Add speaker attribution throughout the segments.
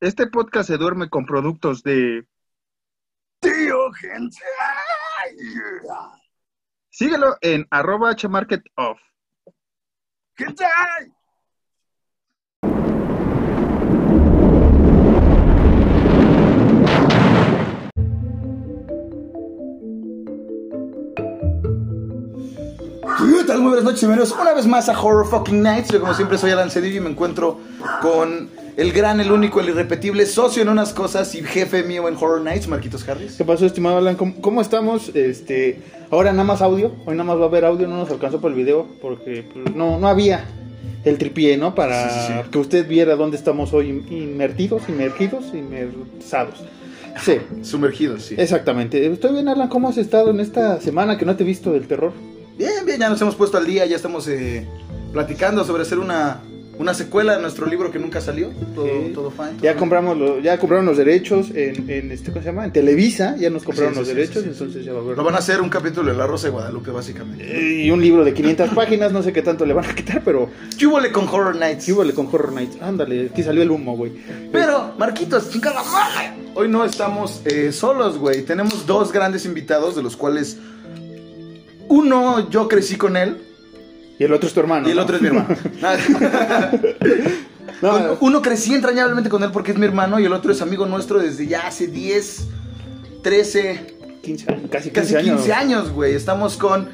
Speaker 1: Este podcast se duerme con productos de
Speaker 2: Tío gente.
Speaker 1: Síguelo en arroba hmarketoff.
Speaker 2: Gente.
Speaker 3: ¿Qué tal? Muy buenas noches, bienvenidos una vez más a Horror Fucking Nights. Yo como siempre soy Alan Cedillo y me encuentro con el gran, el único, el irrepetible socio en unas cosas y jefe mío en Horror Nights, Marquitos Harris.
Speaker 4: ¿Qué pasó, estimado Alan? ¿Cómo, cómo estamos? Este, ahora nada más audio, hoy nada más va a haber audio, no nos alcanzó para el video porque pues, no, no había el tripié, ¿no? Para
Speaker 3: Sí, sí, sí.
Speaker 4: que usted viera dónde estamos hoy in- invertidos, inmergidos, inmersados. Sí,
Speaker 3: Sumergidos, sí.
Speaker 4: exactamente. Estoy bien, Alan, ¿cómo has estado en esta semana que no te he visto del terror?
Speaker 3: Bien, bien, ya nos hemos puesto al día, ya estamos eh, platicando sobre hacer una, una secuela de nuestro libro que nunca salió. Todo,
Speaker 4: Sí.
Speaker 3: todo fine. todo
Speaker 4: Ya
Speaker 3: fine.
Speaker 4: compramos los, ya compraron los derechos en, en este, ¿cómo se llama? En Televisa, ya nos compraron
Speaker 3: Sí, sí,
Speaker 4: los
Speaker 3: sí,
Speaker 4: derechos,
Speaker 3: sí, sí.
Speaker 4: entonces ya va a haber.
Speaker 3: Lo van a hacer un capítulo de La Rosa de Guadalupe, básicamente.
Speaker 4: Eh, Y un libro de 500 páginas, no sé qué tanto le van a quitar, pero
Speaker 3: ¿Qué hubo con Horror Nights?
Speaker 4: Sí, huele con Horror Nights. Ándale, aquí salió el humo, güey.
Speaker 3: Pero, Marquitos, chingada madre. Hoy no estamos eh, solos, güey. Tenemos dos grandes invitados, de los cuales uno yo crecí con él
Speaker 4: Y el otro es tu hermano.
Speaker 3: y el
Speaker 4: ¿no?
Speaker 3: otro es mi hermano.
Speaker 4: No,
Speaker 3: Con- uno crecí entrañablemente con él porque es mi hermano y el otro es amigo nuestro desde ya hace 10, 13,
Speaker 4: 15 años, casi 15
Speaker 3: casi
Speaker 4: años.
Speaker 3: 15 años, güey. Estamos con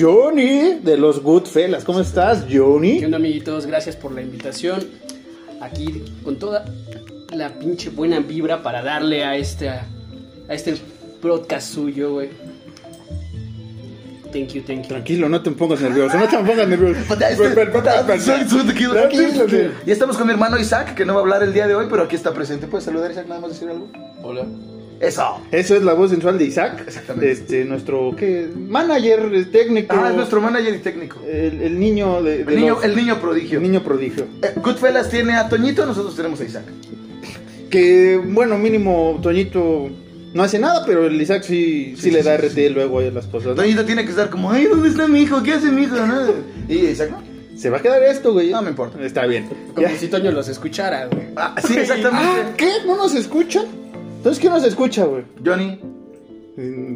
Speaker 4: Johnny de los Goodfellas. ¿Cómo estás, Johnny?
Speaker 5: ¿Qué onda, amiguitos? Gracias por la invitación. Aquí con toda la pinche buena vibra para darle a este, a este podcast suyo, güey. Thank you, thank you.
Speaker 4: Tranquilo, no te pongas nervioso, no te pongas nervioso.
Speaker 3: este- Ah,
Speaker 4: Tranquilo, güey.
Speaker 3: Y estamos con mi hermano Isaac, que no va a hablar el día de hoy, pero aquí está presente. ¿Puedes saludar, Isaac, nada más decir algo?
Speaker 6: Hola.
Speaker 3: Eso.
Speaker 4: Eso es la voz sensual de Isaac.
Speaker 3: Exactamente.
Speaker 4: Este, nuestro, ¿qué? Manager eh, técnico.
Speaker 3: Ah, es nuestro manager y técnico.
Speaker 4: El, el niño de, de
Speaker 3: El niño,
Speaker 4: los-
Speaker 3: el niño prodigio.
Speaker 4: el niño prodigio.
Speaker 3: Eh, Goodfellas tiene a Toñito, nosotros tenemos a Isaac.
Speaker 4: Que, bueno, mínimo, Toñito no hace nada, pero el Isaac sí, sí, le da RT luego a las cosas. ¿no?
Speaker 3: Toñito tiene que estar como, ay, ¿dónde está mi hijo? ¿Qué hace mi hijo? ¿No? Y Isaac, ¿no?
Speaker 4: Se va a quedar esto, güey.
Speaker 3: No me importa.
Speaker 4: Está bien.
Speaker 5: Como si Toño los escuchara, güey.
Speaker 3: Ah, sí, exactamente.
Speaker 4: ¿Qué? ¿No nos escuchan? Entonces, ¿qué nos escucha, güey?
Speaker 3: Johnny.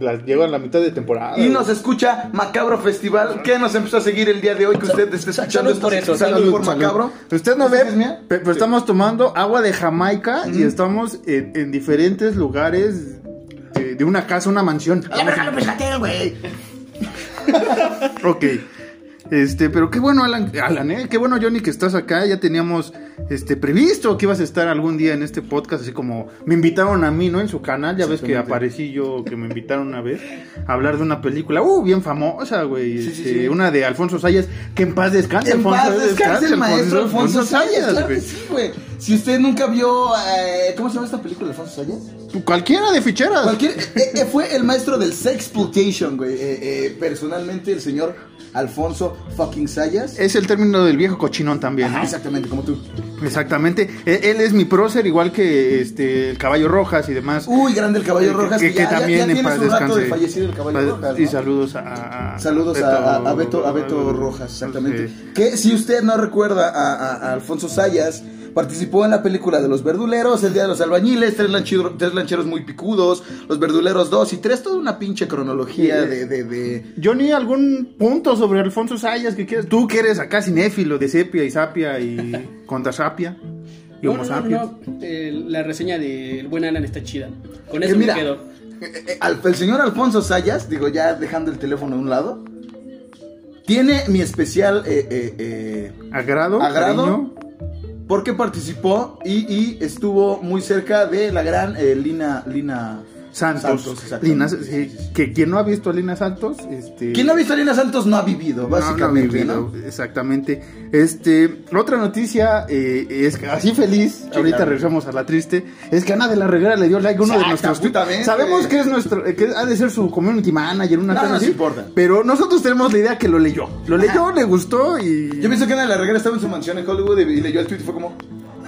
Speaker 4: Las llego a la mitad de temporada.
Speaker 3: Y nos escucha Macabro Festival, que nos empezó a seguir el día de hoy que usted esté escuchando
Speaker 5: salud
Speaker 3: esto.
Speaker 5: por
Speaker 3: se
Speaker 5: eso,
Speaker 3: escucha
Speaker 5: salud,
Speaker 3: por Macabro.
Speaker 4: Usted no ve,
Speaker 3: ¿Esa es mía?
Speaker 4: pe- pero estamos tomando agua de Jamaica y estamos en, en diferentes lugares de, de una casa, una mansión.
Speaker 3: Ah,
Speaker 4: Ok. Este, pero qué bueno, Alan, Alan, ¿eh? Qué bueno, Johnny, que estás acá. Ya teníamos este, previsto que ibas a estar algún día en este podcast, así como me invitaron a mí, ¿no? En su canal, ya ves que aparecí yo, que me invitaron una vez a hablar de una película, uh, bien famosa, güey.
Speaker 3: Sí, sí,
Speaker 4: este,
Speaker 3: sí.
Speaker 4: Una de Alfonso Sayas, que en paz descanse,
Speaker 3: Que En
Speaker 4: Alfonso,
Speaker 3: paz Ah, descanse el
Speaker 4: Alfonso,
Speaker 3: maestro Alfonso Sayas, claro
Speaker 4: güey.
Speaker 3: que sí, güey. Si usted nunca vio, eh, ¿cómo se llama esta película de Alfonso Sayas?
Speaker 4: Pues Cualquiera de ficheras.
Speaker 3: Cualquier, eh, eh, fue el maestro del sexploitation, güey. Eh, eh, personalmente, el señor Alfonso fucking Sayas.
Speaker 4: Es el término del viejo cochinón también,
Speaker 3: Ajá,
Speaker 4: ¿no?
Speaker 3: exactamente, como tú.
Speaker 4: Exactamente. E- Él es mi prócer, igual que este, el Caballo Rojas y demás.
Speaker 3: Uy, grande el caballo rojas.
Speaker 4: que, que
Speaker 3: ya- ya-
Speaker 4: también
Speaker 3: ya
Speaker 4: en
Speaker 3: tiene
Speaker 4: paz
Speaker 3: su rato
Speaker 4: descanse.
Speaker 3: de fallecido el
Speaker 4: Paz-
Speaker 3: caballo rojas.
Speaker 4: Y
Speaker 3: ¿no?
Speaker 4: saludos a, a-
Speaker 3: Saludos a, a- a Beto, a Beto Rojas, exactamente.
Speaker 4: Sí.
Speaker 3: Que si usted no recuerda a, a- a Alfonso Sayas, participó en la película de Los Verduleros, El Día de los Albañiles, Tres, lanchiro- tres Lancheros Muy Picudos, Los Verduleros 2 y 3, toda una pinche cronología de... de, de- eh,
Speaker 4: Johnny, ¿algún punto sobre Alfonso Sayas que quieras? Tú que eres acá cinéfilo de sepia y sapia y contra sapia y
Speaker 5: No,
Speaker 4: homo
Speaker 5: no, no,
Speaker 4: sapiens.
Speaker 5: no. Eh, la reseña del buen Alan está chida. Con
Speaker 3: que
Speaker 5: eso
Speaker 3: mira,
Speaker 5: me quedo.
Speaker 3: eh, eh, al- el señor Alfonso Sayas, digo ya dejando el teléfono a un lado, tiene mi especial... eh, eh, eh,
Speaker 4: Agrado,
Speaker 3: Agrado.
Speaker 4: cariño.
Speaker 3: Porque participó y, y estuvo muy cerca de la gran eh, Lina, Lina
Speaker 4: Santos,
Speaker 3: exactamente.
Speaker 4: Lina,
Speaker 3: Sí, sí, sí.
Speaker 4: eh, que quien no ha visto a Lina Santos, este,
Speaker 3: Quien no ha visto a Lina Santos no ha vivido,
Speaker 4: No, no ha
Speaker 3: básicamente, ¿no?
Speaker 4: vivido, Exactamente. Este, otra noticia eh, es que así feliz, ahorita
Speaker 3: claro.
Speaker 4: regresamos a la triste, es que Ana de la Reguera le dio like a uno de nuestros tweets.
Speaker 3: Exactamente.
Speaker 4: Sabemos que es nuestro eh, que ha de ser su community manager una
Speaker 3: No,
Speaker 4: cosa
Speaker 3: no
Speaker 4: así,
Speaker 3: se importa.
Speaker 4: pero nosotros tenemos la idea que lo leyó. Lo leyó, le gustó y
Speaker 3: Yo pienso que Ana de la Reguera estaba en su mansión en Hollywood y y leyó el tweet y fue como.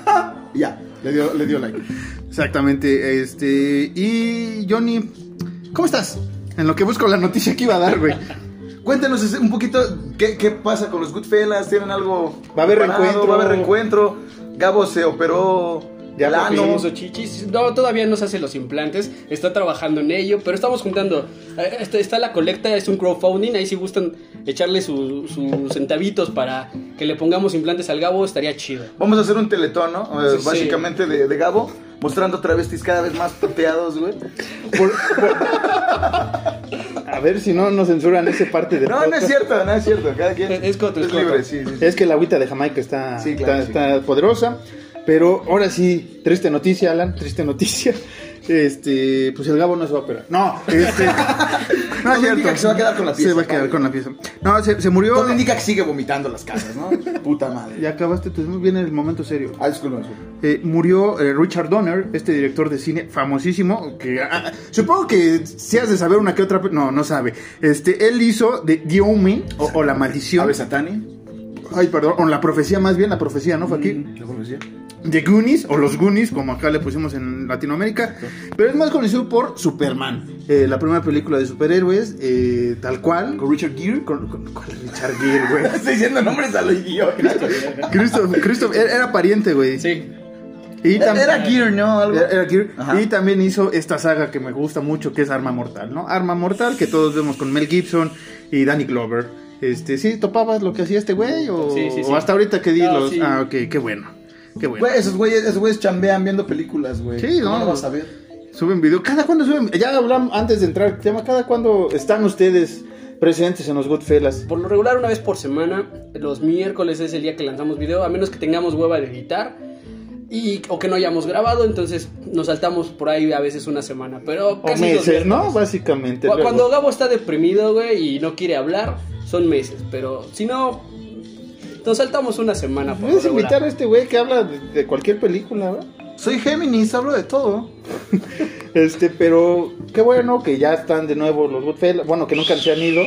Speaker 3: "Ja", y ya, le dio, le dio like.
Speaker 4: exactamente, este, y Johnny, ¿cómo estás? En lo que busco la noticia que iba a dar, güey.
Speaker 3: Cuéntanos ese- un poquito qué, qué pasa con los Goodfellas, ¿tienen algo?
Speaker 4: Va a haber
Speaker 3: preparado?
Speaker 4: reencuentro.
Speaker 3: Va a haber reencuentro. Gabo se operó.
Speaker 4: Ya
Speaker 5: Ya
Speaker 4: por
Speaker 5: no
Speaker 4: fin.
Speaker 5: hizo chichis. No, todavía no se hace los implantes. Está trabajando en ello, pero estamos juntando. Eh, Está, está la colecta, es un crowdfunding. Ahí si gustan echarle su- sus centavitos para que le pongamos implantes al Gabo, estaría chido.
Speaker 3: Vamos a hacer un teletón, ¿no? Eh,
Speaker 5: Sí, sí.
Speaker 3: básicamente de, de Gabo, mostrando travestis cada vez más toteados, güey.
Speaker 4: Por- por- A ver si no nos censuran ese parte de
Speaker 3: No, no es
Speaker 4: podcast.
Speaker 3: cierto, no es cierto. Cada quien
Speaker 5: Es- es coto, es coto.
Speaker 3: libre, sí, sí. sí.
Speaker 4: Es que la agüita de Jamaica está,
Speaker 3: Sí, claro,
Speaker 4: está, está poderosa. Pero ahora sí, triste noticia, Alan, triste noticia. Este, pues el Gabo no se va a operar. No, este.
Speaker 3: Todo indica que se va a quedar con la pieza,
Speaker 4: Se va a quedar
Speaker 3: padre.
Speaker 4: con la pieza. No, se, se murió.
Speaker 3: Todo indica que sigue vomitando las casas, ¿no? Puta madre.
Speaker 4: Ya acabaste, pues muy bien el momento serio.
Speaker 3: Ah, disculpen. disculpen.
Speaker 4: Eh, murió eh, Richard Donner, este director de cine famosísimo, que ah, ah, supongo que si has de saber una que otra, pe- no, no sabe. Este, él hizo de The Omen, o, o La Maldición,
Speaker 3: ¿Aves Satani?
Speaker 4: ay, perdón, o La Profecía más bien, La Profecía, ¿no fue aquí?
Speaker 3: Mm, ¿La profecía?
Speaker 4: The Goonies, o Los Goonies, como acá le pusimos en Latinoamérica, pero es más conocido por Superman, eh, la primera película de superhéroes, eh, tal cual.
Speaker 3: ¿Con Richard Gere?
Speaker 4: Con- con- con Richard Gere, güey.
Speaker 3: Estoy diciendo nombres a lo idiota.
Speaker 4: Christoph, Christoph, era era pariente, güey.
Speaker 5: Sí.
Speaker 4: Y tam-
Speaker 3: Era Gere, ¿no? Algo.
Speaker 4: Era- era Gear.
Speaker 3: Ajá.
Speaker 4: Y también hizo esta saga que me gusta mucho, que es Arma Mortal, ¿no? Arma Mortal, que todos vemos con Mel Gibson y Danny Glover. Este, ¿sí topabas lo que hacía este güey? O,
Speaker 5: Sí, sí, sí.
Speaker 4: o hasta ahorita que di
Speaker 5: No,
Speaker 4: los-
Speaker 5: sí.
Speaker 4: Ah, ok, qué bueno. Qué bueno.
Speaker 3: Güey, esos güeyes, esos güeyes chambean viendo películas, güey.
Speaker 4: Sí,
Speaker 3: ¿Cómo
Speaker 4: no.
Speaker 3: lo vas a ver?
Speaker 4: Suben video. ¿Cada cuándo suben? Ya hablamos antes de entrar al tema. ¿Cada cuándo están ustedes presentes en los Goodfellas?
Speaker 5: Por lo regular, una vez por semana, los miércoles es el día que lanzamos video, a menos que tengamos hueva de editar y, o que no hayamos grabado, entonces nos saltamos por ahí a veces una semana, pero
Speaker 4: O
Speaker 5: casi los
Speaker 4: meses,
Speaker 5: viernes.
Speaker 4: ¿no? Básicamente.
Speaker 5: Cu-
Speaker 4: luego.
Speaker 5: Cuando Gabo está deprimido, güey, y no quiere hablar, son meses, pero si no, nos saltamos una semana. Por lo
Speaker 4: Puedes
Speaker 5: regular.
Speaker 4: invitar a este güey que habla de, de cualquier película, ¿verdad?
Speaker 3: Soy Géminis, hablo de todo.
Speaker 4: Este, pero qué bueno que ya están de nuevo los Goodfellas. Bueno, que nunca se han ido.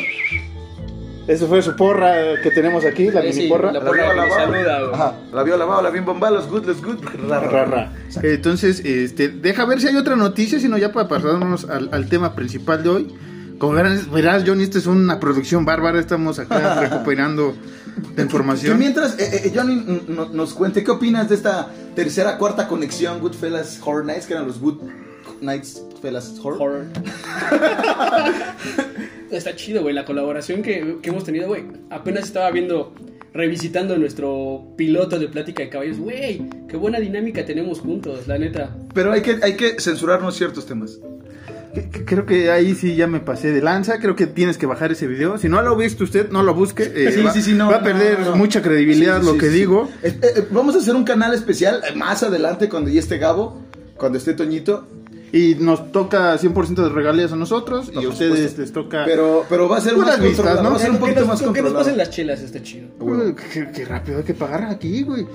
Speaker 4: Eso fue su porra que tenemos aquí, la
Speaker 5: Sí,
Speaker 4: mini
Speaker 5: sí,
Speaker 4: porra.
Speaker 5: la- Porra,
Speaker 3: viola,
Speaker 5: me
Speaker 3: va.
Speaker 5: saluda, güey.
Speaker 3: Ajá, la viola, va, la bien bomba, los good, los good. Ra, ra,
Speaker 4: Ra,
Speaker 3: ra.
Speaker 4: ra. Entonces, este, deja ver si hay otra noticia, sino ya para pasarnos al, al tema principal de hoy. Como verás, verás, Johnny, esta es una producción bárbara. Estamos acá recuperando la
Speaker 3: Que
Speaker 4: información.
Speaker 3: mientras eh, eh, Johnny mm, no- nos cuente, ¿qué opinas de esta tercera, cuarta conexión Goodfellas Horror Nights? Que eran los Good Nights Fellas Horror.
Speaker 5: Horror. Está chido, güey, la colaboración que, que hemos tenido, güey. Apenas estaba viendo, revisitando nuestro piloto de Plática de Caballos. Güey, qué buena dinámica tenemos juntos, la neta.
Speaker 3: Pero hay que, hay que censurarnos ciertos temas.
Speaker 4: Que- que- Creo que ahí sí ya me pasé de lanza. Creo que tienes que bajar ese video. Si no lo viste usted, no lo busque. eh,
Speaker 3: Sí,
Speaker 4: va,
Speaker 3: sí, sí, no,
Speaker 4: va a
Speaker 3: no,
Speaker 4: perder
Speaker 3: no.
Speaker 4: mucha credibilidad
Speaker 3: Sí, sí,
Speaker 4: lo
Speaker 3: sí,
Speaker 4: que
Speaker 3: sí.
Speaker 4: digo.
Speaker 3: Eh, eh, vamos a hacer un canal especial eh, más adelante cuando ya esté Gabo, cuando esté Toñito.
Speaker 4: Y nos toca 100% de regalías a nosotros y
Speaker 3: por
Speaker 4: a ustedes
Speaker 3: supuesto.
Speaker 4: les toca...
Speaker 3: Pero, pero va a ser
Speaker 4: Puras
Speaker 3: más
Speaker 4: vistas,
Speaker 3: controlado,
Speaker 4: ¿no?
Speaker 3: Va a ser un
Speaker 5: Con que
Speaker 3: poquito
Speaker 5: nos-
Speaker 3: más
Speaker 5: con que nos
Speaker 3: controlado.
Speaker 5: pasen las chelas, está chido.
Speaker 4: Uy, Qué, qué rápido hay que pagar aquí, güey.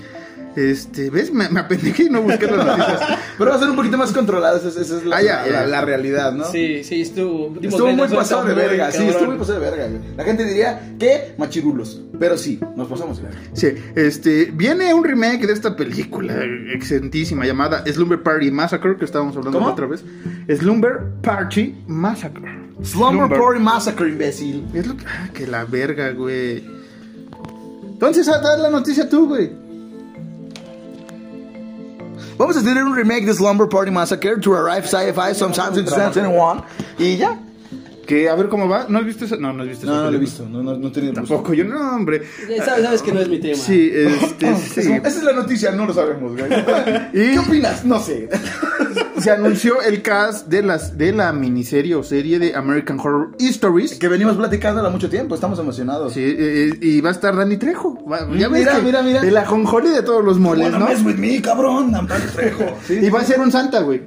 Speaker 4: Este, ¿ves? Me, me apendejé y no busqué las noticias.
Speaker 3: Pero va a ser un poquito más controlado, esa, es- esa es la,
Speaker 4: Ah, ya,
Speaker 3: la-
Speaker 4: ya.
Speaker 3: la realidad, ¿no?
Speaker 5: Sí, sí, estuvo. dimos
Speaker 3: Estuvo muy
Speaker 5: venas,
Speaker 3: pasado de
Speaker 5: muy
Speaker 3: verga, sí,
Speaker 5: cabrón.
Speaker 3: estuvo muy pasado de verga. güey. La gente diría que machirulos, pero sí, nos pasamos de verga.
Speaker 4: Sí, este, viene un remake de esta película excelentísima llamada Slumber Party Massacre, que estábamos hablando
Speaker 3: ¿Cómo?
Speaker 4: la otra vez. Slumber Party Massacre.
Speaker 3: Slumber Party Massacre, imbécil.
Speaker 4: Es lo que, ah, que la verga, güey. Entonces, a dar la noticia tú, güey.
Speaker 3: Vamos a tener un remake de Slumber Party Massacre to arrive sci-fi sometime in 2021. Y ya.
Speaker 4: Que a ver cómo va. ¿No has visto esa? No, no has visto esa
Speaker 3: No, no lo he
Speaker 4: película.
Speaker 3: visto, no, no, no he tenido el gusto.
Speaker 4: Tampoco yo, no, hombre.
Speaker 5: Sabes, sabes que no es mi tema.
Speaker 4: Sí, este,
Speaker 3: Es
Speaker 4: sí.
Speaker 3: como, Esa es la noticia, no lo sabemos, güey.
Speaker 4: Y-
Speaker 3: ¿Qué opinas? No sé.
Speaker 4: Se anunció el cast de, las, de la miniserie o serie de American Horror Histories.
Speaker 3: Que venimos platicándola mucho tiempo, estamos emocionados.
Speaker 4: Sí, eh, eh, y va a estar Dani Trejo. Va- ya ves
Speaker 3: Mira,
Speaker 4: que
Speaker 3: mira, mira.
Speaker 4: De la jonjoli de todos los moles,
Speaker 7: Wanna
Speaker 4: ¿no?
Speaker 7: mess with me, cabrón. I'm Dani Trejo.
Speaker 4: Y va a ser un Santa, güey.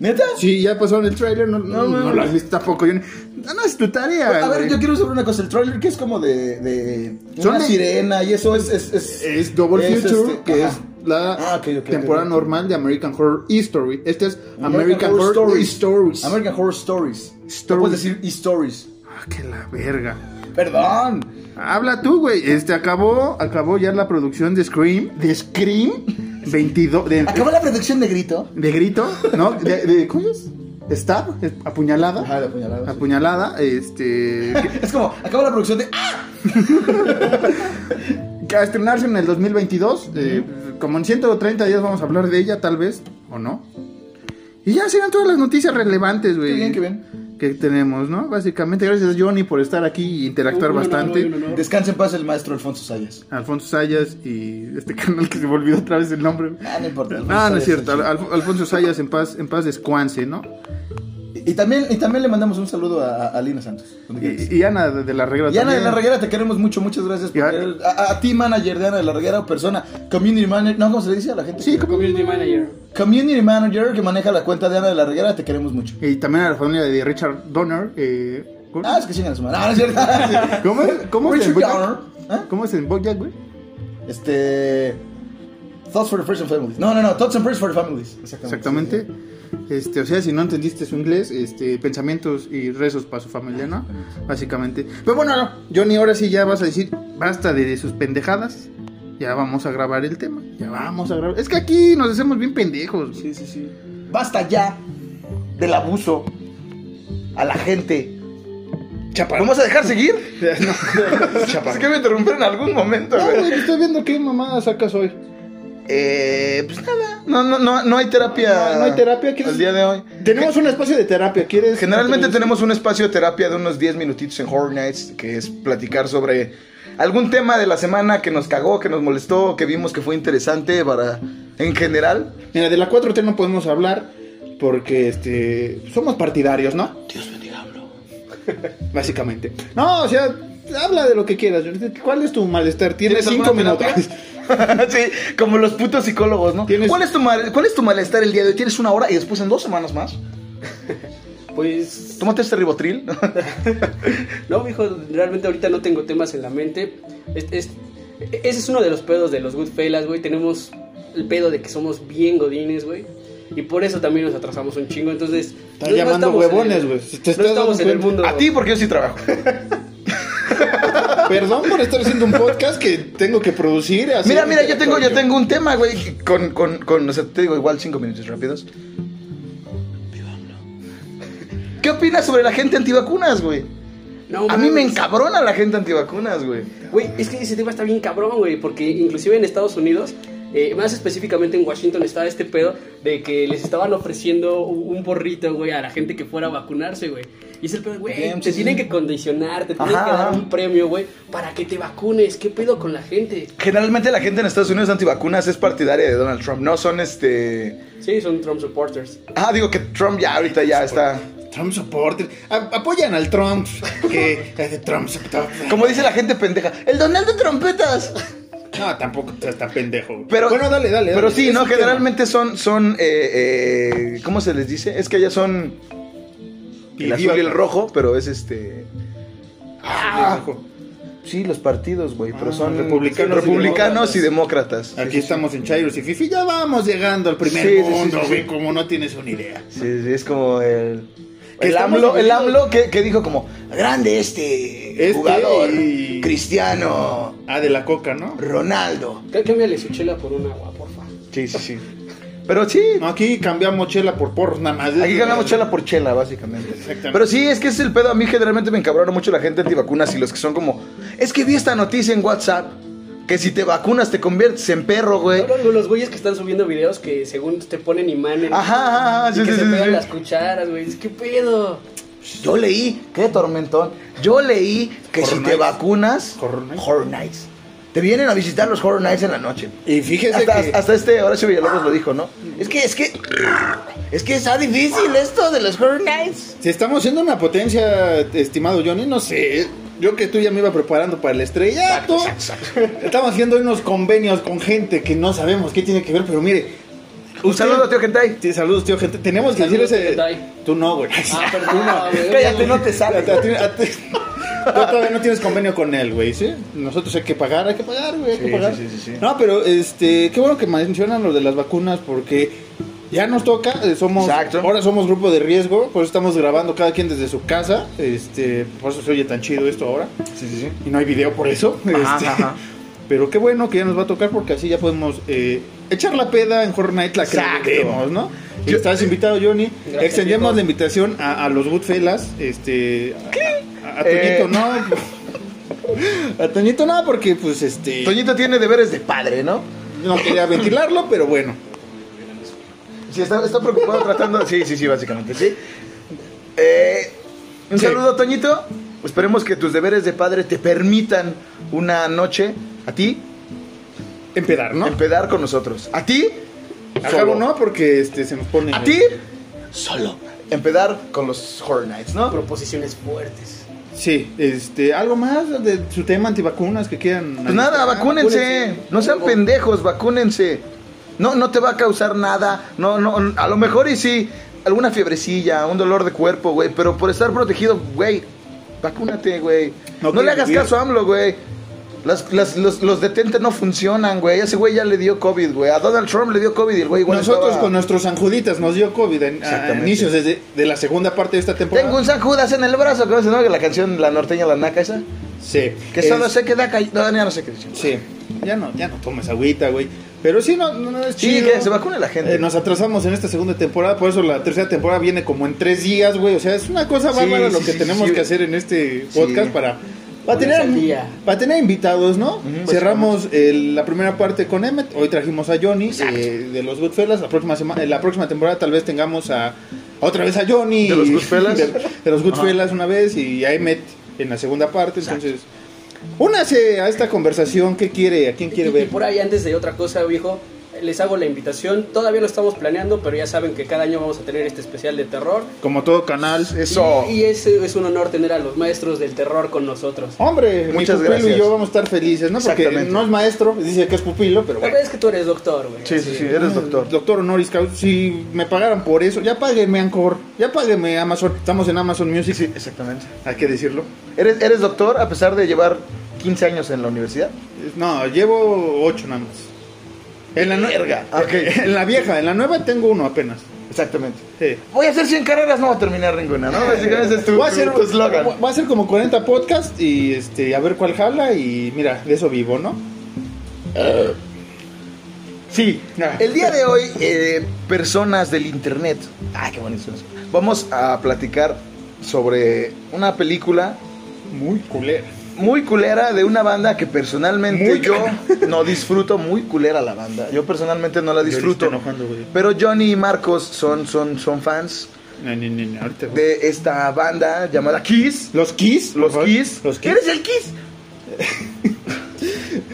Speaker 3: ¿Neta?
Speaker 4: Sí, ya pasó en el trailer. No, no, no, lo has visto tampoco. Yo ni- no, no, es tu tarea.
Speaker 3: A ver,
Speaker 4: güey.
Speaker 3: yo quiero saber una cosa, el trailer que es como de, de
Speaker 4: Son
Speaker 3: una
Speaker 4: de-
Speaker 3: sirena y eso es... Es, es,
Speaker 4: Es Double
Speaker 3: es
Speaker 4: Future,
Speaker 3: este,
Speaker 4: que
Speaker 3: ajá.
Speaker 4: es la
Speaker 3: Ah, ok, ok,
Speaker 4: temporada
Speaker 3: ok, ok.
Speaker 4: normal de American Horror History. Este es American, Horror, Stories.
Speaker 3: American Horror Stories.
Speaker 4: Stories.
Speaker 3: No puedes decir e stories.
Speaker 4: Ah, que la verga.
Speaker 3: Perdón.
Speaker 4: Habla tú, güey. Este acabó, acabó ya la producción de Scream, de Scream 22 de,
Speaker 3: Acabó la producción de grito.
Speaker 4: de grito, ¿no? De, de- ¿cómo es? Stab, es- apuñalada.
Speaker 3: Ajá, de apuñalada, sí.
Speaker 4: Apuñalada, este que-
Speaker 3: Ah, Es como, acabó la producción de... ¡Ah!
Speaker 4: que a estrenarse en el 2022, eh, como en 130 días vamos a hablar de ella tal vez. ¿o no? Y ya serán todas las noticias relevantes, güey.
Speaker 3: Qué bien, qué bien.
Speaker 4: Que tenemos, ¿no? Básicamente, gracias Johnny por estar aquí y interactuar
Speaker 5: Un honor,
Speaker 4: bastante.
Speaker 5: un honor.
Speaker 3: Descanse en paz el maestro Alfonso Sayas.
Speaker 4: Alfonso Sayas y este canal que se me olvidó otra vez el nombre.
Speaker 3: Ah, no importa. Alfonso
Speaker 4: Ah, no es
Speaker 3: Sayas
Speaker 4: cierto.
Speaker 3: chido.
Speaker 4: Al- Al- Alfonso Sayas en paz, en paz descuance, ¿no?
Speaker 3: Y, y también, y también le mandamos un saludo a, a Lina Santos. donde quieras.
Speaker 4: Y, y Ana de, de la regla
Speaker 3: Y Ana de la
Speaker 4: también.
Speaker 3: Reguera, te queremos mucho, muchas gracias. por
Speaker 4: Y a-
Speaker 3: querer- a, a ti, manager de Ana de la Reguera, o persona, community manager, ¿no? ¿Cómo se le dice a la gente?
Speaker 4: Sí, como-
Speaker 5: Community manager.
Speaker 3: Community manager que maneja la cuenta de Ana de la Reguera, te queremos mucho.
Speaker 4: Y también a la familia de Richard Donner. Eh, ¿cómo-
Speaker 3: Ah, es que chingan a su madre. Ah, no es cierto. Sí.
Speaker 4: ¿Cómo es? ¿Cómo es? en
Speaker 3: Richard
Speaker 4: Bojack?
Speaker 3: Donner, ¿eh?
Speaker 4: ¿Cómo es en Bojack, güey?
Speaker 3: Este. Thoughts for the First and Families. No, no, no. Thoughts and Prayers for the Families. Exactamente.
Speaker 4: Exactamente. Este, o sea, si no entendiste su inglés, este, pensamientos y rezos para su familia, ¿no? Básicamente. Pero bueno, no, Johnny, ahora sí ya vas a decir, basta de, de sus pendejadas. Ya vamos a grabar el tema. Ya vamos a grabar. Es que aquí nos hacemos bien pendejos.
Speaker 5: Sí, sí, sí.
Speaker 3: Basta ya del abuso a la gente. Chapa. ¿No vas a dejar seguir? Es que me interrumpieron en algún momento,
Speaker 4: No,
Speaker 3: güey.
Speaker 4: güey, estoy viendo qué mamada sacas hoy.
Speaker 3: Eh, pues nada. No, no, no, no hay terapia.
Speaker 4: No, no hay terapia, ¿quieres-
Speaker 3: El día de hoy.
Speaker 4: Tenemos un espacio de terapia, ¿quieres?
Speaker 3: Generalmente tenemos un espacio de terapia de unos 10 minutitos en Horror Nights, que es platicar sobre algún tema de la semana que nos cagó, que nos molestó, que vimos que fue interesante para en general.
Speaker 4: Mira, de la 4T no podemos hablar porque este somos partidarios, ¿no? Dios bendiga, Básicamente. No, o sea, habla de lo que quieras. ¿Cuál es tu malestar? Tienes,
Speaker 3: ¿Tienes
Speaker 4: cinco
Speaker 3: alguna
Speaker 4: minutos.
Speaker 3: sí, como los putos psicólogos, ¿no?
Speaker 4: Tienes-
Speaker 3: ¿Cuál, es tu mal- ¿Cuál es tu malestar el día de hoy? Tienes una hora y después en dos semanas más.
Speaker 5: Pues
Speaker 3: Tómate este ribotril.
Speaker 5: No, hijo, realmente ahorita no tengo temas en la mente. Es- es- ese es uno de los pedos de los Goodfellas, güey. Tenemos el pedo de que somos bien godines, güey. Y por eso también nos atrasamos un chingo. Entonces,
Speaker 4: Estás llamando
Speaker 5: estamos en el-
Speaker 4: huevones, güey. Te estás
Speaker 5: No estamos
Speaker 4: dando
Speaker 5: en el
Speaker 4: cuenta.
Speaker 5: mundo.
Speaker 3: A ti porque yo sí trabajo.
Speaker 4: Perdón por estar haciendo un podcast que tengo que producir. así
Speaker 3: mira,
Speaker 4: que-
Speaker 3: mira, yo tengo, yo tengo un tema, güey, con, con, con, o sea, te digo igual cinco minutos rápidos. ¿Qué opinas sobre la gente antivacunas, güey?
Speaker 5: No,
Speaker 3: A mí me
Speaker 5: mames.
Speaker 3: encabrona la gente antivacunas, güey.
Speaker 5: Güey, es que ese tema está bien cabrón, güey, porque inclusive en Estados Unidos, eh, más específicamente en Washington, estaba este pedo de que les estaban ofreciendo un un borrito, güey, a la gente que fuera a vacunarse, güey. Y es el pedo, güey,
Speaker 3: Bien,
Speaker 5: te
Speaker 3: sí,
Speaker 5: tienen
Speaker 3: sí.
Speaker 5: que condicionar, te tienen
Speaker 3: Ajá,
Speaker 5: que dar
Speaker 3: ajá.
Speaker 5: un premio, güey, para que te vacunes. ¿Qué pedo con la gente?
Speaker 3: Generalmente la gente en Estados Unidos antivacunas es partidaria de Donald Trump, no son este...
Speaker 5: Sí, son Trump supporters.
Speaker 3: Ah, digo que Trump ya ahorita ya está...
Speaker 4: Trump supporter. A- apoyan al Trump. Que es de Trump supporter.
Speaker 3: Como dice la gente pendeja, el Donald de trompetas.
Speaker 4: No, tampoco estás tan pendejo. güey.
Speaker 3: Pero,
Speaker 4: bueno, dale, dale.
Speaker 3: Pero
Speaker 4: dale.
Speaker 3: sí,
Speaker 4: Es
Speaker 3: ¿no?
Speaker 4: un tema.
Speaker 3: Generalmente son, son, eh, eh, ¿cómo se les dice? Es que allá son el azul y el rojo, pero es este...
Speaker 4: Ah, rojo.
Speaker 3: Sí, los partidos, güey, pero
Speaker 4: Ah,
Speaker 3: son
Speaker 4: republicanos y
Speaker 3: republicanos y demócratas.
Speaker 4: Aquí estamos en Chairos y Fifi, ya vamos llegando al primer
Speaker 3: Sí, sí, sí,
Speaker 4: mundo,
Speaker 3: sí,
Speaker 4: güey,
Speaker 3: sí.
Speaker 4: como no tienes una idea.
Speaker 3: Sí, sí, es como el...
Speaker 4: Que
Speaker 3: El
Speaker 4: estamos
Speaker 3: AMLO, el
Speaker 4: divididos.
Speaker 3: AMLO que, que dijo como, grande este,
Speaker 4: Este
Speaker 3: jugador,
Speaker 4: y-
Speaker 3: cristiano,
Speaker 4: Ah, de la coca, ¿no?
Speaker 3: Ronaldo.
Speaker 5: Cá- Cámbiale su chela por un agua, porfa.
Speaker 3: Sí, sí, sí. Pero sí,
Speaker 4: No, aquí cambiamos chela por porros nada más.
Speaker 3: aquí ganamos chela por chela, básicamente.
Speaker 4: Exactamente.
Speaker 3: Pero sí, es que ese es el pedo. A mí generalmente me encabrona mucho la gente antivacunas y los que son como, es que vi esta noticia en WhatsApp. Que si te vacunas te conviertes en perro, güey.
Speaker 5: Son Los güeyes que están subiendo videos que según te ponen imanes.
Speaker 3: Ajá, ajá,
Speaker 5: y
Speaker 3: sí,
Speaker 5: que
Speaker 3: sí,
Speaker 5: se
Speaker 3: sí,
Speaker 5: pegan
Speaker 3: sí.
Speaker 5: las cucharas, güey. ¿Qué pedo?
Speaker 3: Yo leí, qué tormentón. Yo leí que
Speaker 4: Horror
Speaker 3: si te
Speaker 4: Nights.
Speaker 3: vacunas,
Speaker 4: Horror Nights.
Speaker 3: Horror Nights. Te vienen a visitar los Horror Nights en la noche.
Speaker 4: Y fíjese
Speaker 3: Hasta,
Speaker 4: que...
Speaker 3: hasta este Horacio Villalobos lo dijo, ¿no? Es que, es que. Es que está difícil esto de los Horror Nights.
Speaker 4: Si estamos siendo una potencia, estimado Johnny, no sé. Yo que tú ya me iba preparando para el estrellato. Estamos haciendo unos convenios con gente que no sabemos qué tiene que ver, pero mire.
Speaker 3: Un saludo, tío Gentai.
Speaker 4: Sí, saludos, tío. Gente. Tenemos que decir
Speaker 5: Saludos,
Speaker 4: ese.
Speaker 5: tío Gentai.
Speaker 4: Tú no, güey.
Speaker 5: Ah, perdón,
Speaker 4: Tú no.
Speaker 5: güey.
Speaker 3: Cállate, no te
Speaker 4: A
Speaker 3: sale.
Speaker 4: ti- a ti- a ti- Tú todavía no tienes convenio con él, güey, ¿sí? Nosotros hay que pagar, hay que pagar, güey, hay que
Speaker 3: Sí,
Speaker 4: pagar.
Speaker 3: sí, sí, sí, sí.
Speaker 4: No, pero este, qué bueno que mencionan lo de las vacunas porque ya nos toca, eh, somos
Speaker 3: Exacto.
Speaker 4: ahora somos grupo de riesgo, por eso estamos grabando cada quien desde su casa, este, por eso se oye tan chido esto ahora
Speaker 3: Sí, sí, sí.
Speaker 4: y no hay video por eso.
Speaker 3: Ajá,
Speaker 4: este,
Speaker 3: ajá.
Speaker 4: Pero qué bueno que ya nos va a tocar porque así ya podemos eh, echar la peda en Horror Night la que
Speaker 3: Exacto.
Speaker 4: queremos, ¿no? Y
Speaker 3: Yo-
Speaker 4: estás invitado, Johnny.
Speaker 5: Gracias,
Speaker 4: Extendemos
Speaker 5: Tito.
Speaker 4: la invitación a, a los Goodfellas. Este, A, a- a
Speaker 3: Eh.
Speaker 4: Toñito, no. A Toñito, no, porque pues este.
Speaker 3: Toñito tiene deberes de padre, ¿no?
Speaker 4: No quería ventilarlo, pero bueno.
Speaker 3: Sí, está, está preocupado tratando. Sí, sí, sí, básicamente, sí. Eh, un
Speaker 5: Sí.
Speaker 3: saludo, Toñito. Esperemos que tus deberes de padre te permitan una noche a ti
Speaker 4: Empedar, ¿no?
Speaker 3: empedar con nosotros. A ti,
Speaker 4: Al
Speaker 3: solo.
Speaker 4: cabo no, porque este, se nos pone.
Speaker 3: A ti, solo. Empedar con los Horror Nights, ¿no?
Speaker 5: Proposiciones fuertes.
Speaker 4: Sí, este, algo más de su tema antivacunas que quieran.
Speaker 3: Pues nada, vacúnense.
Speaker 5: vacúnense.
Speaker 3: No sean pendejos, vacúnense. No, no te va a causar nada. No, no, a lo mejor y sí, alguna fiebrecilla, un dolor de cuerpo, güey. Pero por estar protegido, güey, vacúnate, güey.
Speaker 4: No
Speaker 3: No,
Speaker 4: quiero
Speaker 3: le hagas
Speaker 4: vivir.
Speaker 3: caso a AMLO, güey. Las- las- los, los detentes no funcionan, güey. Ese güey ya le dio COVID, güey. A Donald Trump le dio COVID y el güey igual
Speaker 4: Nosotros
Speaker 3: estaba-
Speaker 4: con nuestros sanjuditas nos dio COVID en, a- a
Speaker 3: Exactamente.
Speaker 4: inicios desde, de la segunda parte de esta temporada.
Speaker 3: Tengo un San Judas en el brazo, ¿cómo se llama la canción La Norteña, la Naca esa?
Speaker 4: Sí.
Speaker 3: Que solo sé que da call- No, ya no sé qué dice.
Speaker 4: Sí. Ya no, ya no tomes agüita, güey. Pero sí, no, no, no es
Speaker 3: Sí,
Speaker 4: chido.
Speaker 3: que se vacune la gente.
Speaker 4: Eh, nos atrasamos en esta segunda temporada, por eso la tercera temporada viene como en tres días, güey. O sea, es una cosa
Speaker 3: Sí,
Speaker 4: bárbara lo
Speaker 3: sí,
Speaker 4: que
Speaker 3: sí,
Speaker 4: tenemos
Speaker 3: sí.
Speaker 4: que hacer en este podcast
Speaker 3: Sí.
Speaker 4: para, para,
Speaker 5: Ponerse al
Speaker 4: tener,
Speaker 5: día.
Speaker 4: para tener invitados, ¿no? Pues Cerramos el- la primera parte con Emmet, hoy trajimos a Johnny eh, de los Goodfellas. La próxima, sema- eh, la próxima temporada tal vez tengamos a otra vez a Johnny.
Speaker 3: De los
Speaker 4: y-
Speaker 3: Goodfellas.
Speaker 4: De, de los Goodfellas una vez y a Emmet en la segunda parte. Entonces, únase a esta conversación. ¿Qué quiere? ¿A quién quiere
Speaker 5: Y- y
Speaker 4: ver?
Speaker 5: por ahí, antes de otra cosa, viejo, les hago la invitación. Todavía lo estamos planeando, pero ya saben que cada año vamos a tener este especial de terror.
Speaker 4: Como todo canal,
Speaker 3: Eso.
Speaker 5: Y, y es, es un honor tener a los maestros del terror con nosotros.
Speaker 4: Hombre,
Speaker 3: Muchas
Speaker 4: mi pupilo
Speaker 3: gracias.
Speaker 4: y yo vamos a estar felices, ¿no? Porque
Speaker 3: Exactamente.
Speaker 4: no es maestro, dice que es pupilo, pero
Speaker 5: La
Speaker 4: bueno.
Speaker 5: verdad es que tú eres doctor, güey.
Speaker 3: Sí, sí, sí, eres doctor.
Speaker 4: Doctor honoris causa, si me pagaran por eso, ya págueme Anchor, ya págueme Amazon. Estamos en Amazon Music,
Speaker 3: Sí, exactamente.
Speaker 4: hay que decirlo.
Speaker 3: ¿Eres, ¿Eres doctor a pesar de llevar 15 años en la universidad?
Speaker 4: No, llevo ocho nada más. En la, nue-
Speaker 3: Verga, ok.
Speaker 4: en la vieja, en la nueva tengo uno apenas.
Speaker 3: Exactamente.
Speaker 4: Sí.
Speaker 3: Voy a hacer 100 carreras, no voy a terminar ninguna, ¿no? Básicamente ese es tu,
Speaker 4: Voy a hacer,
Speaker 3: tu- tu eslogan.
Speaker 4: voy a hacer como 40 podcasts y este, a ver cuál jala y mira, de eso vivo, ¿no?
Speaker 3: Sí.
Speaker 4: Ah.
Speaker 3: El día de hoy, eh, personas del internet. Ah, qué bonito eso. Vamos a platicar sobre una película
Speaker 4: Muy culero.
Speaker 3: muy culera de una banda que personalmente
Speaker 4: Muy
Speaker 3: yo
Speaker 4: culera.
Speaker 3: no disfruto. Muy culera la banda. Yo personalmente no la disfruto.
Speaker 4: ahorita enojando, güey.
Speaker 3: Pero Johnny y Marcos son, son, son fans
Speaker 4: No, no, no, no, ahorita voy.
Speaker 3: de esta banda llamada Kiss.
Speaker 4: Los Kiss.
Speaker 3: Los
Speaker 4: por favor.
Speaker 3: Kiss.
Speaker 4: Los Kiss.
Speaker 3: ¿Eres el Kiss?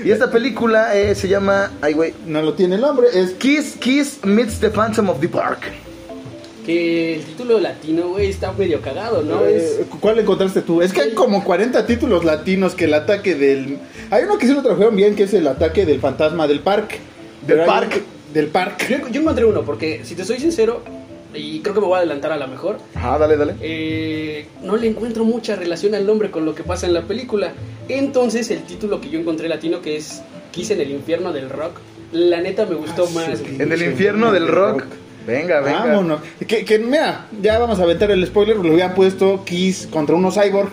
Speaker 3: y esta película eh, se llama. Ay, güey.
Speaker 4: No lo tiene el hombre, es
Speaker 3: Kiss, Kiss meets the Phantom of the Park.
Speaker 5: Que el título latino, güey, está medio cagado, ¿no? Es...
Speaker 4: Eh, ¿Cuál encontraste tú? Es que hay como 40 títulos latinos que el ataque del... Hay uno que sí lo trajeron bien, que es el ataque del fantasma del parque.
Speaker 3: Del
Speaker 4: Pero hay
Speaker 3: parque.
Speaker 4: un- Del parque.
Speaker 5: Yo, yo encontré uno, porque si te soy sincero, y creo que me voy a adelantar a la mejor,
Speaker 3: Ah, dale, dale.
Speaker 5: eh, no le encuentro mucha relación al nombre con lo que pasa en la película. Entonces, el título que yo encontré latino, que es Kiss en el infierno del rock, la neta me gustó
Speaker 4: Ah,
Speaker 5: más. güey.
Speaker 3: En el infierno del rock. Venga, venga.
Speaker 4: Vámonos. Que, que, mira, ya vamos a aventar el spoiler, lo hubieran puesto Kiss contra unos cyborg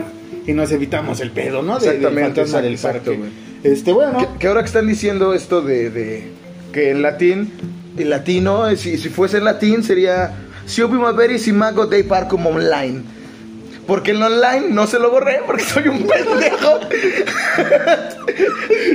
Speaker 4: y nos evitamos el pedo, ¿no? De-
Speaker 3: Exactamente,
Speaker 4: del fantasma del parque.
Speaker 3: exacto, exacto,
Speaker 4: este, bueno.
Speaker 3: Que, que ahora que están diciendo esto de, de- que en latín, el latino, eh, si, si fuese en latín sería Si primavera si mago de par como online. Porque el online no se lo borré porque soy un pendejo.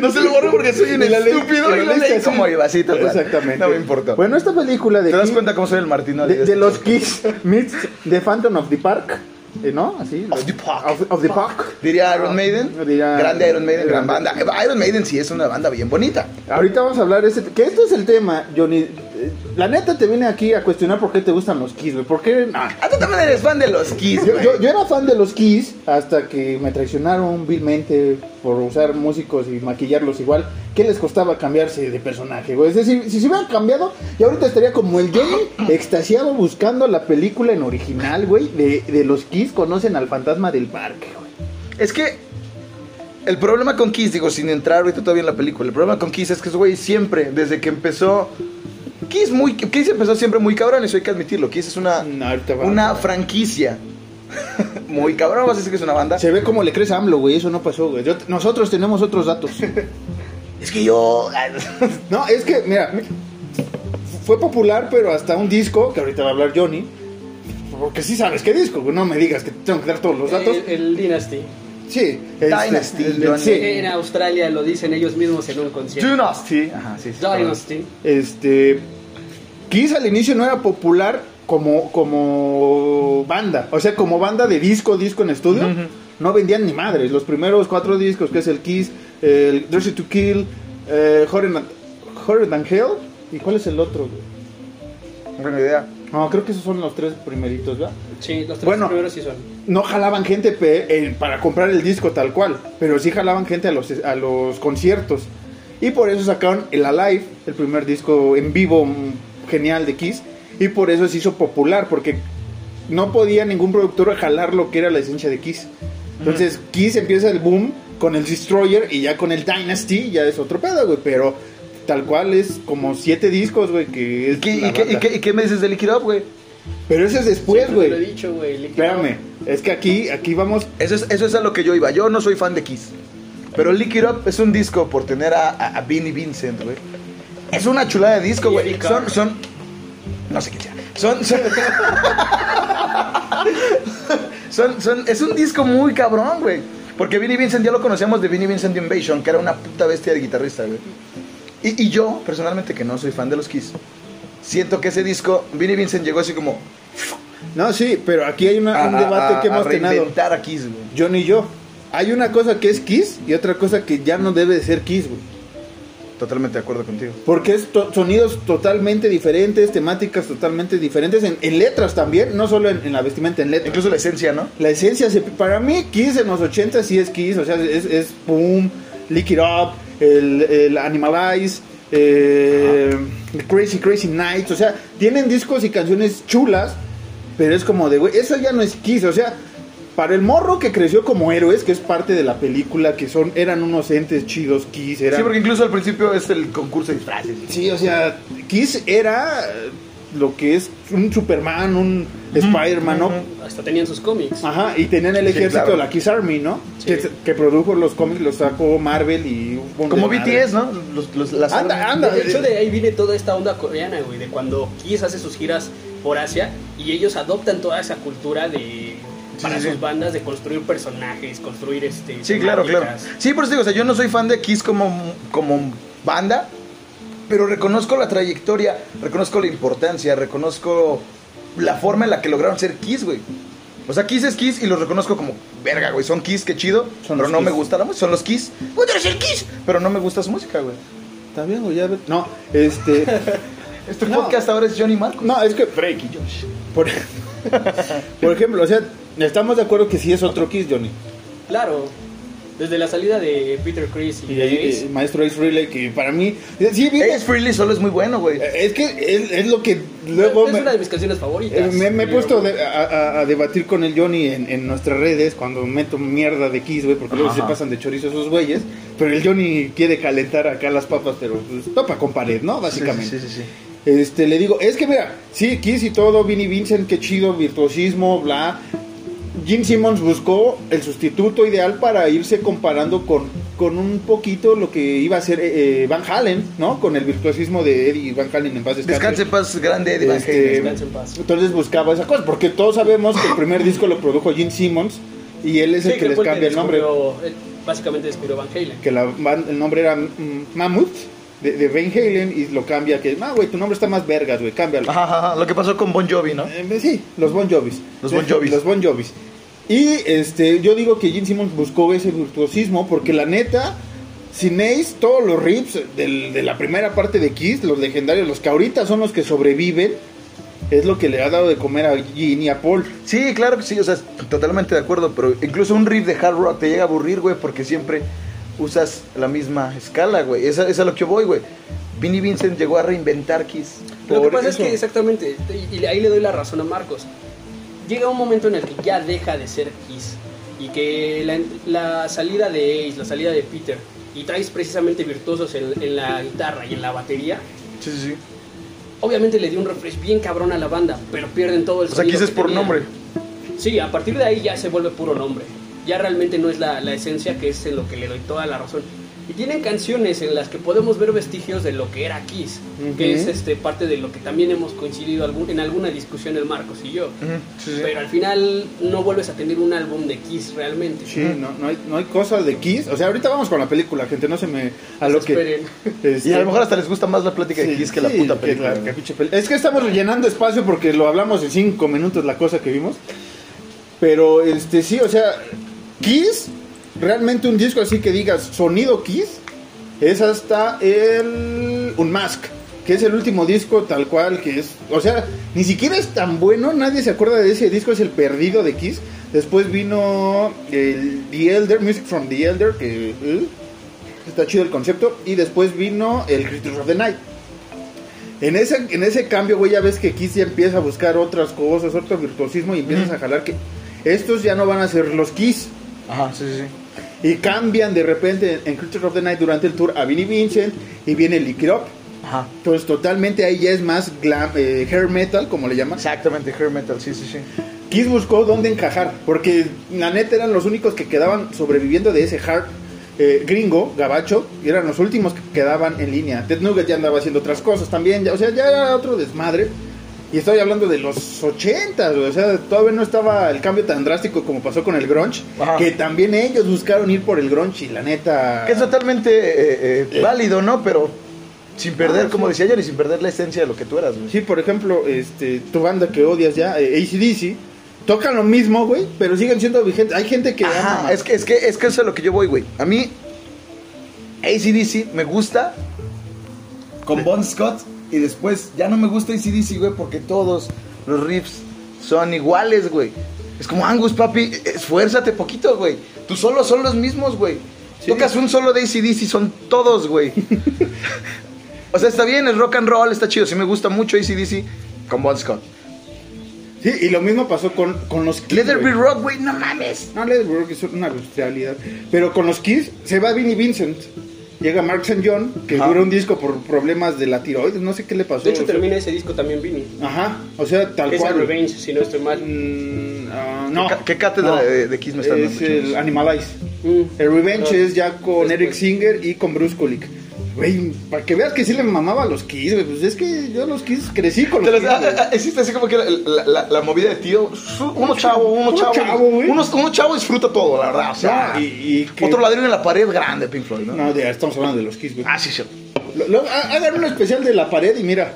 Speaker 3: no se lo borré porque soy un
Speaker 4: Y la ley-
Speaker 3: estúpido
Speaker 4: la
Speaker 3: y lo
Speaker 4: ley
Speaker 3: leí
Speaker 4: así.
Speaker 3: como iba, así, tal cual.
Speaker 4: Exactamente.
Speaker 3: No me importa.
Speaker 4: Bueno, esta película de
Speaker 3: ¿Te das
Speaker 4: Kiss-
Speaker 3: cuenta cómo soy el Martino?
Speaker 4: De, de los Kiss meets The Phantom of the Park, eh, ¿no? Así.
Speaker 3: Of the Park.
Speaker 4: Of, of the Park.
Speaker 3: Diría Iron Maiden.
Speaker 4: Diría-
Speaker 3: grande Iron Maiden, gran
Speaker 4: Grande.
Speaker 3: banda. Eh, Iron Maiden sí es una banda bien bonita.
Speaker 4: Ahorita vamos a hablar de ese. Que esto es el tema, Johnny. Eh, La neta te vine aquí a cuestionar por qué te gustan los Kiss, güey. ¿Por qué? Nah.
Speaker 3: Ah, tú también eres fan de los Kiss.
Speaker 4: Yo,
Speaker 3: güey.
Speaker 4: yo- yo era fan de los Kiss hasta que me traicionaron vilmente por usar músicos y maquillarlos igual. ¿Qué les costaba cambiarse de personaje, güey? Es decir, si se hubieran cambiado, yo ahorita estaría como el Johnny extasiado buscando la película en original, güey, de, de los Kiss conocen al fantasma del parque, güey.
Speaker 3: Es que el problema con Kiss, digo, sin entrar ahorita todavía en la película, el problema con Kiss es que ese güey siempre, desde que empezó. Kiss, muy, Kiss empezó siempre muy cabrón, eso hay que admitirlo. Kiss es una,
Speaker 4: No, ahorita va-
Speaker 3: una franquicia. muy cabrón, vas a decir que es una banda.
Speaker 4: Se ve como le crees a AMLO, güey. Eso no pasó, güey. Yo- nosotros tenemos otros datos.
Speaker 3: Es que yo.
Speaker 4: no, es que, mira, fue popular, pero hasta un disco, que ahorita va a hablar Johnny. Porque sí sabes qué disco, güey. No me digas que te tengo que dar todos los datos.
Speaker 5: El, Eh, el Dynasty. Eh,
Speaker 4: sí.
Speaker 3: Eh, Dynasty, Johnny.
Speaker 4: sí.
Speaker 5: En Australia lo dicen ellos mismos en un concierto.
Speaker 3: Dynasty. Ajá, sí, sí.
Speaker 5: Dynasty.
Speaker 4: Este. Kiss al inicio no era popular como, como banda. O sea, como banda de disco, disco en estudio. No vendían ni madres. Los primeros cuatro discos, que es el Kiss, el Dirty to Kill, eh, Hotter Than- Hotter Than Hell. ¿Y cuál es el otro? güey?
Speaker 3: Buena idea.
Speaker 4: No, creo que esos son los tres primeritos, ¿verdad?
Speaker 5: Sí, los tres
Speaker 4: Bueno.
Speaker 5: primeros sí son.
Speaker 4: no jalaban gente pe- eh, para comprar el disco tal cual, pero sí jalaban gente a los, a los conciertos. Y por eso sacaron el Alive, el primer disco en vivo mm, genial de Kiss. Y por eso se hizo popular, porque no podía ningún productor jalar lo que era la esencia de Kiss. Entonces Kiss empieza el boom con el Destroyer y ya con el Dynasty ya es otro pedo, güey. Pero tal cual es como siete discos, güey, que es
Speaker 3: ¿Y qué,
Speaker 4: la
Speaker 3: y qué-
Speaker 4: banda.
Speaker 3: y qué- y qué me dices de Liquid Up, güey?
Speaker 4: Pero eso es después, pues, güey.
Speaker 5: Siempre te Lo he dicho, güey. líquido.
Speaker 4: Espérame, es que aquí, aquí vamos
Speaker 3: Eso es, eso es a lo que yo iba. Yo no soy fan de Kiss. Pero Lick It Up es un disco por tener a, a, a Vinnie Vincent, güey. Es una chulada de disco,
Speaker 5: Y
Speaker 3: güey.
Speaker 5: Eric
Speaker 3: Son,
Speaker 5: Carr.
Speaker 3: son. No sé quién sea. Son. Son, son, son- Es un disco muy cabrón, güey. Porque Vinnie Vincent ya lo conocíamos de Vinnie Vincent Invasion, que era una puta bestia de guitarrista, güey. Y, y yo, personalmente, que no soy fan de los Kiss, siento que ese disco, Vinnie Vincent llegó así como.
Speaker 4: No, sí, pero aquí hay una-
Speaker 3: A,
Speaker 4: un debate
Speaker 3: a-
Speaker 4: que
Speaker 3: a
Speaker 4: hemos tenido.
Speaker 3: reinventar a Kiss, güey.
Speaker 4: John y yo. Hay una cosa que es Kiss y otra cosa que ya no debe de ser Kiss, güey.
Speaker 3: Totalmente de acuerdo contigo.
Speaker 4: Porque es to- sonidos totalmente diferentes, temáticas totalmente diferentes, en, en letras también, no solo en, en la vestimenta, en letras.
Speaker 3: Incluso la esencia, ¿no?
Speaker 4: la esencia, se- para mí Kiss en los 80 sí es Kiss, o sea, es, es Boom, Lick It Up, el, el Animal Eyes, eh, Crazy Crazy Nights, o sea, tienen discos y canciones chulas, pero es como de, güey, eso ya no es Kiss, o sea, para el morro que creció como héroes, que es parte de la película, que son eran unos entes chidos, Kiss, eran...
Speaker 3: Sí, porque incluso al principio es el concurso de disfraces.
Speaker 4: Sí, o sea, Kiss era eh, lo que es un Superman, un Spider-Man, ¿no?
Speaker 5: Hasta tenían sus cómics.
Speaker 4: Ajá, y tenían el ejército
Speaker 3: claro.
Speaker 4: de la Kiss Army, ¿no?
Speaker 5: Sí.
Speaker 4: Que, que produjo los cómics, los sacó Marvel y... un montón
Speaker 3: Como
Speaker 4: de madre.
Speaker 3: BTS, ¿no? Los, los, las
Speaker 4: Anda, anda.
Speaker 5: De hecho, de ahí viene toda esta onda coreana, güey, de cuando Kiss hace sus giras por Asia y ellos adoptan toda esa cultura de para
Speaker 3: sí, sí.
Speaker 5: sus bandas de construir personajes, construir este
Speaker 3: Sí, claro, claro.
Speaker 5: temáticas.
Speaker 3: Sí, por eso digo, o sea, yo no soy fan de Kiss como, como banda, pero reconozco la trayectoria, reconozco la importancia, reconozco la forma en la que lograron ser Kiss, güey. O sea, Kiss es Kiss y los reconozco como, verga, güey, son Kiss, qué chido,
Speaker 4: Son
Speaker 3: pero
Speaker 4: los
Speaker 3: no
Speaker 4: Kiss.
Speaker 3: me gusta la música, son los Kiss. ¡Voy a ser Kiss! Pero no me gusta su música, güey.
Speaker 4: Está bien, güey, ya ve- No, este...
Speaker 3: Este
Speaker 4: No.
Speaker 3: podcast ahora es Johnny Marco.
Speaker 4: no, es que... Drake y Josh. Por, por ejemplo, o sea, estamos de acuerdo que sí es otro Kiss, Johnny.
Speaker 5: Claro. Desde la salida de Peter Criss y,
Speaker 4: Y ahí,
Speaker 5: Ace,
Speaker 4: eh, Maestro Ace Frehley, que para mí... Sí, Eh, viene-
Speaker 3: Ace Frehley solo es muy bueno, güey.
Speaker 4: Es que es, es lo que luego
Speaker 5: es
Speaker 4: me-
Speaker 5: una de mis canciones
Speaker 4: Eh,
Speaker 5: favoritas.
Speaker 4: Me, me he
Speaker 5: Pero-
Speaker 4: puesto de- a, a- a debatir con el Johnny en, en nuestras redes cuando meto mierda de Kiss, güey, porque luego se
Speaker 3: Ajá.
Speaker 4: pasan de chorizo esos güeyes. Pero el Johnny quiere calentar acá las papas, pero pues, papa con pared, ¿no? Básicamente.
Speaker 3: Sí, sí, sí. sí.
Speaker 4: Este, le digo, es que mira, sí, Kiss y todo, Vinnie Vincent, qué chido, virtuosismo, bla. Jim Simmons buscó el sustituto ideal para irse comparando con, con un poquito lo que iba a ser eh, eh, Van Halen, ¿no? Con el virtuosismo de Eddie Van Halen en paz
Speaker 3: Descanse en paz, grande Eddie Van
Speaker 4: Este,
Speaker 3: Halen.
Speaker 5: Descanse en paz.
Speaker 4: entonces buscaba esa cosa, porque todos sabemos que el primer disco lo produjo Gene Simmons y él es
Speaker 5: Sí,
Speaker 4: el que les
Speaker 5: fue
Speaker 4: cambia el nombre.
Speaker 5: descubrió- él básicamente descubrió Van Halen.
Speaker 4: Que la ban- el nombre era mm, Mammoth de, de Van Halen y lo cambia. Que, no, güey, tu nombre está más vergas, güey, cámbialo.
Speaker 3: Ajá, ajá, ajá, Lo que pasó con Bon Jovi, ¿no?
Speaker 4: Eh, sí, los Bon Jovis.
Speaker 3: Los Bon Jovis.
Speaker 4: Los Bon Jovis. Y este, yo digo que Gene Simmons buscó ese virtuosismo porque la neta, sin Ace, todos los riffs del- de la primera parte de Kiss, los legendarios, los que ahorita son los que sobreviven, es lo que le ha dado de comer a Gene y a Paul.
Speaker 3: Sí, claro que sí, o sea, totalmente de acuerdo, pero incluso un riff de hard rock te llega a aburrir, güey, porque siempre usas la misma escala, güey. Esa, esa es a lo que voy, güey. Vinnie Vincent llegó a reinventar Kiss.
Speaker 5: Lo que
Speaker 4: Por
Speaker 5: pasa
Speaker 4: eso.
Speaker 5: es que exactamente, y y ahí le doy la razón a Marcos. Llega un momento en el que ya deja de ser Kiss y que la, la salida de Ace, la salida de Peter y traes precisamente virtuosos en, en la guitarra y en la batería,
Speaker 3: Sí, sí, sí.
Speaker 5: obviamente le dio un refresh bien cabrón a la banda, pero pierden todo el
Speaker 3: O sea,
Speaker 5: sonido
Speaker 3: Kiss es
Speaker 5: que
Speaker 3: por
Speaker 5: tenían.
Speaker 3: nombre.
Speaker 5: Sí, a partir de ahí ya se vuelve puro nombre. Ya realmente no es la, la esencia que es en lo que le doy toda la razón. Y tienen canciones en las que podemos ver vestigios de lo que era Kiss, que
Speaker 4: Ujú.
Speaker 5: es este parte de lo que también hemos coincidido algún- en alguna discusión el Marcos y yo. Pero al final no vuelves a tener un álbum de Kiss realmente.
Speaker 4: Sí, no, no hay, no hay cosas de Kiss. O sea, ahorita vamos con la película, gente, no se me a lo que
Speaker 5: Esperen.
Speaker 4: este,
Speaker 3: Y a lo mejor hasta les gusta más la plática de
Speaker 4: sí,
Speaker 3: Kiss que la
Speaker 4: sí,
Speaker 3: puta
Speaker 4: que
Speaker 3: película.
Speaker 4: la- que pinche peli- Es que estamos rellenando espacio porque lo hablamos en cinco minutos la cosa que vimos. Pero este sí, o sea, Kiss, realmente un disco así que digas sonido Kiss, es hasta el Unmask, que es el último disco tal cual que es, o sea, ni siquiera es tan bueno, nadie se acuerda de ese disco, es el perdido de Kiss. Después vino el The Elder, Music from the Elder, que ¿eh? está chido el concepto, y después vino el Creatures of the Night. En ese, en ese cambio, güey, ya ves que Kiss ya empieza a buscar otras cosas, otro virtuosismo y empiezas a jalar que estos ya no van a ser los Kiss.
Speaker 3: Ajá, sí, sí.
Speaker 4: Y cambian de repente en Creature of the Night durante el tour a Vinnie Vincent y viene Lick It Up.
Speaker 3: Ajá.
Speaker 4: Entonces, totalmente ahí ya es más glam, eh, hair metal, como le llaman.
Speaker 3: Exactamente, hair metal, sí, sí, sí.
Speaker 4: Kiss buscó dónde encajar, porque la neta eran los únicos que quedaban sobreviviendo de ese hard eh, gringo, gabacho, y eran los últimos que quedaban en línea. Ted Nugget ya andaba haciendo otras cosas también, ya- o sea, ya era otro desmadre. Y estoy hablando de los 80, güey, o sea, todavía no estaba el cambio tan drástico como pasó con el grunge,
Speaker 3: Ajá.
Speaker 4: que también ellos buscaron ir por el grunge y la neta...
Speaker 3: Que es totalmente eh, eh, válido, ¿no? Pero sin perder, como decía ayer, y sin perder la esencia de lo que tú eras, güey.
Speaker 4: Sí, por ejemplo, este, tu banda que odias ya, eh, ACDC, tocan lo mismo, güey, pero siguen siendo vigentes. Hay gente que...
Speaker 3: Ajá,
Speaker 4: ama más.
Speaker 3: es que, es que, es que eso es a lo que yo voy, güey. A mí, ACDC me gusta con Bon Scott y después ya no me gusta ACDC, güey, porque todos los riffs son iguales, güey. Es como Angus, papi, esfuérzate poquito, güey. Tus solos son los mismos, güey. Tocas un solo de ACDC, son todos, güey. o sea, está bien, el rock and roll, está chido. Sí me gusta mucho ACDC con Bon Scott.
Speaker 4: Sí, y lo mismo pasó con, con los Kiss.
Speaker 3: Let There
Speaker 4: güey.
Speaker 3: Be Rock, güey, no mames.
Speaker 4: No, Leather Be Rock es una bestialidad. Pero con los Kiss se va Vinnie Vincent. Llega Mark St. John, que
Speaker 3: Ajá.
Speaker 4: dura un disco por problemas de la tiroides. No sé qué le pasó.
Speaker 5: De hecho,
Speaker 4: o sea.
Speaker 5: termina ese disco también Vinny.
Speaker 4: Ajá, o sea, tal
Speaker 5: Es
Speaker 4: cual.
Speaker 5: el Revenge, si no estoy mal.
Speaker 4: Mm, ah, no.
Speaker 3: ¿Qué ca- qué cátedra de- de Kiss me están
Speaker 4: Es
Speaker 3: dando,
Speaker 4: el
Speaker 3: chicos?
Speaker 4: Animalize.
Speaker 5: Mm.
Speaker 4: El Revenge
Speaker 5: Ah,
Speaker 4: es ya con
Speaker 5: después.
Speaker 4: Eric Singer y con Bruce Kulick. Güey, para que veas que sí le mamaba a los Kiss, güey. Pues es que yo los Kiss crecí con
Speaker 3: Te
Speaker 4: los
Speaker 3: los-
Speaker 4: Kiss.
Speaker 3: ah,
Speaker 4: güey.
Speaker 3: ah, existe así como que la, la- la- la movida de tío. su- Uno chavo, uno
Speaker 4: Uno
Speaker 3: chavo.
Speaker 4: chavo, güey.
Speaker 3: uno, uno chavo disfruta todo, la verdad. O sea,
Speaker 4: No, y- y que-
Speaker 3: otro ladrillo en la pared grande, Pink Floyd, ¿no?
Speaker 4: No, de- estamos hablando de los Kiss, güey.
Speaker 3: Ah, sí, sí.
Speaker 4: Lo- lo- ha- hagan un especial de la pared y mira,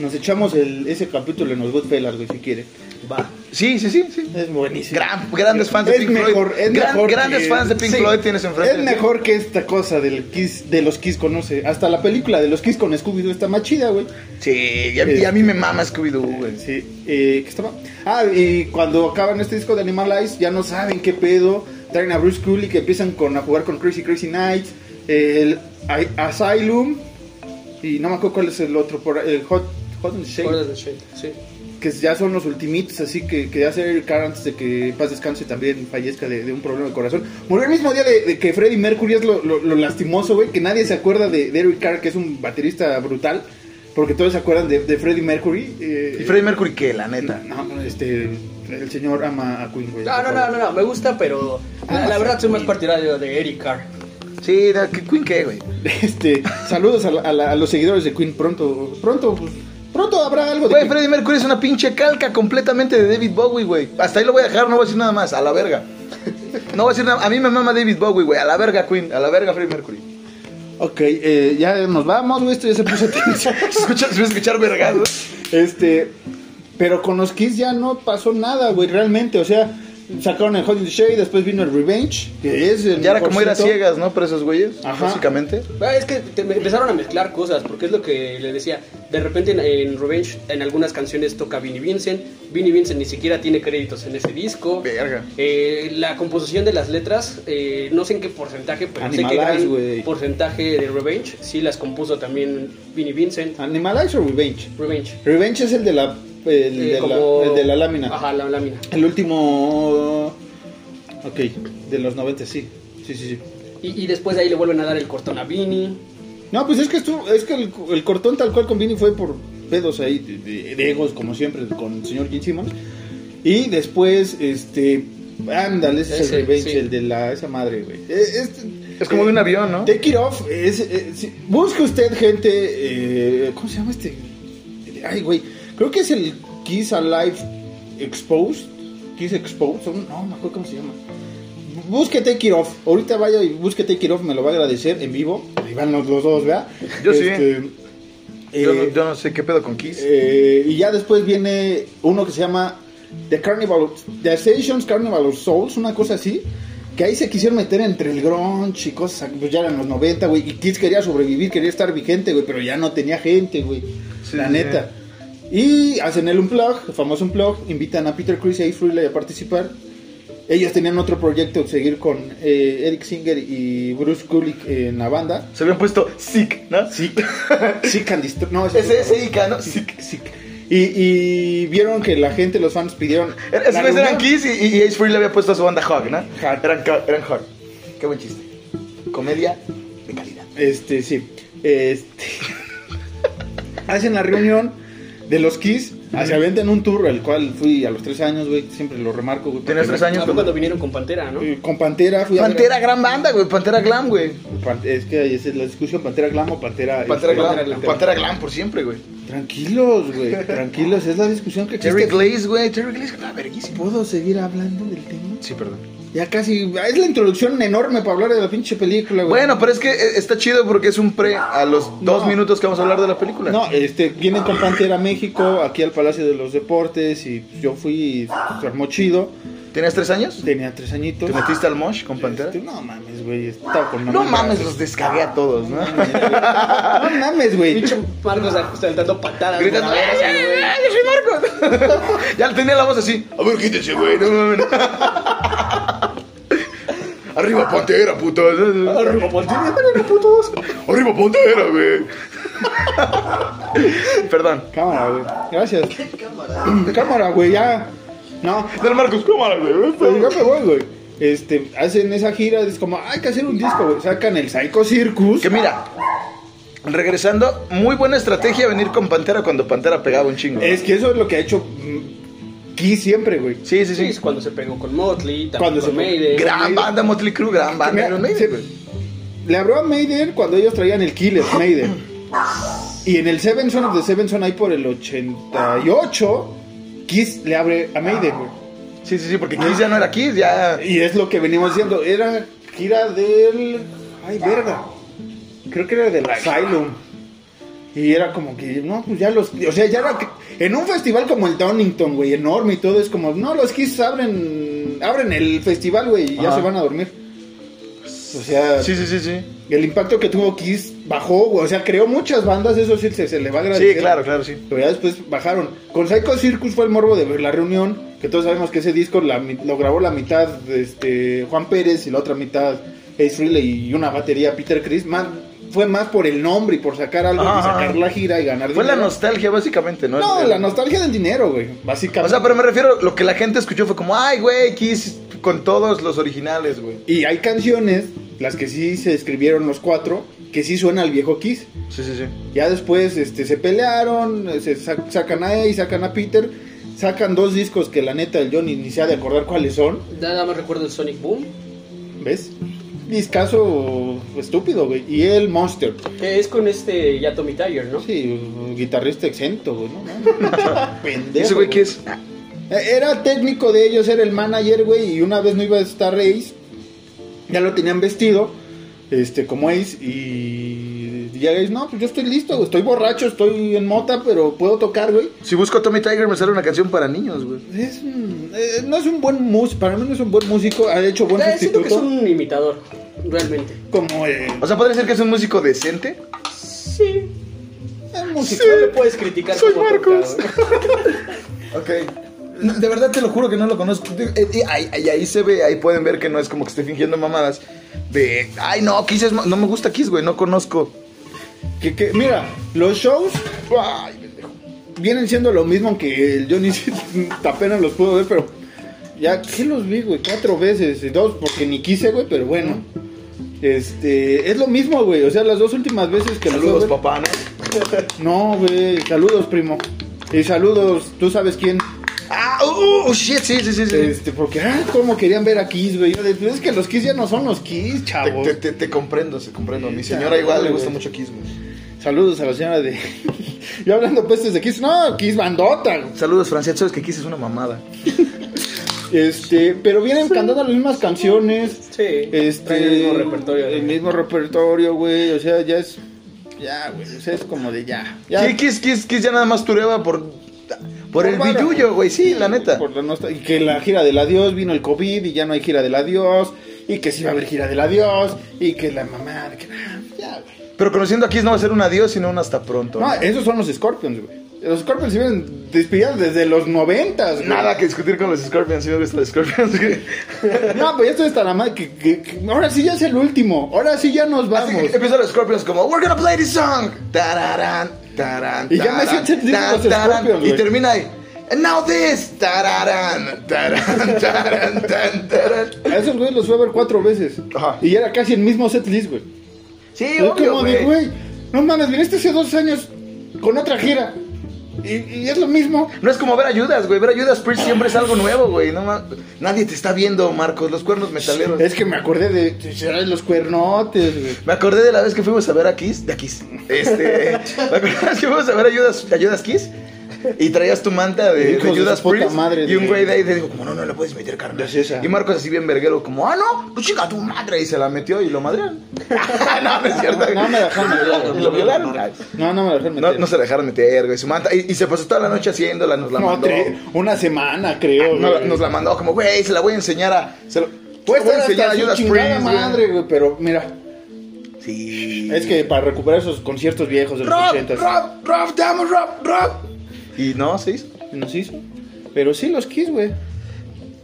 Speaker 4: nos echamos el, ese capítulo en los Goodfellas, güey, si quiere. Va.
Speaker 3: Sí, sí, sí. sí.
Speaker 4: Es buenísimo.
Speaker 3: Gran- grandes fans de
Speaker 4: Es
Speaker 3: Pink
Speaker 4: mejor,
Speaker 3: Floyd.
Speaker 4: es
Speaker 3: Gran-
Speaker 4: mejor
Speaker 3: grandes
Speaker 4: que-
Speaker 3: fans de Pink
Speaker 4: sí.
Speaker 3: Floyd tienes enfrente.
Speaker 4: Es
Speaker 3: de ti.
Speaker 4: mejor que esta cosa del Kiss, de los Kiss conoce. Hasta la película de los Kiss con Scooby-Doo está más chida, güey.
Speaker 3: Sí, y a, mí- y a mí me mama Scooby-Doo, güey.
Speaker 4: Sí, eh, ¿qué estaba? Ah, y cuando acaban este disco de Animal Eyes, ya no saben qué pedo. Traen a Bruce Cooley que empiezan con, a jugar con Crazy Crazy Nights, el Ai- Asylum, y no me acuerdo cuál es el otro, por, ahí, el Hot, Hot and Shake,
Speaker 5: Fuera de Shade, sí.
Speaker 4: que ya son los ultimitos, así que, que ya se Eric Carr antes de que paz descanse también fallezca de, de un problema de corazón. Murió el mismo día de, de que Freddie Mercury es lo, lo- lo lastimoso, güey, que nadie se acuerda de, de Eric Carr, que es un baterista brutal. Porque todos se acuerdan de, de Freddie Mercury. eh,
Speaker 3: ¿Y Freddie Mercury qué, la neta?
Speaker 4: no, no, este. El señor ama a Queen, güey.
Speaker 5: No, no, no, no, no, me gusta, pero
Speaker 4: Ah,
Speaker 5: la, la verdad soy más partidario de Eric Carr.
Speaker 3: Sí, da- ¿qué- Queen qué, güey.
Speaker 4: Este, saludos a, la- a la- a los seguidores de Queen pronto. Pronto, pues, pronto habrá algo de.
Speaker 3: Güey,
Speaker 4: Queen.
Speaker 3: Freddie Mercury es una pinche calca completamente de David Bowie, güey. Hasta ahí lo voy a dejar, no voy a decir nada más, a la verga. No voy a decir nada, a mí me mama David Bowie, güey, a la verga Queen, a la verga Freddie Mercury.
Speaker 4: Ok, eh, ya nos vamos, güey. Esto ya se puso tenso.
Speaker 3: Se escucha, se va a escuchar vergado.
Speaker 4: Este. Pero con los Kiss ya no pasó nada, güey, realmente. O sea, sacaron el Hot in the Shade, después vino el Revenge, que es el.
Speaker 3: Ya era como ir a
Speaker 4: mejorcito.
Speaker 3: ciegas, ¿no? Para esos güeyes,
Speaker 4: Ajá.
Speaker 3: básicamente.
Speaker 5: Ah, Es que te- me empezaron a mezclar cosas, porque es lo que le decía. De repente en, en Revenge, en algunas canciones toca Vinnie Vincent. Vinnie Vincent ni siquiera tiene créditos en ese disco.
Speaker 3: Verga.
Speaker 5: Eh, la composición de las letras, eh, no sé en qué porcentaje, pero sé que
Speaker 4: Animal Eyes,
Speaker 5: gran
Speaker 4: güey.
Speaker 5: porcentaje de Revenge sí las compuso también Vinnie Vincent.
Speaker 4: Animalize o Revenge.
Speaker 5: Revenge.
Speaker 4: Revenge es el de la. El,
Speaker 5: Eh,
Speaker 4: de,
Speaker 5: como-
Speaker 4: la, el de la lámina.
Speaker 5: Ajá, la lámina.
Speaker 4: El último. Ok, de los 90, sí. Sí, sí, sí.
Speaker 5: Y, y después de ahí le vuelven a dar el cortón a Vinnie. Ah,
Speaker 4: No, pues es que estuvo, es que el, el cortón tal cual con Vini fue por pedos ahí, de, de- de egos, como siempre, con el señor Gene Simmons. Y después, este. Ándale, ese, es
Speaker 5: Ese,
Speaker 4: el Revenge,
Speaker 5: sí.
Speaker 4: el de la, esa madre, güey. Eh, este-
Speaker 3: Es como de un avión, ¿no?
Speaker 4: Take it off. es- eh, sí. Busque usted gente. eh, ¿Cómo se llama este? Ay, güey. Creo que es el Kiss Alive Exposed. Kiss Exposed. o No, me acuerdo cómo se llama. Busque Take It Off. Ahorita vaya y busque Take It Off. Me lo va a agradecer en vivo. Ahí van los, los dos, ¿verdad? Este,
Speaker 3: Yo sí. yo, no,
Speaker 4: eh,
Speaker 3: yo no sé qué pedo con Kiss.
Speaker 4: eh, y ya después viene uno que se llama The Carnival, The Stations Carnival of Souls, una cosa así. Que ahí se quisieron meter entre el grunge y cosas, pues ya eran los 90, güey. Y Kiss quería sobrevivir, quería estar vigente, güey, pero ya no tenía gente, güey. la
Speaker 3: sí.
Speaker 4: neta. Y hacen el Unplug, el famoso Unplug, invitan a Peter Chris y a Freely a participar. Ellos tenían otro proyecto, seguir con eh, Eric Singer y Bruce Kulick en la banda.
Speaker 3: Se habían puesto Sick, ¿no? Sick.
Speaker 4: Sick and Destroy- No, ese es
Speaker 3: Ese
Speaker 4: otro.
Speaker 3: es Ica, ¿no?
Speaker 4: Sick,
Speaker 3: Sick.
Speaker 4: sick. Y, y vieron que la gente, los fans pidieron.
Speaker 3: Esos
Speaker 4: la
Speaker 3: güeyes eran
Speaker 4: reunión.
Speaker 3: Kiss y, y Ace Frehley le había puesto a su banda Hog, ¿no? Eran, co- eran Hog. Qué buen chiste. Comedia de calidad.
Speaker 4: Este, sí. Este. Hacen la reunión de los Kiss. Se aventan un tour, al cual fui a los tres años, güey. Siempre lo remarco, güey.
Speaker 3: Tenías
Speaker 4: porque-
Speaker 3: tres años.
Speaker 5: Ah, fue cuando vinieron con Pantera, ¿no?
Speaker 4: Eh, Con Pantera fui a ver-
Speaker 3: Pantera, gran banda, güey. Pantera Glam, güey.
Speaker 4: Pan- es que ahí esa es la discusión: Pantera Glam o Pantera.
Speaker 3: Pantera
Speaker 4: este,
Speaker 3: Glam. Pantera Glam por siempre, güey.
Speaker 4: Tranquilos, güey. Tranquilos. Es la discusión que
Speaker 3: Terry
Speaker 4: existe.
Speaker 3: Glaze, güey. Terry Glaze, ah, verguísimo.
Speaker 4: ¿Puedo seguir hablando del tema?
Speaker 3: Sí, perdón.
Speaker 4: Ya casi. Es la introducción enorme para hablar de la pinche película, güey.
Speaker 3: Bueno, pero es que eh, está chido porque es un pre a los dos minutos que vamos a hablar de la película.
Speaker 4: No, este, vienen con Pantera a México, aquí al Palacio de los Deportes, y yo fui, y se armó chido,
Speaker 3: ¿Tenías tres años?
Speaker 4: tenía tres añitos.
Speaker 3: ¿Te metiste al Mosh con Pantera?
Speaker 4: Este, no mames, güey, estaba con
Speaker 3: No mames, los descagué a todos, ¿no?
Speaker 4: No mames, güey.
Speaker 5: Pinche Marcos saltando patadas.
Speaker 3: Gritando,
Speaker 5: güey.
Speaker 3: ¡Ay, ay, ay, yo soy Marcos! ya tenía la voz así. A ver, quítese, güey. No mames. Arriba Pantera, puto.
Speaker 5: Arriba, Pantera,
Speaker 3: Arriba Pantera, güey. Perdón.
Speaker 4: Cámara, güey. Gracias. cámara? Cámara, güey, ya. No,
Speaker 3: Del Marcos, cámara,
Speaker 4: pues
Speaker 3: güey.
Speaker 4: ya me voy, güey. Este, hacen esa gira, es como, hay que hacer un disco, güey. Sacan el Psycho Circus.
Speaker 3: Que mira, regresando, muy buena estrategia venir con Pantera cuando Pantera pegaba un chingo.
Speaker 4: Es que eso es lo que ha hecho mm, Kiss siempre, güey.
Speaker 3: Sí, sí, sí.
Speaker 5: Sí, es cuando se pegó con Motley, también
Speaker 4: Cuando
Speaker 5: con
Speaker 4: se-
Speaker 5: Maiden.
Speaker 3: Gran banda Motley Crue, gran banda.
Speaker 4: Mira,
Speaker 3: Iron Maiden,
Speaker 4: se-
Speaker 3: güey.
Speaker 4: Le abrió a Maiden cuando ellos traían el Killer Maiden. Y en el Seven Son of the Seven Son, ahí por el 88, Kiss le abre a Maiden, güey.
Speaker 3: Sí, sí, sí, porque Kiss ya no era Kiss, ya.
Speaker 4: Y es lo que venimos diciendo. Era gira del. Ay, verga. Creo que era del Asylum. Y era como que, no, pues ya los. O sea, ya era. que- En un festival como el Downington, güey, enorme y todo, es como, no, los Kiss abren. Abren el festival, güey, y ya
Speaker 3: Ajá.
Speaker 4: se van a dormir. O sea,
Speaker 3: Sí, sí, sí, sí.
Speaker 4: el impacto que tuvo Kiss bajó, güey. O sea, creó muchas bandas, eso sí se, se le va a agradecer.
Speaker 3: Sí, claro, claro, sí.
Speaker 4: Pero ya después bajaron. Con Psycho Circus fue el morbo de ver la reunión, que todos sabemos que ese disco la mi- lo grabó la mitad este, Juan Pérez y la otra mitad Ace Frehley y una batería Peter Chris. Más, fue más por el nombre y por sacar algo y
Speaker 3: Ajá.
Speaker 4: sacar la gira y ganar
Speaker 3: Fue la
Speaker 4: dinero.
Speaker 3: nostalgia, básicamente, ¿no?
Speaker 4: No,
Speaker 3: El-
Speaker 4: la nostalgia del dinero, güey. Básicamente.
Speaker 3: O sea, pero me refiero, lo que la gente escuchó fue como, ay, güey, Kiss con todos los originales, güey.
Speaker 4: Y hay canciones, las que sí se escribieron los cuatro, que sí suena al viejo Kiss.
Speaker 3: Sí, sí, sí.
Speaker 4: Ya después este, se pelearon, eh, se sac- sacan a Ace, sacan a Peter, sacan dos discos que la neta el Johnny ni se ha de acordar cuáles son,
Speaker 5: Nada más recuerdo el Sonic Boom.
Speaker 4: ¿ves? Discaso estúpido, güey. Y el Monster.
Speaker 5: Que es con este Yatomi Tiger, ¿no?
Speaker 4: Sí, un guitarrista exento, güey. ¿no? mames,
Speaker 3: ¿Y
Speaker 4: pendejo,
Speaker 3: ese güey qué es?
Speaker 4: Eh, Era técnico de ellos, era el manager, güey, y una vez no iba a estar Ace, ya lo tenían vestido, este, como Ace, y ya Ace, no, pues yo estoy listo, güey, estoy borracho, estoy en mota, pero puedo tocar, güey.
Speaker 3: Si busco Tommy Tiger me sale una canción para niños, güey.
Speaker 4: Es un- eh, no es un buen músico, para mí no es un buen músico, ha hecho buen
Speaker 5: Eh, siento
Speaker 4: sustituto.
Speaker 5: que es un imitador, realmente.
Speaker 4: Como eh,
Speaker 3: O sea, podría ser que es un músico decente.
Speaker 5: Sí.
Speaker 4: es músico.
Speaker 5: No le puedes criticar
Speaker 3: soy
Speaker 5: como
Speaker 3: Marcos.
Speaker 5: tocado. ¿eh?
Speaker 8: Ok. No, De verdad te lo juro que no lo conozco.
Speaker 3: Eh, eh, Ahí, ahí- ahí se ve, ahí pueden ver que no es como que esté fingiendo mamadas. De, ay, no, Kiss es. ma- No me gusta Kiss, güey, no conozco.
Speaker 4: Que, que- mira, los shows ay, pendejo, vienen siendo lo mismo, aunque el Johnny sí, apenas los pudo ver, pero ya, ¿qué los vi, güey? Cuatro veces, y dos, porque ni quise, güey, pero bueno. Este, es lo mismo, güey, o sea, las dos últimas veces que los
Speaker 3: Saludos,
Speaker 4: fui a ver-
Speaker 3: papá, ¿no?
Speaker 4: No, güey, saludos, primo. Y saludos, tú sabes quién.
Speaker 3: Ah, uh, oh, oh, shit, sí, sí, sí. sí.
Speaker 4: Este, porque, ah, cómo querían ver a Kiss, güey. Yo de, "Pues Es que los Kiss ya no son los Kiss,
Speaker 3: Te,
Speaker 4: chavos.
Speaker 3: te- te- te comprendo, se comprendo. A mi
Speaker 4: Sí,
Speaker 3: señora igual le
Speaker 4: güey.
Speaker 3: gusta mucho Kiss, güey.
Speaker 4: Saludos a la señora de. Yo hablando pestes de Kiss. No, Kiss bandota. güey.
Speaker 3: Saludos, Francia. Sabes que Kiss es una mamada.
Speaker 4: Este, pero vienen cantando las mismas canciones.
Speaker 5: Sí.
Speaker 4: Este,
Speaker 5: Traen el mismo repertorio.
Speaker 4: El mismo repertorio, güey. O sea, ya es. Ya, güey. O sea, es como de ya. ya
Speaker 3: Sí, Kiss, Kiss, Kiss ya nada más tureaba por, por el
Speaker 4: varo.
Speaker 3: billuyo, güey. Sí, la neta.
Speaker 4: Por la nostal- y que la gira del adiós vino el COVID y ya no hay gira del adiós. Y que sí va a haber gira del adiós. Y que la mamá. Que, ah, ya, güey.
Speaker 3: Pero conociendo a Kiss no va a ser un adiós, sino un hasta pronto.
Speaker 4: No,
Speaker 3: ¿no?
Speaker 4: esos son los Scorpions, güey. Los Scorpions se vienen despidiendo desde los noventas, güey.
Speaker 3: Nada que discutir con los Scorpions. Sí, me gustan los Scorpions. güey.
Speaker 4: No, pues ya estoy hasta la madre que, que- que- ahora sí ya es el último. Ahora sí ya nos
Speaker 3: Así que
Speaker 4: vamos.
Speaker 3: empiezan los Scorpions como, We're gonna play this song. Tararán, tararán,
Speaker 4: Y ya me
Speaker 3: tararán,
Speaker 4: siento en los Scorpions,
Speaker 3: Y
Speaker 4: güey.
Speaker 3: termina ahí. And now this. Tararán, tararán, tararán, tararán, tararán.
Speaker 4: A esos güeyes los fue a ver cuatro veces.
Speaker 3: Ajá.
Speaker 4: Y era casi el mismo setlist, güey.
Speaker 3: Sí,
Speaker 4: Es como de, güey, no mames, viniste hace dos años con otra gira. Y, y es lo mismo.
Speaker 3: No es como ver ayudas, güey. Ver ayudas Priest siempre es algo nuevo, güey. No ma- Nadie te está viendo, Marcos. Los cuernos metaleros.
Speaker 4: Es que me acordé de, será de los cuernotes, güey.
Speaker 3: Me acordé de la vez que fuimos a ver a Kiss. De a Kiss. Este. me acordé de la vez que fuimos a ver ayudas, ayudas Kiss. Y traías tu manta de,
Speaker 4: Hijos
Speaker 3: de
Speaker 4: de
Speaker 3: Judas
Speaker 4: su puta
Speaker 3: Priest.
Speaker 4: madre,
Speaker 3: y un
Speaker 4: de-
Speaker 3: güey de ahí te dijo, como no, no la puedes meter, carnal.
Speaker 4: Es ah. esa.
Speaker 3: Y Marcos así bien verguero, como, ah, no, pues chica, tu madre. Y se la metió y lo madrearon. no, no es cierto.
Speaker 4: No me dejaron meter.
Speaker 3: Y lo violaron.
Speaker 4: No, no me dejaron
Speaker 3: No,
Speaker 4: meter.
Speaker 3: no se la dejaron meter, güey. Su manta. Y, y se pasó toda la noche haciéndola, nos la
Speaker 4: No,
Speaker 3: mandó. Ah,
Speaker 4: tre- una semana, creo.
Speaker 3: No,
Speaker 4: güey.
Speaker 3: nos la mandó como, güey, se la voy a enseñar a. Se lo,
Speaker 4: Pues
Speaker 3: voy a enseñar
Speaker 4: hasta
Speaker 3: a
Speaker 4: su
Speaker 3: Judas
Speaker 4: chingada
Speaker 3: Priest, güey.
Speaker 4: madre, güey, pero mira,
Speaker 3: Sí.
Speaker 4: es que para recuperar esos conciertos viejos de los
Speaker 3: Rob,
Speaker 4: 80
Speaker 3: Rob, Rob, te amo, Rob, Rob. Y no, se hizo.
Speaker 4: nos hizo. Pero sí, los Kiss, güey.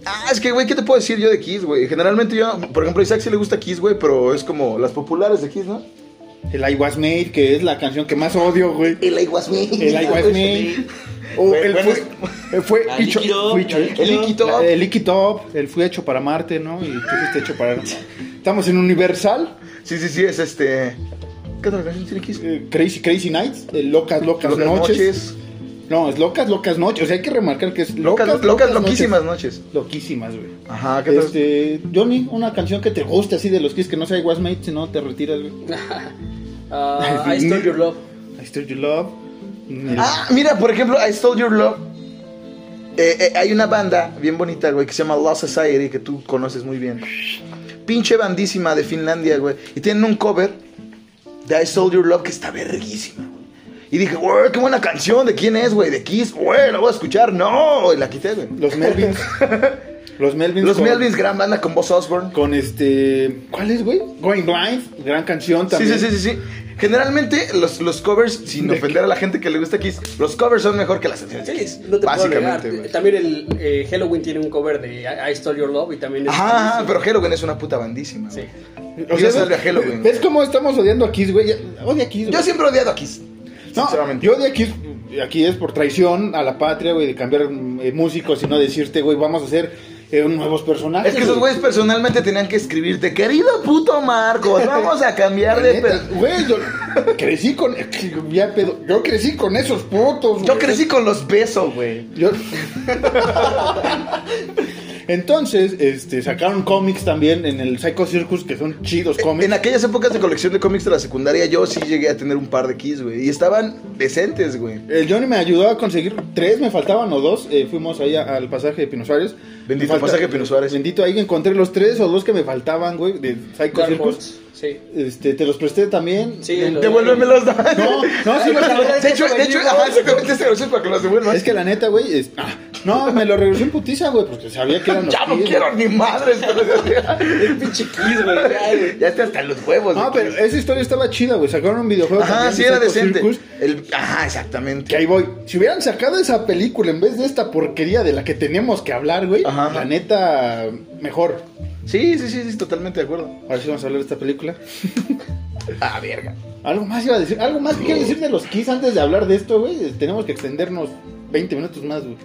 Speaker 3: Ah, es que, güey, ¿qué te puedo decir yo de Kiss, güey? Generalmente yo, por ejemplo, a Isaac sí le gusta Kiss, güey, pero es como las populares de Kiss, ¿no?
Speaker 4: El I Was Made, que es la canción que más odio, güey.
Speaker 3: El I Was Me.
Speaker 4: El I Was Made. O
Speaker 3: Bueno,
Speaker 4: Oh, el
Speaker 3: bueno,
Speaker 4: fue, eh, fue
Speaker 2: La
Speaker 4: hecho,
Speaker 2: Liquid Up,
Speaker 4: fue hecho-
Speaker 2: la
Speaker 3: Liquid Up.
Speaker 4: la- el Liquid Up, el fue hecho para Marte, ¿no? Y tú fuiste hecho para... Estamos en Universal,
Speaker 3: Sí, sí, sí, es este. ¿Qué otra canción tiene Kiss?
Speaker 4: eh, Crazy Crazy Nights, eh, Locas Locas,
Speaker 3: Locas
Speaker 4: noches.
Speaker 3: noches.
Speaker 4: No, es Locas Locas Noches, o sea, hay que remarcar que es
Speaker 3: Locas, locas,
Speaker 4: Noches.
Speaker 3: loquísimas noches.
Speaker 4: Loquísimas, güey.
Speaker 3: Ajá, ¿qué tal?
Speaker 4: Este, Johnny, una canción que te guste así de los Kiss que no sea Was Made, si no te retiras, güey.
Speaker 5: Ah, I Stole Your Love.
Speaker 4: I Still You Love. Mm,
Speaker 3: Ah, mira, por ejemplo, I Stole Your Love. Eh, eh, hay una banda bien bonita, güey, que se llama Lost Society, que tú conoces muy bien. Pinche bandísima de Finlandia, güey. Y tienen un cover de I Stole Your Love que está verguísima. güey. Y dije, güey, qué buena canción. ¿De quién es, güey? ¿De Kiss? Güey, la voy a escuchar. No, y la quité, güey.
Speaker 4: Los Melvins. los Melvins.
Speaker 3: Los
Speaker 4: con-
Speaker 3: Melvins, gran banda con Boss Osborne.
Speaker 4: Con este. ¿Cuál es, güey? Going Blind. Gran canción
Speaker 3: Sí,
Speaker 4: también.
Speaker 3: sí, sí, sí, sí. Generalmente los, los covers, sin ofender a la gente que le gusta Kiss, los covers son mejor que las canciones. de Kiss,
Speaker 5: No te puedo negar.
Speaker 3: básicamente, güey.
Speaker 5: También el eh, Halloween tiene un cover de I, I Stole Your Love y también es.
Speaker 3: Ajá, ajá, Ah, pero Halloween es una puta bandísima.
Speaker 5: Sí.
Speaker 3: güey. Dios salve a Halloween.
Speaker 4: ¿Ves cómo estamos odiando a Kiss, güey? Ya- Odia a Kiss.
Speaker 3: Yo
Speaker 4: güey.
Speaker 3: siempre he odiado a Kiss.
Speaker 4: No,
Speaker 3: sinceramente.
Speaker 4: yo odio a Kiss. Aquí es por traición a la patria, güey, de cambiar eh, músicos y no decirte, güey, vamos a hacer eh, nuevos personajes.
Speaker 3: Es que esos
Speaker 4: güey.
Speaker 3: güeyes personalmente tenían que escribirte, querido puto Marcos, vamos a cambiar
Speaker 4: La
Speaker 3: de...
Speaker 4: neta,
Speaker 3: per-
Speaker 4: Güey, yo crecí con. ya pedo, yo crecí con esos putos, güey.
Speaker 3: Yo crecí con los besos, güey.
Speaker 4: Yo- Entonces, este, sacaron cómics también en el Psycho Circus, que son chidos cómics.
Speaker 3: En aquellas épocas de colección de cómics de la secundaria, yo sí llegué a tener un par de Kiss, güey. Y estaban decentes, güey.
Speaker 4: El Johnny me ayudó a conseguir tres, me faltaban o dos. eh, fuimos ahí a- al pasaje de Pino Suárez.
Speaker 3: Bendito
Speaker 4: Me falta-
Speaker 3: pasaje de Pino Suárez.
Speaker 4: Bendito, ahí encontré los tres o dos que me faltaban, güey, de Psycho
Speaker 5: Dark
Speaker 4: Circus.
Speaker 5: Horse, Sí.
Speaker 4: Este, te los presté también.
Speaker 5: Sí,
Speaker 4: Eh,
Speaker 5: lo-
Speaker 3: Devuélvemelos. No,
Speaker 4: No, no, sí, los-
Speaker 3: de hecho, de hecho, ajá, exactamente esta canción para que los devuelvas.
Speaker 4: Es que la neta, güey, es- ah, no, me lo regresó en putiza, güey, porque sabía que eran los
Speaker 3: Ya no
Speaker 4: pies,
Speaker 3: quiero ni madres.
Speaker 5: El pinche Kiss, güey. Ay, güey.
Speaker 3: Ya está hasta los huevos.
Speaker 4: No,
Speaker 3: güey.
Speaker 4: pero esa historia estaba chida, güey. Sacaron un videojuego.
Speaker 3: Ajá,
Speaker 4: también
Speaker 3: sí
Speaker 4: de
Speaker 3: era
Speaker 4: Psycho
Speaker 3: decente.
Speaker 4: Circus,
Speaker 3: El- Ajá, exactamente.
Speaker 4: que ahí voy. Si hubieran sacado esa película en vez de esta porquería de la que tenemos que hablar, güey,
Speaker 3: Ajá.
Speaker 4: la neta, mejor.
Speaker 3: Sí, sí, sí, sí, totalmente de acuerdo.
Speaker 4: Ahora sí vamos a hablar de esta película.
Speaker 3: Ah, verga.
Speaker 4: Algo más iba a decir, algo más que quiero decir de los Kiss antes de hablar de esto, güey. Tenemos que extendernos 20 minutos más, güey.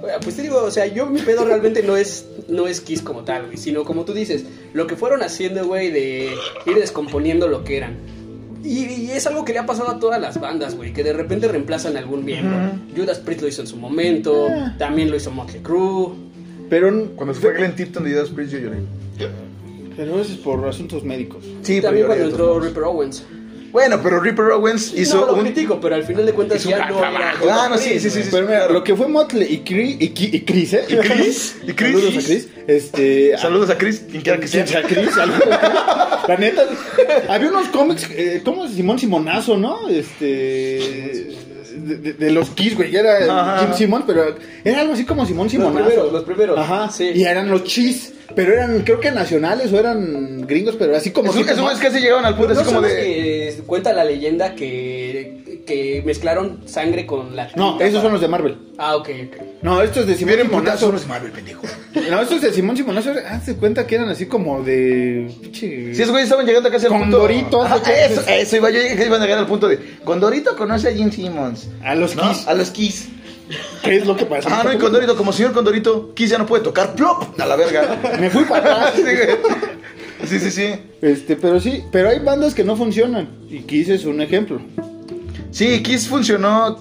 Speaker 5: Bueno, Pues te digo, o sea, yo mi pedo realmente no es, no es Kiss como tal, güey, sino como tú dices, lo que fueron haciendo, güey, de ir descomponiendo lo que eran. Y, y es algo que le ha pasado a todas las bandas, güey, que de repente reemplazan a algún miembro. Judas Priest lo hizo en su momento, también lo hizo Motley Crue.
Speaker 4: Pero,
Speaker 3: Cuando se fue Glenn Tipton de Judas Priest, yo lloré.
Speaker 4: pero eso es por asuntos médicos.
Speaker 3: Sí,
Speaker 5: también
Speaker 3: pero
Speaker 5: cuando
Speaker 3: lloré de todos
Speaker 5: entró
Speaker 3: modos.
Speaker 5: Ripper Owens.
Speaker 3: Bueno, pero Ripper Owens hizo
Speaker 5: no, lo
Speaker 3: un...
Speaker 5: critico, pero al final de cuentas
Speaker 3: hizo un
Speaker 5: ya
Speaker 3: gran
Speaker 5: no era
Speaker 3: trabajo.
Speaker 5: Judas
Speaker 3: Ah, no, sí,
Speaker 5: Priest,
Speaker 3: sí, sí,
Speaker 5: güey.
Speaker 3: sí.
Speaker 4: Pero mira, lo que fue Motley y, Cri- y, Ki- y Chris, ¿eh?
Speaker 3: ¿Y Chris? ¿Y Chris?
Speaker 4: Saludos a Chris. Este,
Speaker 3: Saludos a Chris, quien quiera que sea.
Speaker 4: a Chris, saludos a Chris. La neta, había unos cómics, eh, como Simón Simonazo, ¿no? Este. De, de- de los Kiss, güey. Era
Speaker 3: Ajá.
Speaker 4: Jim Simón, pero era algo así como Simón
Speaker 5: Los
Speaker 4: Simonazo.
Speaker 5: primeros, los primeros.
Speaker 4: Ajá,
Speaker 5: sí.
Speaker 4: Y eran los chis, pero eran, creo que nacionales o eran gringos, pero así como.
Speaker 3: Esos
Speaker 4: tipo-
Speaker 3: esos güeyes casi llegaron al punto
Speaker 5: ¿No
Speaker 3: así como
Speaker 5: sabes
Speaker 3: de...
Speaker 5: que eh, cuenta la leyenda que, que mezclaron sangre con la
Speaker 4: No,
Speaker 5: tinta
Speaker 4: esos son
Speaker 5: para-
Speaker 4: los de Marvel.
Speaker 5: Ah, ok, ok.
Speaker 4: No, estos de Simón
Speaker 3: Vienen putazos
Speaker 4: Simonazo.
Speaker 3: unos Marvel, pendejo.
Speaker 4: No, estos de Simón Simonazo, haz de cuenta que eran así como de. pinche-
Speaker 3: Si esos güeyes estaban llegando casi al punto...
Speaker 4: Condorito,
Speaker 3: Ajá,
Speaker 4: hace
Speaker 3: eso, eso iba yo, que iban a llegar al punto de... Condorito conoce a Jim Simmons.
Speaker 4: A los
Speaker 3: ¿No?
Speaker 4: Kiss.
Speaker 3: A los Kiss.
Speaker 4: ¿Qué es lo que pasa?
Speaker 3: Ah, no, y Condorito, como señor Condorito, Kiss ya no puede tocar. ¡Plop! A la verga.
Speaker 4: Me fui para
Speaker 3: Sí,
Speaker 4: atrás.
Speaker 3: güey. sí, sí, sí.
Speaker 4: Este, pero sí, pero hay bandas que no funcionan. Y Kiss es un ejemplo.
Speaker 3: Sí, Kiss funcionó,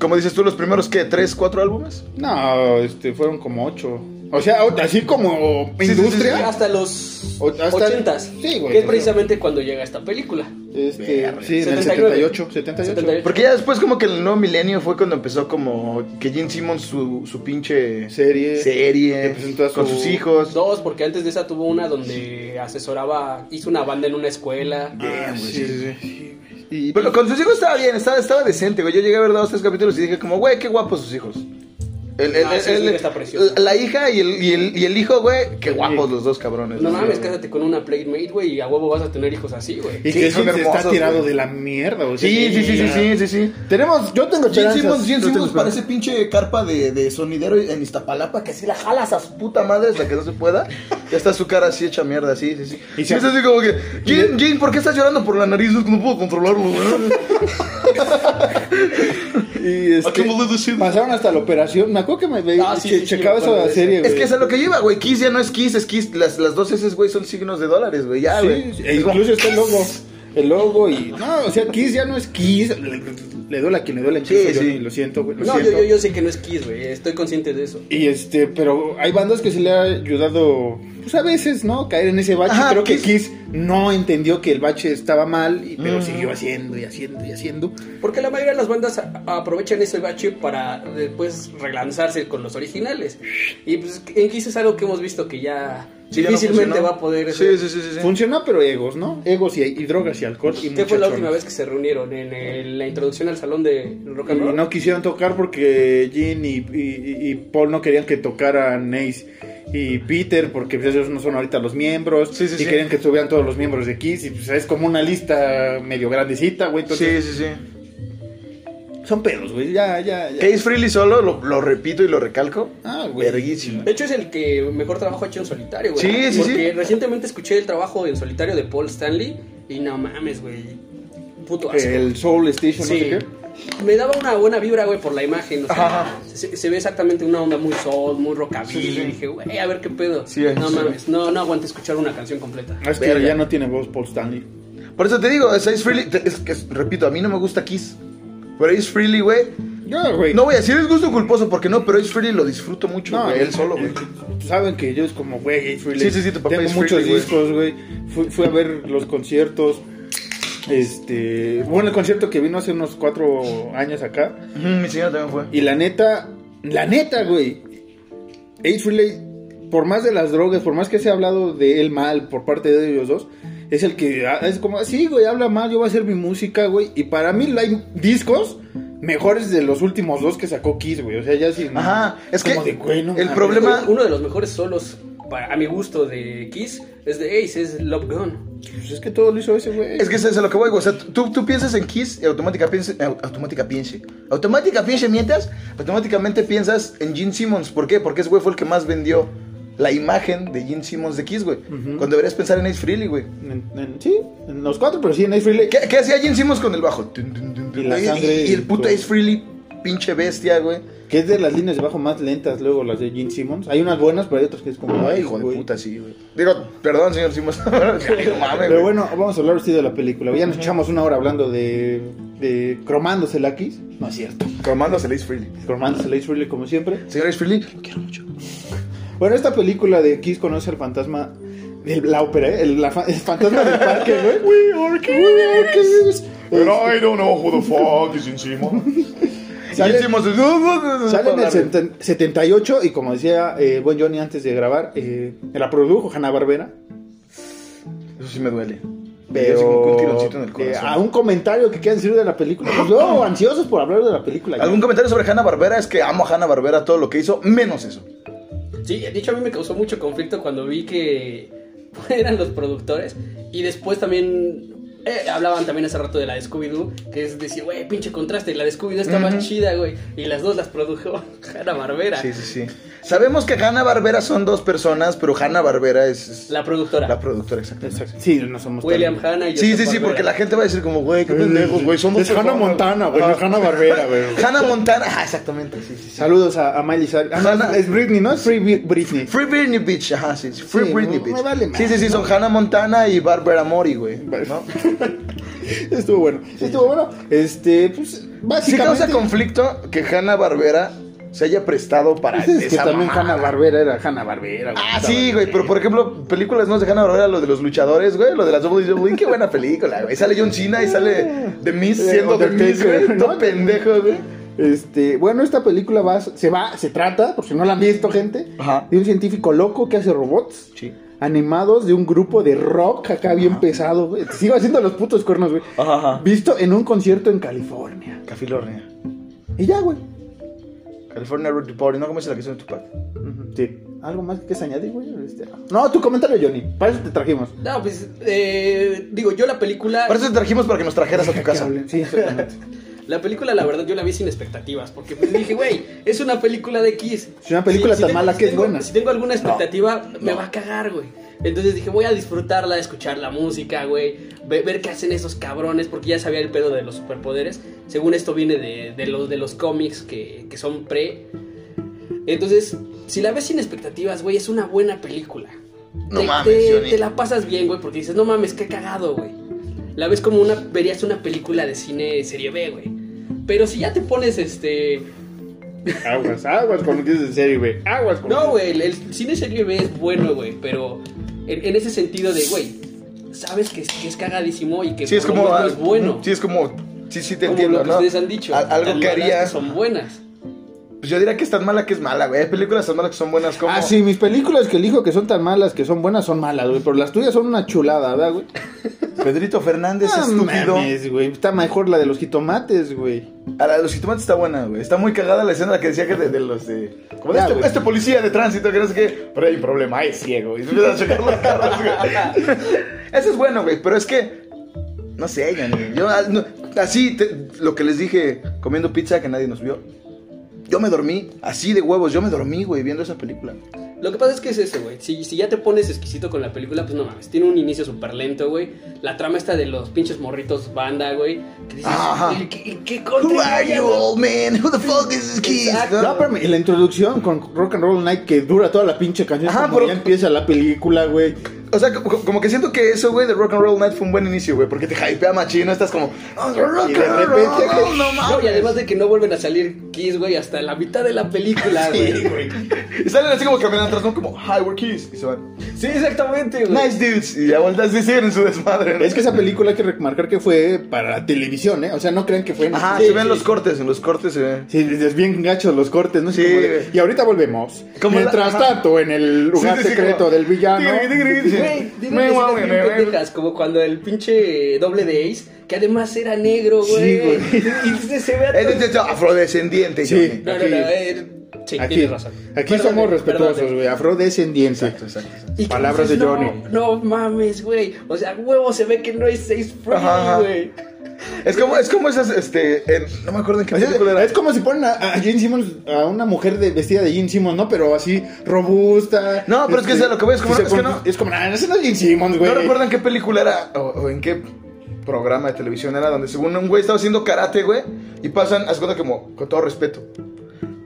Speaker 3: como dices tú, los primeros, ¿qué? ¿Tres, cuatro álbumes?
Speaker 4: No, este, fueron como ocho. O sea, o- así como
Speaker 3: sí, sí,
Speaker 4: industria.
Speaker 3: sí.
Speaker 5: Hasta los
Speaker 4: O- hasta-
Speaker 5: ochentas.
Speaker 4: Sí, güey.
Speaker 5: que es precisamente cuando llega esta película.
Speaker 4: Este, sí, en el
Speaker 5: 79.
Speaker 4: 78. 78.
Speaker 5: 78.
Speaker 3: Porque ya después como que el nuevo milenio fue cuando empezó como que Gene Simmons su, su pinche
Speaker 4: Serie.
Speaker 3: serie,
Speaker 4: Que presentó a
Speaker 3: con
Speaker 4: su-
Speaker 3: sus hijos.
Speaker 5: Dos, porque antes de esa tuvo una donde asesoraba, hizo una banda en una escuela.
Speaker 4: Ah, sí, sí, sí. Y-
Speaker 3: Pero con sus hijos estaba bien, estaba, estaba decente, güey. Yo llegué a ver dos, tres capítulos y dije como, güey, qué guapos sus hijos. El- el-
Speaker 5: Ah, sí,
Speaker 3: el-
Speaker 5: su hija está preciosa.
Speaker 3: la, la hija y el, y, el, y el hijo, güey, qué guapos los dos cabrones.
Speaker 5: No
Speaker 3: Sí,
Speaker 5: mames,
Speaker 3: güey.
Speaker 5: cásate con una playmate, güey, y a huevo vas a tener hijos así, güey.
Speaker 4: Y
Speaker 3: Sí,
Speaker 4: que
Speaker 3: son
Speaker 4: Sims está
Speaker 3: hermosos,
Speaker 4: tirado
Speaker 3: güey.
Speaker 4: de la mierda, o sea,
Speaker 3: Sí, sí, sí, sí, sí, sí, sí.
Speaker 4: Tenemos, yo tengo
Speaker 9: Jim
Speaker 4: esperanzas.
Speaker 9: Simmons, Jim
Speaker 4: Yo tengo
Speaker 9: Simmons parece pinche carpa de, de sonidero en Iztapalapa, que sí la jala.
Speaker 3: jalas a su puta madre hasta que no se pueda. Ya está su cara así hecha mierda, sí, sí, sí.
Speaker 4: Y
Speaker 3: Y
Speaker 4: se-
Speaker 3: es así como que, Jin, Jin, ¿por qué estás llorando por la nariz? No, no puedo controlarlo, güey.
Speaker 4: Y este, pasaron hasta la operación. Me acuerdo que me veía,
Speaker 5: Ah, sí,
Speaker 4: che-
Speaker 5: sí, sí,
Speaker 4: checaba
Speaker 5: me
Speaker 4: esa
Speaker 5: acuerdo de eso.
Speaker 4: serie,
Speaker 3: Es que es
Speaker 4: güey.
Speaker 3: a lo que lleva, güey. Kiss ya no es Kiss, es Kiss. Las, las dos S, güey, son signos de dólares, güey. Ya, güey.
Speaker 4: Sí, e incluso está el logo. El logo y. No, o sea, Kiss ya no es Kiss. Le, le duele a quien le duele.
Speaker 3: Sí,
Speaker 4: incluso yo,
Speaker 3: sí.
Speaker 4: Lo siento, güey. Lo
Speaker 5: No, yo,
Speaker 4: siento.
Speaker 5: yo, yo sé que no es Kiss, güey, estoy consciente de eso.
Speaker 4: Y este, pero hay bandas que se le ha ayudado, pues a veces, ¿no? Caer en ese bache.
Speaker 3: Ajá,
Speaker 4: Creo que
Speaker 3: Kiss.
Speaker 4: Kiss no entendió que el bache estaba mal, y-
Speaker 5: Mm.
Speaker 4: pero siguió haciendo y haciendo y haciendo.
Speaker 5: Porque la mayoría de las bandas a- aprovechan ese bache para después relanzarse con los originales. Y pues en Kiss es algo que hemos visto que ya
Speaker 3: Sí, ya no
Speaker 5: difícilmente
Speaker 3: funcionó.
Speaker 5: va a poder
Speaker 3: Sí, sí, sí, sí. sí.
Speaker 4: Funcionó, pero egos, ¿no? Egos y, y drogas y alcohol. Y
Speaker 5: ¿Qué fue la
Speaker 4: muchachones.
Speaker 5: última vez que se reunieron? En el- la introducción al salón de Rock and
Speaker 4: Y
Speaker 5: Roll.
Speaker 4: no quisieron tocar porque Jean y, y- y Paul no querían que tocaran Ace y Peter porque pues, ellos no son ahorita los miembros
Speaker 3: Sí, sí,
Speaker 4: y
Speaker 3: sí.
Speaker 4: querían que estuvieran todos los miembros de Kiss y pues es como una lista medio grandecita, güey. Entonces,
Speaker 3: Sí, sí, sí.
Speaker 4: son perros, güey. Ya, ya, ya.
Speaker 3: Case Freely solo, lo, lo repito y lo recalco.
Speaker 4: Ah, güey.
Speaker 3: Verguísimo.
Speaker 5: De hecho, es el que mejor trabajo ha hecho en solitario, güey.
Speaker 3: Sí, sí,
Speaker 5: Porque
Speaker 3: sí.
Speaker 5: recientemente escuché el trabajo en solitario de Paul Stanley y no mames, güey. Puto asco.
Speaker 4: El Soul Station,
Speaker 5: Sí.
Speaker 4: no sé
Speaker 5: Me daba una buena vibra, güey, por la imagen. O sea,
Speaker 3: Ajá.
Speaker 5: se, se ve exactamente una onda muy soul, muy rockabilly. Y dije, güey, a ver qué pedo.
Speaker 3: Sí,
Speaker 5: no
Speaker 3: sí.
Speaker 5: mames, no, no aguanto escuchar una canción completa.
Speaker 4: qué. Es que
Speaker 3: Verga.
Speaker 4: ya no tiene voz Paul Stanley.
Speaker 3: Por eso te digo, es Ace Freely. te- Es que, repito, a mí no me gusta Kiss. Pero Ace Freely, güey.
Speaker 4: Ya, güey.
Speaker 3: No voy a decir es gusto culposo porque no, pero Ace Freely lo disfruto mucho,
Speaker 4: No,
Speaker 3: güey.
Speaker 4: eh,
Speaker 3: él solo, güey.
Speaker 4: Saben que yo es como, güey, Ace Frehley.
Speaker 3: Sí, sí, sí, tu papá
Speaker 4: Tengo
Speaker 3: es
Speaker 4: muchos
Speaker 3: Frehley, güey.
Speaker 4: discos, güey. Fui, fui a ver los conciertos. Este. Bueno, el concierto que vino hace unos cuatro años acá.
Speaker 3: Ujú, Mi señora también fue.
Speaker 4: Y la neta, la neta, güey. Ace Frehley, por más de las drogas, por más que se ha hablado de él mal por parte de ellos dos, es el que ah, es como, sí, güey, habla mal, yo voy a hacer mi música, güey. Y para mí hay discos mejores de los últimos dos que sacó Kiss, güey. O sea, ya sin.
Speaker 3: Ajá, es que
Speaker 4: como de, güey, no
Speaker 3: el
Speaker 4: mames.
Speaker 3: problema-
Speaker 5: Uno de los mejores solos, para, a mi gusto, de Kiss es de Ace, es Love Gone.
Speaker 4: Pues es que todo lo hizo ese, güey.
Speaker 3: Es que eso es a lo que voy, güey. O sea, tú, tú piensas en Kiss y automática piense- au- automática piense. Automática piense mientras, automáticamente piensas en Gene Simmons. ¿Por qué? Porque ese güey fue el que más vendió la imagen de Gene Simmons de Kiss, güey. Cuando deberías pensar en Ace Frehley, güey.
Speaker 4: En- en- sí, en los cuatro, pero sí, en Ace Frehley.
Speaker 3: ¿Qué, qué hacía Gene Simmons con el bajo? Tun, tun, tun, tun.
Speaker 4: Y la sangre
Speaker 3: y el puto
Speaker 4: con-
Speaker 3: Ace Frehley, pinche bestia, güey.
Speaker 4: Que es de las líneas de bajo más lentas luego las de Gene Simmons. Hay unas buenas, pero hay otras que es como...
Speaker 3: Ay, hijo de
Speaker 4: güey.
Speaker 3: puta, sí, güey. Digo, perdón, señor Simos. Ay, no mames,
Speaker 4: Pero
Speaker 3: güey.
Speaker 4: bueno, vamos a hablar sí de la película. Ya nos echamos una hora hablando de, de cromándose la Kiss. No es cierto.
Speaker 3: Cromándose Lace Freely.
Speaker 4: Cromándose la Ace Frehley como siempre.
Speaker 3: Señor Ace Freely, lo quiero mucho.
Speaker 4: Bueno, esta película de Kiss conoce al fantasma de la ópera, ¿eh? el, la fa- el fantasma del parque, güey. We are Kiss.
Speaker 3: I don't know who the fuck is in Simos.
Speaker 4: Sale- Sale en el
Speaker 3: centro.
Speaker 4: seten- 78 y como decía eh, buen Johnny antes de grabar, eh, la produjo Hanna Barbera.
Speaker 3: Eso sí me duele.
Speaker 4: Pero
Speaker 3: Así como que un tironcito en el
Speaker 4: eh,
Speaker 3: corazón.
Speaker 4: a un comentario que quieran decir de la película. Pues luego ansiosos por hablar de la película. ya.
Speaker 3: ¿Algún comentario sobre Hanna Barbera? Es que amo a Hanna Barbera todo lo que hizo, menos eso.
Speaker 5: Sí, de hecho a mí me causó mucho conflicto cuando vi que eran los productores y después también eh, hablaban también hace rato de la de Scooby-Doo, que es decir, güey, pinche contraste, la de Scooby-Doo está más chida, güey, y las dos las produjo Hanna Barbera,
Speaker 3: Sí, sí, sí. Sabemos que Hanna Barbera son dos personas, pero Hanna Barbera es, es
Speaker 5: la productora,
Speaker 3: la productora, exactamente.
Speaker 4: Exacto. Sí, no somos
Speaker 5: William
Speaker 4: tan-
Speaker 5: Hanna y
Speaker 3: Sí,
Speaker 5: Joseph
Speaker 3: sí, sí,
Speaker 5: Barbera.
Speaker 3: porque la gente va a decir como, güey, qué pendejos, güey, son dos
Speaker 4: Es Hannah
Speaker 3: personas.
Speaker 4: Montana, güey.
Speaker 3: Ah.
Speaker 4: no es Hannah Barbera, güey.
Speaker 3: Hannah Montana, ah, exactamente, sí, sí, sí.
Speaker 4: Saludos a, a Miley Cyrus. Ah, no,
Speaker 3: Hannah-
Speaker 4: es Britney, ¿no? Es Free Bri- Britney.
Speaker 3: Free Britney Beach, ajá, sí, sí, Free
Speaker 4: Sí,
Speaker 3: Britney
Speaker 4: no,
Speaker 3: Beach.
Speaker 4: me vale Pues,
Speaker 3: sí, sí, sí, son Hannah Montana y Barbara Mori, güey. ¿no?
Speaker 4: Estuvo bueno. Estuvo bueno. Este, pues,
Speaker 3: Sí
Speaker 4: básicamente.
Speaker 3: causa conflicto que Hanna Barbera se haya prestado para
Speaker 4: Pues es que
Speaker 3: esa
Speaker 4: también
Speaker 3: mamada.
Speaker 4: Hanna Barbera era Hanna Barbera,
Speaker 3: Ah, sí, güey, pero por ejemplo, películas no se dejan ahora lo de los luchadores, güey, lo de las WWE, E, qué buena película, güey. Sale John Cena y sale The Miz
Speaker 4: Eh,
Speaker 3: siendo The
Speaker 4: Undertaker,
Speaker 3: Miz, güey,
Speaker 4: ¿no?
Speaker 3: todo pendejo, güey.
Speaker 4: Este, bueno, esta película va, se va, se trata, por si no la han visto, gente,
Speaker 3: Ajá.
Speaker 4: de un científico loco que hace robots
Speaker 3: Sí.
Speaker 4: animados de un grupo de rock acá bien pesado, güey. Te Sigo haciendo los putos cuernos, güey.
Speaker 3: Ajá, ajá.
Speaker 4: Visto en un concierto en California.
Speaker 3: California.
Speaker 4: Y ya, güey.
Speaker 3: California Road to Party, ¿no? ¿Cómo es la canción de Tupac?
Speaker 4: Sí. ¿Algo más que quieras añadir, güey? Este, No, tu comentario, Johnny. Para eso te trajimos.
Speaker 5: No, pues, eh, digo, yo la película...
Speaker 3: Por eso te trajimos para que nos trajeras a tu casa.
Speaker 4: Sí, exactamente.
Speaker 5: La película, la verdad, yo la vi sin expectativas. Porque pues, dije, güey, es una película de Kiss.
Speaker 4: Es una película tan
Speaker 5: tengo-
Speaker 4: mala que es
Speaker 5: tengo-
Speaker 4: buena.
Speaker 5: Si tengo alguna expectativa, me va a cagar, güey. Entonces dije, voy a disfrutarla, escuchar la música, güey. ve- Ver, qué hacen esos cabrones. Porque ya sabía el pedo de los superpoderes. Según esto viene de, de los, de los cómics que, que son pre. Entonces, si la ves sin expectativas, güey, es una buena película.
Speaker 3: No
Speaker 5: te,
Speaker 3: mames,
Speaker 5: te-
Speaker 3: Johnny.
Speaker 5: te la pasas bien, güey, porque dices, no mames, qué cagado, güey. La ves como una, verías una película de cine serie B, güey. Pero si ya te pones este...
Speaker 4: Aguas,
Speaker 3: Ah,
Speaker 4: aguas con lo que dices en serio, güey. Aguas con
Speaker 5: No, güey, el, el cine serie B es bueno, güey, pero en, en ese sentido de, güey, sabes que, es- que es cagadísimo y que
Speaker 3: Sí, es
Speaker 5: por lo
Speaker 3: como.
Speaker 5: mismo es bueno.
Speaker 3: Sí, es como. Sí, sí, te
Speaker 5: como
Speaker 3: entiendo,
Speaker 5: lo que
Speaker 3: ¿no?
Speaker 5: ustedes han dicho.
Speaker 3: A- algo
Speaker 5: las
Speaker 3: que
Speaker 5: malas
Speaker 3: haría.
Speaker 5: Son buenas.
Speaker 3: Pues yo diría que es tan mala que es mala, güey. Hay películas tan malas que son buenas como.
Speaker 4: Ah, sí, mis películas que elijo que son tan malas, que son buenas, son malas, güey. Pero las tuyas son una chulada, ¿verdad, güey?
Speaker 3: Pedrito Fernández,
Speaker 4: Ah,
Speaker 3: estúpido.
Speaker 4: mames, güey. Está mejor la de los jitomates, güey.
Speaker 3: A la de los jitomates está buena, güey. Está muy cagada la escena que decía que de, de los de. Como de
Speaker 4: Ya,
Speaker 3: este,
Speaker 4: güey.
Speaker 3: este policía de tránsito, que no sé qué. Pero hay un problema, es ciego. Y se empiezan a chocar los carros, güey. Eso es bueno, güey. Pero es que. No sé, Johnny. Yo, ah, no, así, te- lo que les dije comiendo pizza que nadie nos vio. Yo me dormí, así de huevos. Yo me dormí, güey, viendo esa película.
Speaker 5: Lo que pasa es que es eso, güey. Si, si ya te pones exquisito con la película, pues no mames. Tiene un inicio súper lento, güey. La trama está de los pinches morritos banda, güey. Que dices,
Speaker 3: Ajá.
Speaker 5: "Güey, ¿qué, qué
Speaker 3: Who are
Speaker 5: contenido,
Speaker 3: you, old man? Who the fuck is this kid?
Speaker 5: Exacto.
Speaker 4: No, pero y la introducción con Rock and Roll Night que dura toda la pinche canción.
Speaker 3: Ajá,
Speaker 4: como
Speaker 3: pero-
Speaker 4: ya empieza la película, güey.
Speaker 3: O sea, co- co- como que siento que eso, güey, de Rock and Roll Night fue un buen inicio, güey, porque te hypea machino, estás como, "Oh, rock
Speaker 4: Y de
Speaker 3: and
Speaker 4: repente,
Speaker 3: roll,
Speaker 4: güey,
Speaker 3: no
Speaker 5: No, y además
Speaker 3: mames.
Speaker 5: de que no vuelven a salir Kiss, güey, hasta la mitad de la película, güey.
Speaker 3: Sí, güey. Y salen así como caminando atrás, ¿no? Como, hi, we're kids. Y se van,
Speaker 5: Sí, exactamente, güey.
Speaker 3: nice dudes. Y ya vueltas a decir en su desmadre. ¿no?
Speaker 4: Es que esa película hay que remarcar que fue para televisión, ¿eh? O sea, no crean que fue en
Speaker 3: Ajá,
Speaker 4: Sí,
Speaker 3: se ven
Speaker 4: sí.
Speaker 3: los cortes, en los cortes se ve.
Speaker 4: Sí, es bien gachos los cortes, ¿no? Así
Speaker 3: Sí,
Speaker 4: como de-
Speaker 3: güey.
Speaker 4: Y ahorita volvemos.
Speaker 3: Como la-
Speaker 4: Mientras
Speaker 3: ajá.
Speaker 4: tanto, en el lugar
Speaker 3: Sí, sí, sí,
Speaker 4: secreto
Speaker 3: como-
Speaker 4: del villano.
Speaker 3: Tigri, tigri, sí.
Speaker 5: Güey, tienen
Speaker 3: Me
Speaker 5: escenas
Speaker 3: guau,
Speaker 5: bien
Speaker 3: me guau.
Speaker 5: pendejas, como cuando el pinche doble de Ace, que además era negro,
Speaker 4: Sí,
Speaker 5: güey.
Speaker 4: güey.
Speaker 5: y se, se ve a
Speaker 3: Es de- de- de- afrodescendiente,
Speaker 4: Sí.
Speaker 3: Johnny.
Speaker 5: No, no, no. eh, sí,
Speaker 4: Aquí,
Speaker 5: tienes razón.
Speaker 4: aquí
Speaker 5: Perdón,
Speaker 4: somos
Speaker 5: güey,
Speaker 4: respetuosos,
Speaker 5: perdón.
Speaker 4: güey. Afrodescendiente.
Speaker 3: Exacto, exacto.
Speaker 5: Y que
Speaker 4: Palabras
Speaker 5: dices,
Speaker 4: de
Speaker 5: "No,
Speaker 4: Johnny.
Speaker 5: No, mames, güey. O sea, huevo, se ve que no es Ace
Speaker 3: Ajá,
Speaker 5: Frehley,
Speaker 3: ajá.
Speaker 5: güey.
Speaker 3: Es como, es como esas, este, en- no me acuerdo en qué
Speaker 4: O sea,
Speaker 3: película era.
Speaker 4: es como si ponen a, a Jane Simmons, a una mujer de- vestida de Jane Simmons, ¿no? Pero así, robusta. este,
Speaker 3: No, pero es que es a lo que voy, es como,
Speaker 4: se
Speaker 3: no, es que
Speaker 4: con-
Speaker 3: no.
Speaker 4: Es como, nah, ese no es Jane Simmons, güey.
Speaker 3: No recuerdo en qué película era o, o en qué programa de televisión era donde según un güey estaba haciendo karate, güey, y pasan, haz cuenta como, con todo respeto,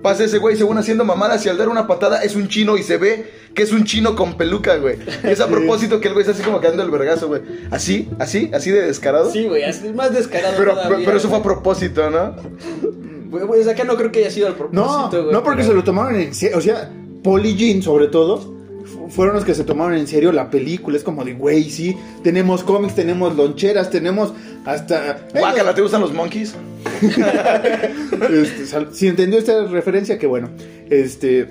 Speaker 3: Pasa ese güey, según haciendo mamadas y al dar una patada es un chino y se ve que es un chino con peluca, güey. Y es a propósito que el güey está así como cayendo el vergazo, güey. Así, así, así de descarado.
Speaker 5: Sí, güey, es más descarado.
Speaker 3: Pero,
Speaker 5: todavía,
Speaker 3: pero eso fue a
Speaker 5: güey.
Speaker 3: propósito, ¿no?
Speaker 5: Güey, Pues acá no creo que haya sido al
Speaker 4: No,
Speaker 5: propósito, güey.
Speaker 4: no porque
Speaker 5: pero-
Speaker 4: se lo tomaron en serio. O sea, Paul y Jean, sobre todo, fu- fueron los que se tomaron en serio la película. Es como de, güey, sí, tenemos cómics, tenemos loncheras, tenemos hasta.
Speaker 3: Guácala, ¿te gustan los monkeys?
Speaker 4: Este, sal- si entendió esta referencia, que bueno. Este.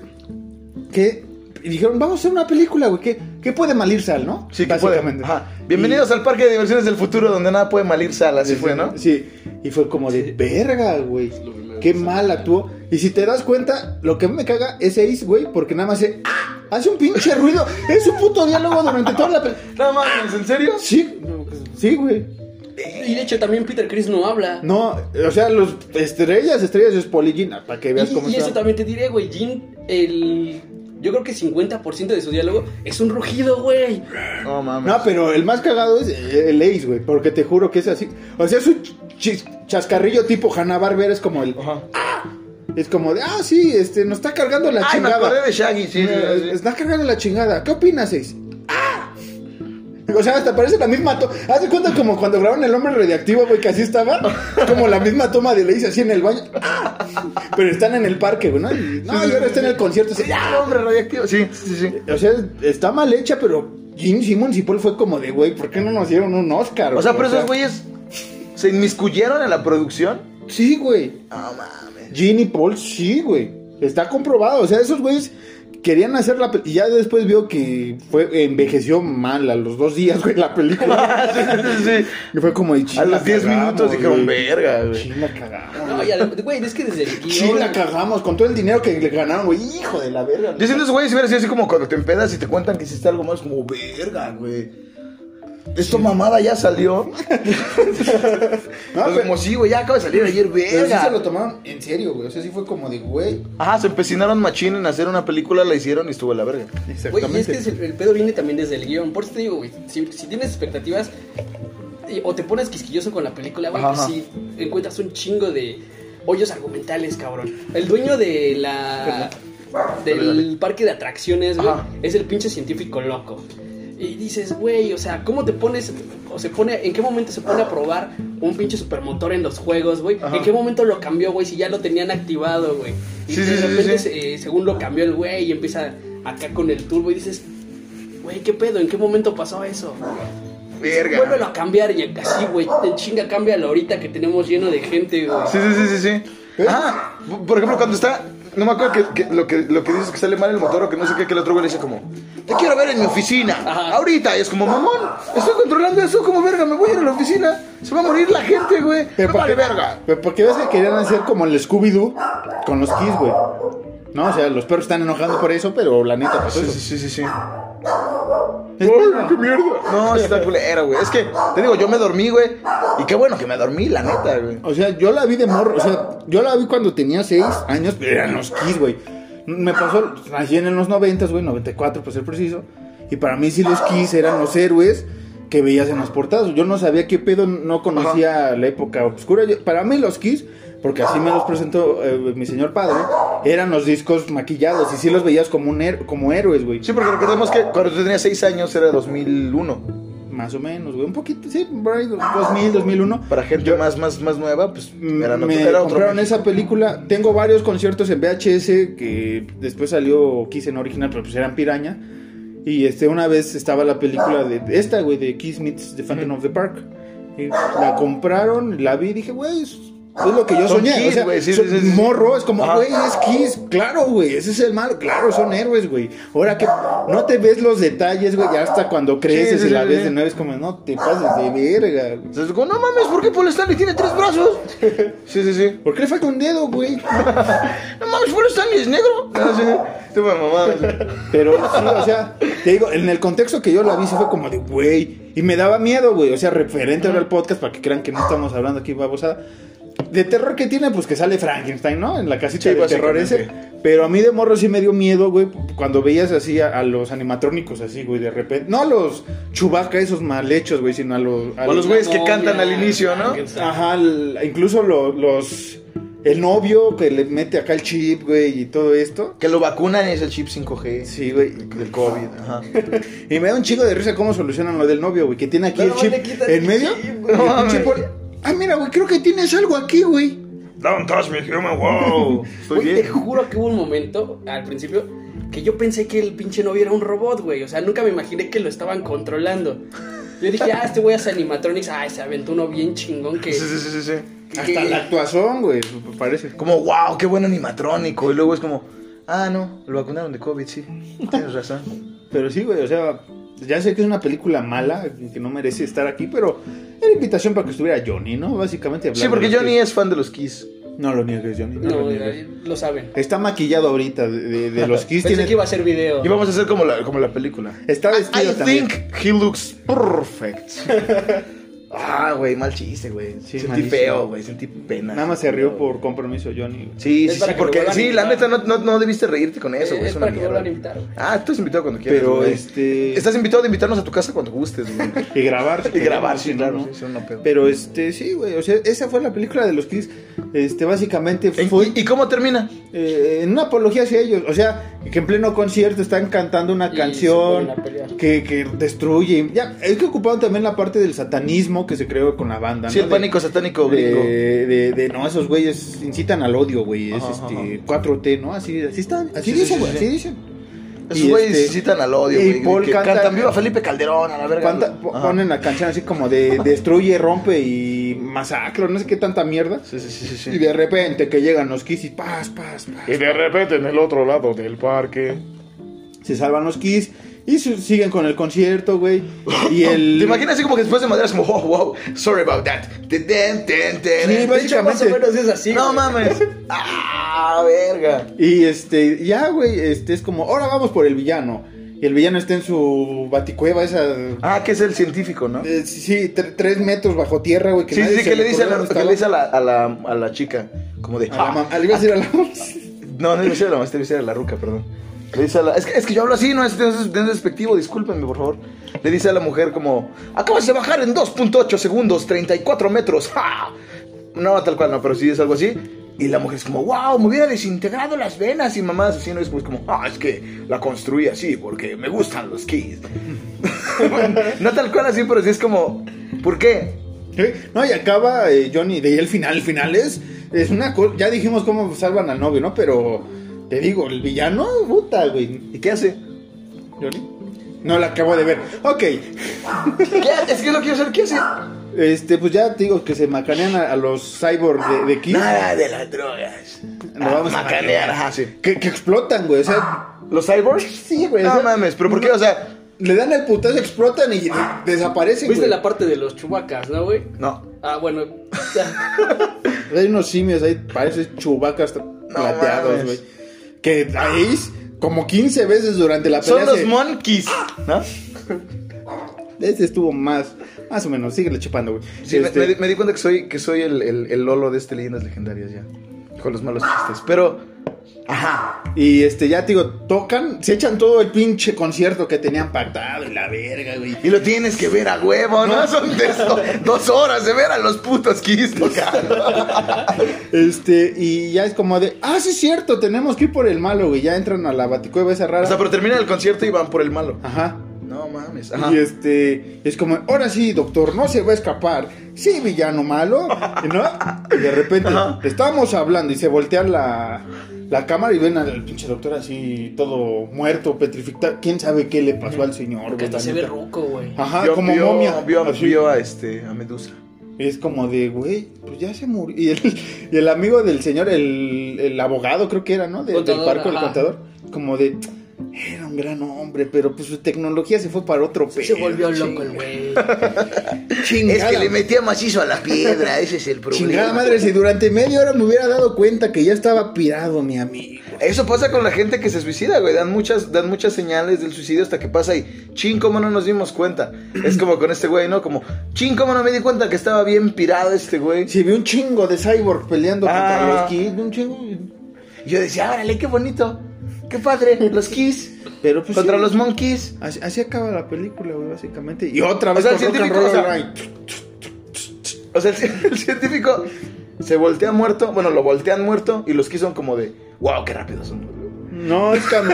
Speaker 4: Que y dijeron, vamos a hacer una película, güey. ¿Qué, qué puede mal ir sal, no?
Speaker 3: Sí, que puede. Ajá. Bienvenidos al parque de diversiones del futuro donde nada puede mal ir sal, así fue, ¿no?
Speaker 4: Sí, y fue como de verga, güey.
Speaker 5: lo primero
Speaker 4: Qué
Speaker 5: que
Speaker 4: mal actuó. Y si te das cuenta, lo que a mí me caga es Ace, güey, porque nada más se- hace un pinche ruido. Es un puto diálogo durante toda la película.
Speaker 3: No mames, ¿en serio?
Speaker 4: Sí, no, sí, güey.
Speaker 5: Y de hecho también Peter Chris no habla.
Speaker 4: No, o sea, los estrellas, estrellas es Polillina, para que veas cómo
Speaker 5: y, y eso
Speaker 4: está.
Speaker 5: también te diré, güey. Jin, el. Yo creo que 50% de su diálogo es un rugido, güey.
Speaker 3: No mames.
Speaker 4: No, pero el más cagado es eh, el Ace, güey, porque te juro que es así. O sea, es un chis- chascarrillo tipo Hanna Barbera, es como el. ¡Ah! Es como de, ah, sí, este, nos está cargando la
Speaker 3: Ay, me
Speaker 4: chingada.
Speaker 3: acordé de Shaggy, sí. sí, sí, sí.
Speaker 4: Estás cargando la chingada. ¿Qué opinas, Ace? Ah. O sea, hasta parece la misma toma. Haz de cuenta como cuando grabaron El Hombre Radiactivo, güey, que así estaba. Como la misma toma de Lace así en el baño. ¡Ah! Pero están en el parque, güey, ¿no? Y, no, y ahora está en el concierto. así, ¡ah!
Speaker 3: Ah, hombre radioactivo. Sí, sí, sí.
Speaker 4: O sea, está mal hecha, pero Jim Simmons y Paul fue como de, güey, ¿por qué no nos dieron un Oscar?
Speaker 3: O sea, pero esos güeyes se inmiscuyeron en la producción.
Speaker 4: Sí, güey.
Speaker 3: No mames.
Speaker 4: Gene y Paul, sí, güey. Está comprobado. O sea, esos güeyes querían hacer la pe- Y ya después vio que fue envejeció mal a los dos días, güey, la película.
Speaker 3: Sí,
Speaker 4: y fue como de
Speaker 3: sí. A los 10 minutos dijeron,
Speaker 4: ver.
Speaker 3: verga, güey.
Speaker 4: Chila cagamos.
Speaker 5: No, ya, güey, es que desde el guión.
Speaker 4: Chila cagamos con todo el dinero que le ganaron, güey. Hijo de la verga.
Speaker 3: Yo siento esos güeyes hubiera sido así como cuando te empedas y te cuentan que hiciste algo malo, es como, verga, güey. Esto mamada ya salió.
Speaker 4: No,
Speaker 3: Es
Speaker 4: pero,
Speaker 3: como, sí, güey, ya acaba de salir ayer,
Speaker 4: pero sí se lo
Speaker 3: verga.
Speaker 4: tomaron en serio, güey. O sea, sí fue como de, güey.
Speaker 3: Ajá, se empecinaron machín en hacer una película, la hicieron y estuvo de la verga.
Speaker 5: Güey, y es que es el, el pedo viene también desde el guión. Por eso te digo, güey, si, si tienes expectativas y- o te pones quisquilloso con la película, güey, pues
Speaker 3: Ajá.
Speaker 5: sí, encuentras un chingo de hoyos argumentales, cabrón. El dueño de la... del parque de atracciones, güey,
Speaker 3: Ajá.
Speaker 5: es el pinche científico loco. Y dices, güey, o sea, ¿cómo te pones, o se pone, en qué momento se pone a probar un pinche supermotor en los juegos, güey? ¿En qué momento lo cambió, güey, si ya lo tenían activado, güey? Y
Speaker 3: Sí,
Speaker 5: de
Speaker 3: sí, sí,
Speaker 5: repente,
Speaker 3: sí.
Speaker 5: se- eh, según lo cambió el güey, y empieza acá con el turbo y dices, güey, ¿qué pedo? ¿En qué momento pasó eso?
Speaker 3: Verga.
Speaker 5: Vuélvelo a cambiar y así, güey, te chinga, cámbialo ahorita que tenemos lleno de gente, güey.
Speaker 3: Sí, sí, sí, sí, sí. Ah, por ejemplo, cuando está. No me acuerdo que, que lo que lo que dices que sale mal el motor o que no sé qué, que el otro güey le dice como, te quiero ver en mi oficina.
Speaker 5: Ajá.
Speaker 3: Ahorita. Y es como, mamón, estoy controlando eso como verga, me voy a ir a la oficina. Se va a morir la gente, güey.
Speaker 4: Pero
Speaker 3: Pero
Speaker 4: ¿por
Speaker 3: vale
Speaker 4: qué
Speaker 3: verga.
Speaker 4: Pero porque ves que querían hacer como el Scooby-Doo con los Kiss, güey. No, o sea, los perros están enojando por eso, pero la neta pasó eso.
Speaker 3: sí, sí, sí.
Speaker 4: Es-
Speaker 3: No, está culero, güey. Es que, te digo, yo me dormí, güey. Y qué bueno que me dormí, la neta, güey.
Speaker 4: O sea, yo la vi de morro, o sea, yo la vi cuando tenía 6 años, pero eran los Kiss, güey. Me pasó, nací en los 90, güey, 94 para ser preciso. Y para mí sí los Kiss eran los héroes que veías en los portadas. Yo no sabía qué pedo, no conocía la época oscura. Yo- para mí los Kiss, porque así me los presentó eh, mi señor padre, eran los discos maquillados y sí los veías como, un her- como héroes, güey.
Speaker 3: Sí, porque recordemos que cuando yo tenía 6 años era 2001.
Speaker 4: Más o menos, güey, un poquito, sí, por ahí, 2000, 2001.
Speaker 3: Para gente más, más, más nueva, pues
Speaker 4: Me
Speaker 3: era, no- era otro.
Speaker 4: compraron
Speaker 3: México.
Speaker 4: esa película. Tengo varios conciertos en VHS que después salió Kiss en original, pero pues eran piraña. Y este, una vez estaba la película de de esta, güey, de Kiss Meets The Phantom of the Park. Y la compraron, la vi y dije, güey, es, es lo que yo
Speaker 3: Son
Speaker 4: soñé. o
Speaker 3: Kiss,
Speaker 4: sea,
Speaker 3: güey, sí,
Speaker 4: son-
Speaker 3: sí, sí, sí.
Speaker 4: morro, es como,
Speaker 3: Ajá.
Speaker 4: güey, es Kiss. Claro, güey, ese es el malo. Claro, son héroes, güey. Ahora que no te ves los detalles, güey, ya hasta cuando creces
Speaker 3: sí,
Speaker 4: y la
Speaker 3: sí,
Speaker 4: ves
Speaker 3: sí.
Speaker 4: de nuevo, es como, no te pases de verga, güey.
Speaker 3: Entonces, como, no mames, ¿por qué Paul Stanley tiene tres brazos? Sí, sí, sí.
Speaker 4: ¿Por qué le falta un dedo, güey?
Speaker 3: No mames, Paul Stanley es negro.
Speaker 4: Ah,
Speaker 3: No, sí, tú me mamabas.
Speaker 4: Pero sí, o sea, te digo, en el contexto que yo la vi, sí fue como de, güey. Y me daba miedo, güey. O sea, referente ahora al podcast, para que crean que no estamos hablando aquí babosada. De terror que tiene, pues que sale Frankenstein, ¿no? En la casita
Speaker 3: Sí,
Speaker 4: de terror ese.
Speaker 3: básicamente.
Speaker 4: Pero a mí de morro sí me dio miedo, güey. Cuando veías así a, a los animatrónicos, así, güey, de repente. No a los chubasca, esos mal hechos, güey, sino a los.
Speaker 3: O los güeyes que cantan al inicio, ¿no?
Speaker 4: Ajá, al- incluso lo- los el novio que le mete acá el chip, güey, y todo esto.
Speaker 3: Que lo vacunan y es el chip 5G.
Speaker 4: Sí, güey,
Speaker 3: Del COVID. Ajá.
Speaker 4: Y me da un chingo de risa cómo solucionan lo del novio, güey, que tiene aquí
Speaker 3: No,
Speaker 4: el
Speaker 3: no
Speaker 4: chip
Speaker 3: le quitan
Speaker 4: en
Speaker 3: el
Speaker 4: medio.
Speaker 3: chip,
Speaker 4: Y
Speaker 3: güey.
Speaker 4: el
Speaker 3: No,
Speaker 4: pinche
Speaker 3: mames.
Speaker 4: poli- Ah, mira, güey, creo que tienes algo aquí, güey.
Speaker 10: Don't touch me, human, wow.
Speaker 11: Estoy
Speaker 5: Güey,
Speaker 11: bien.
Speaker 5: te juro que hubo un momento al principio que yo pensé que el pinche novio era un robot, güey. O sea, nunca me imaginé que lo estaban controlando. Yo dije, ah, este güey hace animatronics. Ah, se aventó uno bien chingón que.
Speaker 10: Sí, sí, sí, sí.
Speaker 4: Hasta la actuación, güey, parece.
Speaker 3: Como, wow, qué buen animatrónico. Y luego es como, ah, no, lo vacunaron de COVID, sí. Tienes razón.
Speaker 4: Pero sí, güey, o sea, ya sé que es una película mala, que no merece estar aquí, pero era invitación para que estuviera Johnny, ¿no? Básicamente hablar
Speaker 3: Sí, porque
Speaker 4: de los
Speaker 3: Johnny
Speaker 4: Kiss.
Speaker 3: es fan de los Kiss.
Speaker 4: No lo niegues, Johnny, no,
Speaker 5: No,
Speaker 4: lo niegues.
Speaker 5: eh, lo saben.
Speaker 4: Está maquillado ahorita de, de- de los Kiss.
Speaker 5: Pensé
Speaker 4: tiene-
Speaker 5: que iba a ser video.
Speaker 3: Y vamos a hacer como la, como la película.
Speaker 4: Está
Speaker 3: I
Speaker 4: vestido también.
Speaker 3: think he looks perfect. ah, güey, mal chiste, güey.
Speaker 4: Sí,
Speaker 3: sentí
Speaker 4: malísimo.
Speaker 3: feo, güey, sentí pena.
Speaker 4: Nada más se rió por compromiso Johnny. güey.
Speaker 3: Sí,
Speaker 5: Es
Speaker 3: sí,
Speaker 5: para
Speaker 3: sí,
Speaker 5: que lo
Speaker 3: porque
Speaker 5: vuelvan a
Speaker 3: sí, la neta
Speaker 5: invitar.
Speaker 3: no, no, no debiste reírte con eso,
Speaker 5: Eh,
Speaker 3: güey.
Speaker 5: es
Speaker 3: Es una
Speaker 5: para que
Speaker 3: mierda.
Speaker 5: vuelvan a invitar, güey.
Speaker 3: Ah, tú estás invitado cuando quieras.
Speaker 4: Pero
Speaker 3: güey.
Speaker 4: este.
Speaker 3: Estás invitado a invitarnos a tu casa cuando gustes, güey.
Speaker 4: Y grabar.
Speaker 3: Y grabar,
Speaker 4: sí,
Speaker 3: sí,
Speaker 4: ¿no?
Speaker 3: claro.
Speaker 4: ¿no?
Speaker 3: sí, son una pedo.
Speaker 4: Pero este, sí, güey. O sea, esa fue la película de los Kiss. Este, básicamente
Speaker 3: En-
Speaker 4: fue.
Speaker 3: ¿Y, y cómo termina?
Speaker 4: eh, en una apología hacia ellos. O sea, que en pleno concierto están cantando una
Speaker 5: Y se
Speaker 4: canción
Speaker 5: ponen a pelear.
Speaker 4: que, que destruye. Ya, es que ocuparon también la parte del satanismo que se creó con la banda.
Speaker 3: Sí,
Speaker 4: ¿no?
Speaker 3: el
Speaker 4: De-
Speaker 3: pánico satánico gringo.
Speaker 4: de, de, de- no, esos güeyes incitan al odio, güey. Es
Speaker 3: Ajá,
Speaker 4: este 4T, ¿no? Así, así están. Así
Speaker 3: Sí, sí,
Speaker 4: dicen,
Speaker 3: sí,
Speaker 4: güey.
Speaker 3: sí.
Speaker 4: Así dicen.
Speaker 3: Esos
Speaker 4: y
Speaker 3: güeyes
Speaker 4: este-
Speaker 3: incitan al odio,
Speaker 4: y
Speaker 3: güey.
Speaker 4: Paul
Speaker 3: que
Speaker 4: canta-
Speaker 3: cantan viva Felipe Calderón, a la verga.
Speaker 4: Canta-
Speaker 3: güey.
Speaker 4: po-
Speaker 3: Ajá.
Speaker 4: ponen la canción así como de destruye, rompe y masacra, no sé qué tanta mierda.
Speaker 3: Sí, sí, sí, Eh. sí, sí.
Speaker 4: Y de repente que llegan los Kiss y paz, paz, paz.
Speaker 10: Y de repente en el otro lado del parque.
Speaker 4: Se salvan los Kiss y su- siguen con el concierto, güey. Y el.
Speaker 3: ¿Te imaginas así como que después de madera es como, wow, wow, sorry about that? Te- ten, ten, ten.
Speaker 4: Sí,
Speaker 5: De hecho, más o
Speaker 4: básicamente-
Speaker 5: menos es así.
Speaker 3: No
Speaker 5: güey.
Speaker 3: mames. Ah, verga.
Speaker 4: Y este, ya, güey, este es como, ahora vamos por el villano. Y el villano está en su baticueva, esa.
Speaker 3: Ah, que es el científico, ¿no?
Speaker 4: eh, sí, tre- tres metros bajo tierra, güey.
Speaker 3: Sí,
Speaker 4: nadie
Speaker 3: sí,
Speaker 4: se
Speaker 3: que le
Speaker 4: le
Speaker 3: dice a
Speaker 4: ocurrió
Speaker 3: la,
Speaker 4: dónde
Speaker 3: que le dice a
Speaker 4: estaba.
Speaker 3: la, a la, a la chica, como de...
Speaker 4: A la mam- ah, le iba a decir a la mamá.
Speaker 3: No, no le dice a la maestra, le dice a la ruca, perdón. Le dice a la... Es que, es que yo hablo así, no es, no es- no es despectivo, discúlpenme, por favor. Le dice a la mujer como... Acabas de bajar en 2.8 segundos, 34 metros. ¡Ja! No, tal cual, no, pero sí es algo así. Y la mujer es como, wow, me hubiera desintegrado las venas y mamás así, ¿no? Y después como, ah, es que la construí así porque me gustan los keys. no tal cual así, pero sí es como, ¿por qué?
Speaker 4: Sí, No, y acaba eh, Johnny, de ahí el final, el final es, es una cosa, ya dijimos cómo salvan al novio, ¿no? Pero te digo, el villano, puta, güey.
Speaker 3: ¿Y qué hace?
Speaker 4: Johnny. No la acabo de ver. Ok,
Speaker 3: ¿Qué hace? Es que no quiero saber qué hace.
Speaker 4: este, pues ya te digo que se macanean a, a los cyborgs de, de Kiss.
Speaker 3: Nada de las drogas.
Speaker 4: Nos vamos a
Speaker 3: macanear,
Speaker 4: macanear.
Speaker 3: ajá, sí.
Speaker 4: Que, que explotan, güey. O sea,
Speaker 3: ¿Los cyborgs?
Speaker 4: sí, güey. o
Speaker 3: No
Speaker 4: sea,
Speaker 3: mames, pero ¿por qué? O sea,
Speaker 4: Le dan el putazo, explotan y de- desaparecen,
Speaker 5: ¿Viste
Speaker 4: güey.
Speaker 5: la parte de los chubacas, no, güey?
Speaker 3: no.
Speaker 5: Ah, bueno.
Speaker 4: Hay unos simios ahí, parece chubacas plateados,
Speaker 3: mames.
Speaker 4: güey. Que ahí, como 15 veces durante la pelea
Speaker 3: Son los
Speaker 4: se-
Speaker 3: monkeys, ¿no?
Speaker 4: Este estuvo más, más o menos, síguele chupando, güey.
Speaker 3: Sí, me-
Speaker 4: Este,
Speaker 3: me, di- me di cuenta que soy, que soy el, el- el Lolo de este Leyendas Legendarias ya. Con los malos chistes. Pero, ajá.
Speaker 4: Y este, ya te digo, tocan, se echan todo el pinche concierto que tenían pactado y la verga, güey.
Speaker 3: Y lo tienes que ver a huevo, ¿no? Son de eso, dos horas de ver a los putos Kiss tocar.
Speaker 4: Este, y ya es como de, ah, sí es cierto, tenemos que ir por el malo, güey. Ya entran a la baticueva esa rara.
Speaker 3: O sea, pero termina el concierto y van por el malo.
Speaker 4: Ajá.
Speaker 3: No mames. Ajá.
Speaker 4: Y este, es como, ahora sí, doctor, no se va a escapar. Sí, villano malo, ¿no? Y de repente,
Speaker 3: Ajá.
Speaker 4: estábamos hablando y se voltea la, la cámara y ven al pinche doctor así, todo muerto, petrificado. ¿Quién sabe qué le pasó al señor?
Speaker 5: Porque
Speaker 4: güey,
Speaker 5: hasta
Speaker 4: la
Speaker 5: se ve
Speaker 4: neta?
Speaker 5: ruco, güey.
Speaker 4: Ajá,
Speaker 3: Vio-
Speaker 4: como
Speaker 3: vio-
Speaker 4: momia.
Speaker 3: Vio, a-
Speaker 4: Así.
Speaker 3: vio a, este, a Medusa.
Speaker 4: Es como de, güey, pues ya se murió. Y el, y el amigo del señor, el, el abogado creo que era, ¿no? De- del
Speaker 5: Contador,
Speaker 4: parco, el
Speaker 5: ajá.
Speaker 4: contador. Como de, era un gran hombre, pero pues su tecnología se fue para otro
Speaker 5: Se
Speaker 4: pedo,
Speaker 5: volvió loco
Speaker 4: chingada.
Speaker 5: el güey.
Speaker 3: Es
Speaker 4: Chingada,
Speaker 3: que le metía macizo a la piedra, ese es el problema.
Speaker 4: chingada madre, si durante media hora me hubiera dado cuenta que ya estaba pirado mi amigo.
Speaker 3: Eso pasa con la gente que se suicida, güey. Dan muchas, dan muchas señales del suicidio hasta que pasa y, ching, cómo no nos dimos cuenta. Es como con este güey, ¿no? Como, ching, cómo no me di cuenta que estaba bien pirado este güey.
Speaker 4: Si vi un chingo de cyborg peleando contra
Speaker 3: Ah.
Speaker 4: los kids, un chingo.
Speaker 3: Y Yo decía, órale, qué bonito, qué padre, los Kiss
Speaker 4: Pero pues
Speaker 3: contra
Speaker 4: sí,
Speaker 3: los Monkeys.
Speaker 4: Así, así acaba la película, güey, básicamente. Y otra
Speaker 3: O
Speaker 4: vez
Speaker 3: sea, el
Speaker 4: con rock and
Speaker 3: científico,
Speaker 4: roll
Speaker 3: o sea,
Speaker 4: all right.
Speaker 3: O sea, el, ci- el científico Se voltea muerto, bueno, lo voltean muerto y los que son como de, wow, qué rápidos son.
Speaker 4: No, es como.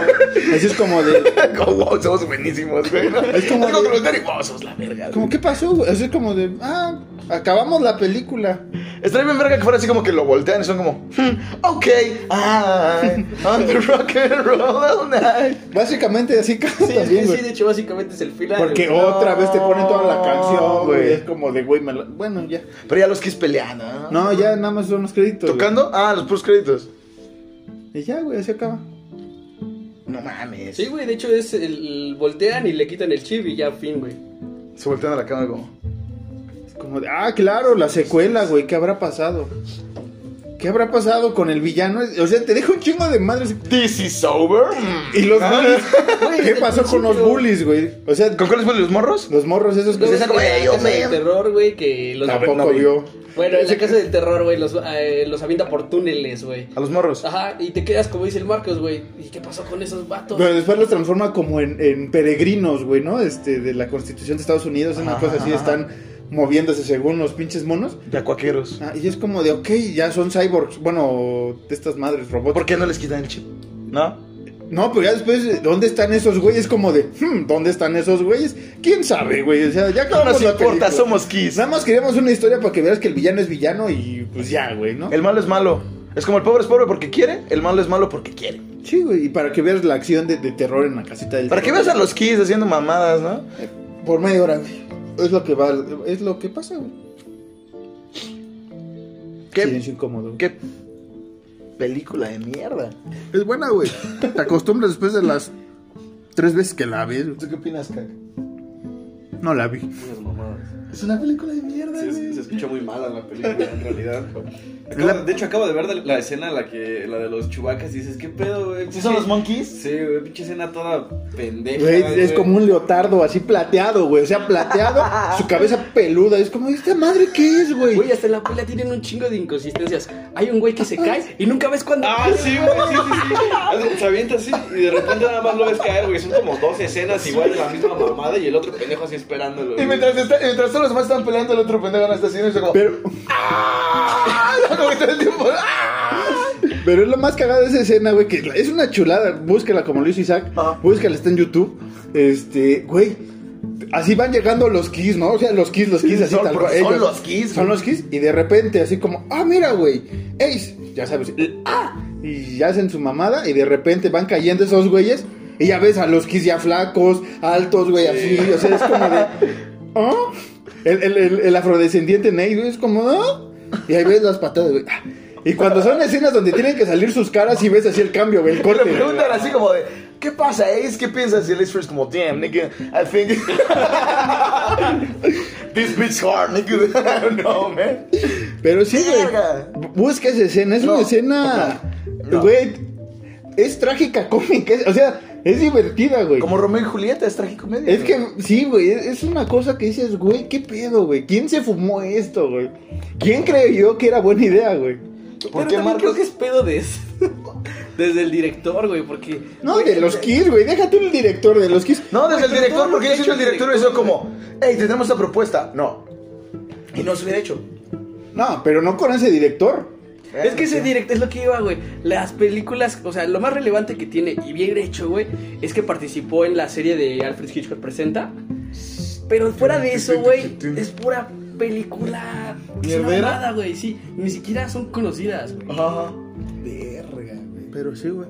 Speaker 4: Así es como de.
Speaker 3: Como, wow, somos buenísimos, güey. Es como que lo voltean y wow, somos la verga.
Speaker 4: Como, ¿qué pasó? güey? Así es como de. Ah, acabamos la película.
Speaker 3: Estaría bien verga que fuera así como que lo voltean y son como, hmm, ok, I, on the rock and roll all night.
Speaker 4: Básicamente así casi
Speaker 5: Sí, sí, sí, de hecho, básicamente es el final.
Speaker 4: Porque
Speaker 5: güey.
Speaker 4: otra vez te ponen toda la canción,
Speaker 3: güey.
Speaker 4: güey. Es como de, güey, me la- bueno, ya.
Speaker 3: Pero ya los Kiss peleando, ¿no?
Speaker 4: No, ya nada más son los créditos. güey.
Speaker 3: ¿Tocando? Ah, los puros créditos.
Speaker 4: Y ya, güey, así acaba.
Speaker 3: No mames.
Speaker 5: Sí, güey, de hecho es el voltean y le quitan el chip y ya fin, güey.
Speaker 3: Se voltean a la cámara como,
Speaker 4: Es como de, ah, claro, la secuela, güey, ¿qué habrá pasado? ¿Qué habrá pasado con el villano? O sea, te dejo un chingo de madres.
Speaker 3: this is over.
Speaker 4: Y los bullies. ¿Qué
Speaker 5: desde
Speaker 4: pasó
Speaker 5: el
Speaker 4: con los
Speaker 5: principio.
Speaker 4: bullies, güey? O sea,
Speaker 3: ¿Con cuáles fueron los morros?
Speaker 4: los morros esos que
Speaker 5: Luego
Speaker 3: Pues esa
Speaker 5: está
Speaker 3: güey,
Speaker 5: la
Speaker 3: yo
Speaker 5: casa
Speaker 3: me-
Speaker 5: del terror, güey, que los
Speaker 4: tampoco
Speaker 3: no vi.
Speaker 4: vio.
Speaker 5: Bueno, en la casa del terror, güey, los, eh, los avienta por túneles, güey.
Speaker 3: A los morros.
Speaker 5: Ajá, y te quedas como dice el Marcos, güey. ¿Y qué pasó con esos vatos?
Speaker 4: Pero después los transforma como en, en peregrinos, güey, ¿no? Este, de la constitución de Estados Unidos, una cosa así, están moviéndose según los pinches monos.
Speaker 3: Ya cuaqueros.
Speaker 4: Ah, y es como de, ok, ya son cyborgs, bueno, de estas madres robots.
Speaker 3: ¿Por qué no les quitan el chip? ¿No?
Speaker 4: No, pero ya después, ¿dónde están esos güeyes? Como de, hmm, ¿dónde están esos güeyes? ¿Quién sabe, güey? O sea, ya
Speaker 3: No
Speaker 4: acabamos
Speaker 3: nos
Speaker 4: la
Speaker 3: importa,
Speaker 4: película.
Speaker 3: somos Kiss.
Speaker 4: Nada más queríamos una historia para que veas que el villano es villano y pues ya, güey, ¿no?
Speaker 3: El malo es malo. Es como el pobre es pobre porque quiere, el malo es malo porque quiere.
Speaker 4: Sí, güey, y para que veas la acción de, de terror en la casita del
Speaker 3: Para que
Speaker 4: terror.
Speaker 3: veas a los Kiss haciendo mamadas, ¿no?
Speaker 4: Por media hora, güey. Es lo que va, es lo que pasa, güey.
Speaker 3: ¿Qué?
Speaker 4: Silencio incómodo.
Speaker 3: Qué película de mierda.
Speaker 12: Es buena, güey. Te acostumbras después de las tres veces que la ves. güey.
Speaker 13: ¿Tú qué opinas, Cac?
Speaker 12: No la vi.
Speaker 13: Es una película de mierda,
Speaker 14: Se,
Speaker 13: güey.
Speaker 14: se escuchó muy mala la película en realidad. Acabo- de hecho, acabo de ver la, la escena la que la de los chubacas y dices, ¿qué pedo, güey?
Speaker 13: ¿Sí son los monkeys?
Speaker 14: Sí, güey, pinche escena toda pendeja.
Speaker 4: Güey, es
Speaker 14: güey.
Speaker 4: como un leotardo así plateado, güey. O sea, plateado, su cabeza peluda. Es como, ¿esta madre qué es, güey?
Speaker 5: Güey, hasta en la pelea tienen un chingo de inconsistencias. Hay un güey que se cae y nunca ves cuándo.
Speaker 14: Ah, sí, güey, sí, sí, sí. Hace- Se avienta así y de repente nada más lo ves caer, güey. Son como dos escenas igual de la misma mamada y el otro pendejo así esperándolo.
Speaker 3: Y
Speaker 14: güey.
Speaker 3: mientras, está- y mientras todos los demás están peleando, el otro pendejo no está haciendo eso como...
Speaker 4: Pero,
Speaker 3: ¡Ah! Como que todo el tiempo, ¡ah!
Speaker 4: pero es lo más cagado de esa escena, güey, que es una chulada. Búscala como lo hizo Isaac.
Speaker 3: Ah.
Speaker 4: Búscala, está en YouTube. Este, güey. Así van llegando los Kiss, ¿no? O sea, los Kiss, los Kiss, así
Speaker 3: Son-
Speaker 4: tal cual.
Speaker 3: son
Speaker 4: ellos.
Speaker 3: los Kiss,
Speaker 4: Son
Speaker 3: güey.
Speaker 4: los Kiss. Y de repente, así como, ah, mira, güey. Ace. Ya sabes. el- ah, Y ya hacen su mamada. Y de repente van cayendo esos güeyes. Y ya ves a los Kiss ya flacos, altos, güey, así. O sea, es como de. ¿Ah? El, el, el, el afrodescendiente Ney, güey, es como, ¿ah? Y ahí ves las patadas, güey. Ah. Y cuando son escenas donde tienen que salir sus caras y ves así el cambio, güey, el
Speaker 3: Le
Speaker 4: corte.
Speaker 3: preguntan así como de... ¿Qué pasa, Ace? ¿Qué piensas? Y el Ace Frehley es como... Damn, nigga, I think... This bitch hard, nigga. I don't know, man.
Speaker 4: Pero sí,
Speaker 3: Verga.
Speaker 4: güey. Busca esa escena, es
Speaker 3: No.
Speaker 4: una escena.
Speaker 3: No.
Speaker 4: Güey, es trágica, cómica, es- o sea, es divertida, güey.
Speaker 3: Como Romeo y Julieta, es tragicomedia.
Speaker 4: Es que, sí, güey, es- es una cosa que dices, güey, ¿qué pedo, güey? ¿Quién se fumó esto, güey? ¿Quién creyó que era buena idea, güey?
Speaker 5: Pero también creo que es pedo de eso. Desde el director, güey, porque.
Speaker 4: No,
Speaker 5: güey,
Speaker 4: de los Kiss, güey, déjate el director de los Kiss.
Speaker 3: No, desde el
Speaker 5: Güey, todo
Speaker 3: director,
Speaker 5: lo
Speaker 3: porque
Speaker 5: que
Speaker 3: yo
Speaker 5: ha
Speaker 3: siento el
Speaker 5: hecho el
Speaker 3: director y eso como... Hey, tenemos esta propuesta. No. Y no se hubiera hecho.
Speaker 4: No, pero no con ese director.
Speaker 5: Es que ese director es lo que iba, güey. Las películas, o sea, lo más relevante que tiene y bien hecho, güey, es que participó en la serie de Alfred Hitchcock Presenta. Pero fuera de eso, güey, es pura película. Es una
Speaker 3: Mierdera.
Speaker 5: mamada, güey, sí. Ni siquiera son conocidas, güey.
Speaker 3: Ajá.
Speaker 4: Verga, güey. Pero sí, güey.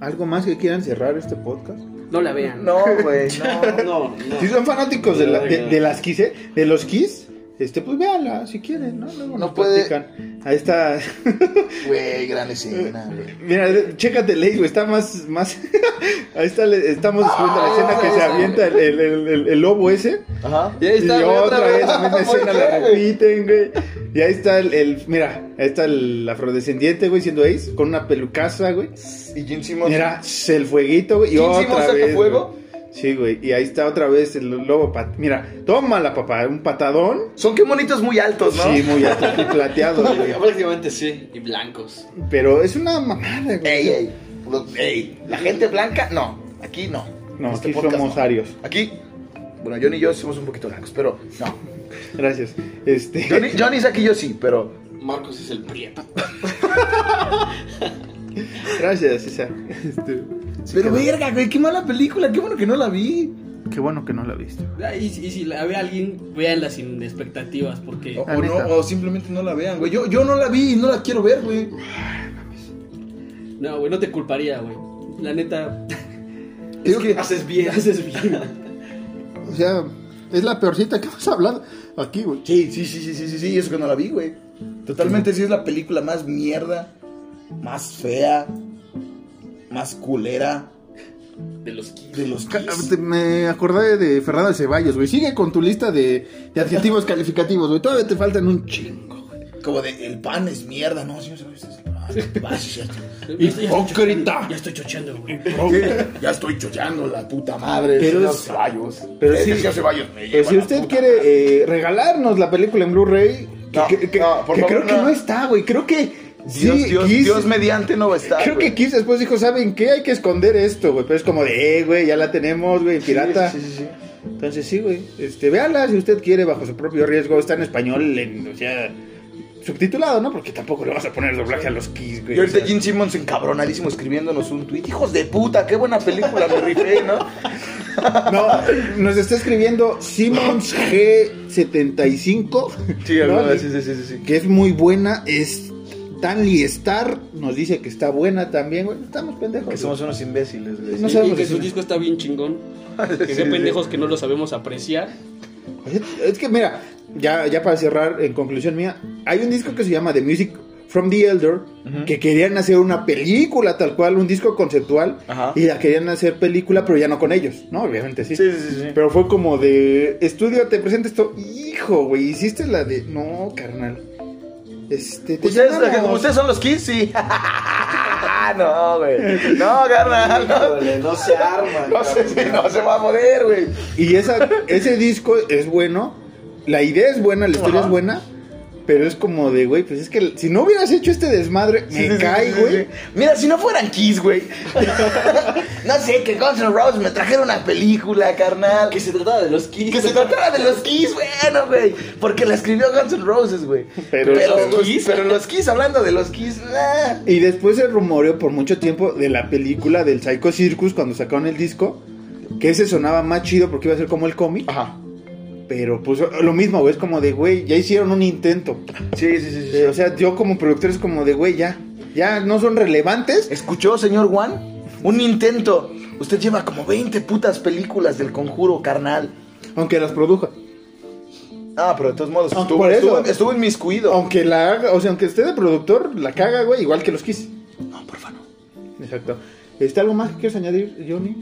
Speaker 4: ¿Algo más que quieran cerrar este podcast?
Speaker 5: No la vean.
Speaker 3: No, güey, no.
Speaker 14: No, no.
Speaker 4: Si son fanáticos de, la- de-
Speaker 14: Verga.
Speaker 4: de las Kiss, ¿eh? de los Kiss, este, pues véanla si quieren, ¿no? Luego nos
Speaker 3: puede-
Speaker 4: platican. Ahí está.
Speaker 3: Güey, gran escena, güey.
Speaker 4: Mira, chécate el güey, está más, más... Ahí está, le- estamos viendo la escena que se avienta el, el- el- el- el lobo ese.
Speaker 3: Ajá.
Speaker 4: Y, otra vez la misma escena la repiten, güey. Y ahí está el, el- mira, ahí está el afrodescendiente, güey, siendo Ace, con una pelucaza, güey.
Speaker 3: Y Jim Simmons.
Speaker 4: Mira, el fueguito, güey. Y
Speaker 3: ¿Quién sí
Speaker 4: otra
Speaker 3: saca
Speaker 4: vez.
Speaker 3: fuego?
Speaker 4: güey. Sí, güey. Y ahí está otra vez el lobo. pat- Mira, tómala, papá. Un patadón.
Speaker 3: Son qué monitos muy altos, Pues, ¿no?
Speaker 4: Sí, muy alto y plateado, güey.
Speaker 14: Prácticamente sí, y blancos.
Speaker 4: Pero es una mamada, güey.
Speaker 3: Ey, ey. Lo- ey. La gente blanca, no. Aquí no.
Speaker 4: No,
Speaker 3: Este
Speaker 4: aquí
Speaker 3: podcast,
Speaker 4: somos
Speaker 3: no.
Speaker 4: arios.
Speaker 3: Aquí. Bueno, Johnny y yo somos un poquito blancos, pero no.
Speaker 4: Gracias. Este.
Speaker 3: Johnny, Johnny es aquí, yo sí, pero
Speaker 14: Marcos es el prieto.
Speaker 4: Gracias, Isaac.
Speaker 15: Este,
Speaker 16: Pero verga, güey, qué mala película, qué bueno que no la vi.
Speaker 15: qué bueno que no la viste.
Speaker 5: Ah, Y, y si la ve alguien, véanla sin expectativas, porque...
Speaker 16: O,
Speaker 15: La
Speaker 16: o no,
Speaker 15: neta.
Speaker 16: o simplemente no la vean, güey. Yo, yo no la vi y no la quiero ver, güey.
Speaker 5: No, güey, no te culparía, güey. La neta,
Speaker 16: Digo que
Speaker 14: Haces bien.
Speaker 5: haces bien.
Speaker 15: O sea, es la peorcita que hemos hablado aquí, güey.
Speaker 16: Sí, sí, sí, sí, sí, sí, sí, eso que no la vi, güey. Totalmente sí es la película más mierda, más fea, más culera
Speaker 5: De los Kiss.
Speaker 16: de los
Speaker 15: Ca-
Speaker 16: Kiss.
Speaker 15: te- Me acordé de Fernanda Ceballos, güey. Sigue con tu lista de, de adjetivos calificativos, güey. Todavía te faltan un chingo.
Speaker 16: Como de el pan es mierda, no, sí, sí, sí, sí, sí, sí, sí, sí.
Speaker 5: Hipócrita. Ya estoy chocheando, güey.
Speaker 16: Ya estoy chochando la puta madre.
Speaker 4: Pero
Speaker 16: señor
Speaker 4: es-
Speaker 16: Ceballos.
Speaker 4: pero
Speaker 16: Es
Speaker 4: sí-
Speaker 16: que señor Ceballos me
Speaker 4: Pero
Speaker 16: lleva
Speaker 4: si
Speaker 16: la
Speaker 4: usted
Speaker 16: puta
Speaker 4: quiere eh, regalarnos la película en Blu-ray, que,
Speaker 3: No,
Speaker 4: que- que-
Speaker 3: no, por
Speaker 4: que
Speaker 3: favor,
Speaker 4: creo que
Speaker 3: no.
Speaker 4: no está, güey. Creo que
Speaker 3: Dios,
Speaker 4: sí,
Speaker 3: Dios,
Speaker 4: Kiss-
Speaker 3: Dios mediante no va a estar.
Speaker 4: Creo
Speaker 3: güey.
Speaker 4: que Kiss después dijo, ¿saben qué? Hay que esconder esto, güey. Pero es como de, eh, güey, ya la tenemos, güey, pirata.
Speaker 3: Sí, sí, sí.
Speaker 4: Entonces sí, güey. Este, véala si usted quiere bajo su propio riesgo. Está en español, en, o sea, subtitulado, ¿no? Porque tampoco le vas a poner doblaje a los Kiss, güey.
Speaker 3: Y
Speaker 4: o
Speaker 3: ahorita
Speaker 4: sea.
Speaker 3: Gene Simmons encabronadísimo escribiéndonos un tweet. Hijos de puta, qué buena película me rifé, ¿no?
Speaker 4: No, nos está escribiendo Simmons G75.
Speaker 3: Sí,
Speaker 4: ¿no?
Speaker 3: algo, sí, sí, sí, sí, sí.
Speaker 4: Que es muy buena. Es Stanley Star. Nos dice que está buena también, güey. Estamos pendejos.
Speaker 3: Que somos unos imbéciles, güey.
Speaker 4: No
Speaker 5: Y-
Speaker 4: sabemos
Speaker 5: y que
Speaker 4: de
Speaker 5: su
Speaker 4: cine.
Speaker 5: disco está bien chingón. Que
Speaker 3: Sí,
Speaker 5: qué
Speaker 3: sí.
Speaker 5: pendejos que no lo sabemos apreciar.
Speaker 4: güey. Es que mira, ya, ya para cerrar, en conclusión mía, hay un disco que se llama The Music from the Elder. Que querían hacer una película tal cual, un disco conceptual.
Speaker 3: Ajá.
Speaker 4: Y la querían hacer película, pero ya no con ellos, ¿no? Obviamente sí.
Speaker 3: Sí, sí, sí, sí.
Speaker 4: Pero fue como de estudio, te presento esto. Hijo, güey, hiciste la de. No, carnal. Este, te
Speaker 3: Ustedes,
Speaker 4: llamamos.
Speaker 3: ustedes son los Kiss, sí. no, güey. No, carnal. No,
Speaker 14: Híjole, no se arma.
Speaker 3: no, se,
Speaker 14: cabrón.
Speaker 3: sí, no se va a poder, güey.
Speaker 4: Y esa, ese disco es bueno. La idea es buena, la historia
Speaker 3: Ajá.
Speaker 4: es buena. Pero es como de, güey, pues es que si no hubieras hecho este desmadre,
Speaker 3: Sí,
Speaker 4: me
Speaker 3: sí,
Speaker 4: cae,
Speaker 3: sí, sí,
Speaker 4: güey.
Speaker 3: sí. Mira, si no fueran Kiss, güey. no sé, que Guns N' Roses me trajeron una película, carnal.
Speaker 14: Que se trataba de los Kiss.
Speaker 3: Que se tratara de los Kiss, bueno, güey. Porque la escribió Guns N' Roses, güey.
Speaker 4: Pero-
Speaker 3: Pero,
Speaker 14: pero-
Speaker 3: los Kiss, pero los Kiss, hablando de los Kiss, ah.
Speaker 4: Y después se rumoreó por mucho tiempo de la película del Psycho Circus cuando sacaron el disco. Que ese sonaba más chido porque iba a ser como el cómic.
Speaker 3: Ajá.
Speaker 4: Pero pues lo mismo, güey, es como de, güey, ya hicieron un intento.
Speaker 3: Sí, sí, sí. sí.
Speaker 4: Eh, o sea, yo como productor es como de, güey, ya. Ya no son relevantes.
Speaker 3: ¿Escuchó, señor Juan? Un intento. Usted lleva como 20 putas películas del conjuro, carnal.
Speaker 4: Aunque las produja.
Speaker 3: Ah, pero de todos modos,
Speaker 4: Ah,
Speaker 3: estuvo,
Speaker 4: por eso. Ah,
Speaker 3: estuvo, estuvo inmiscuido.
Speaker 4: Aunque la haga, o sea, aunque esté de productor, la caga, güey, igual que los Kiss.
Speaker 3: No, porfa, no.
Speaker 4: Exacto. ¿Está algo más que quieres añadir, Johnny?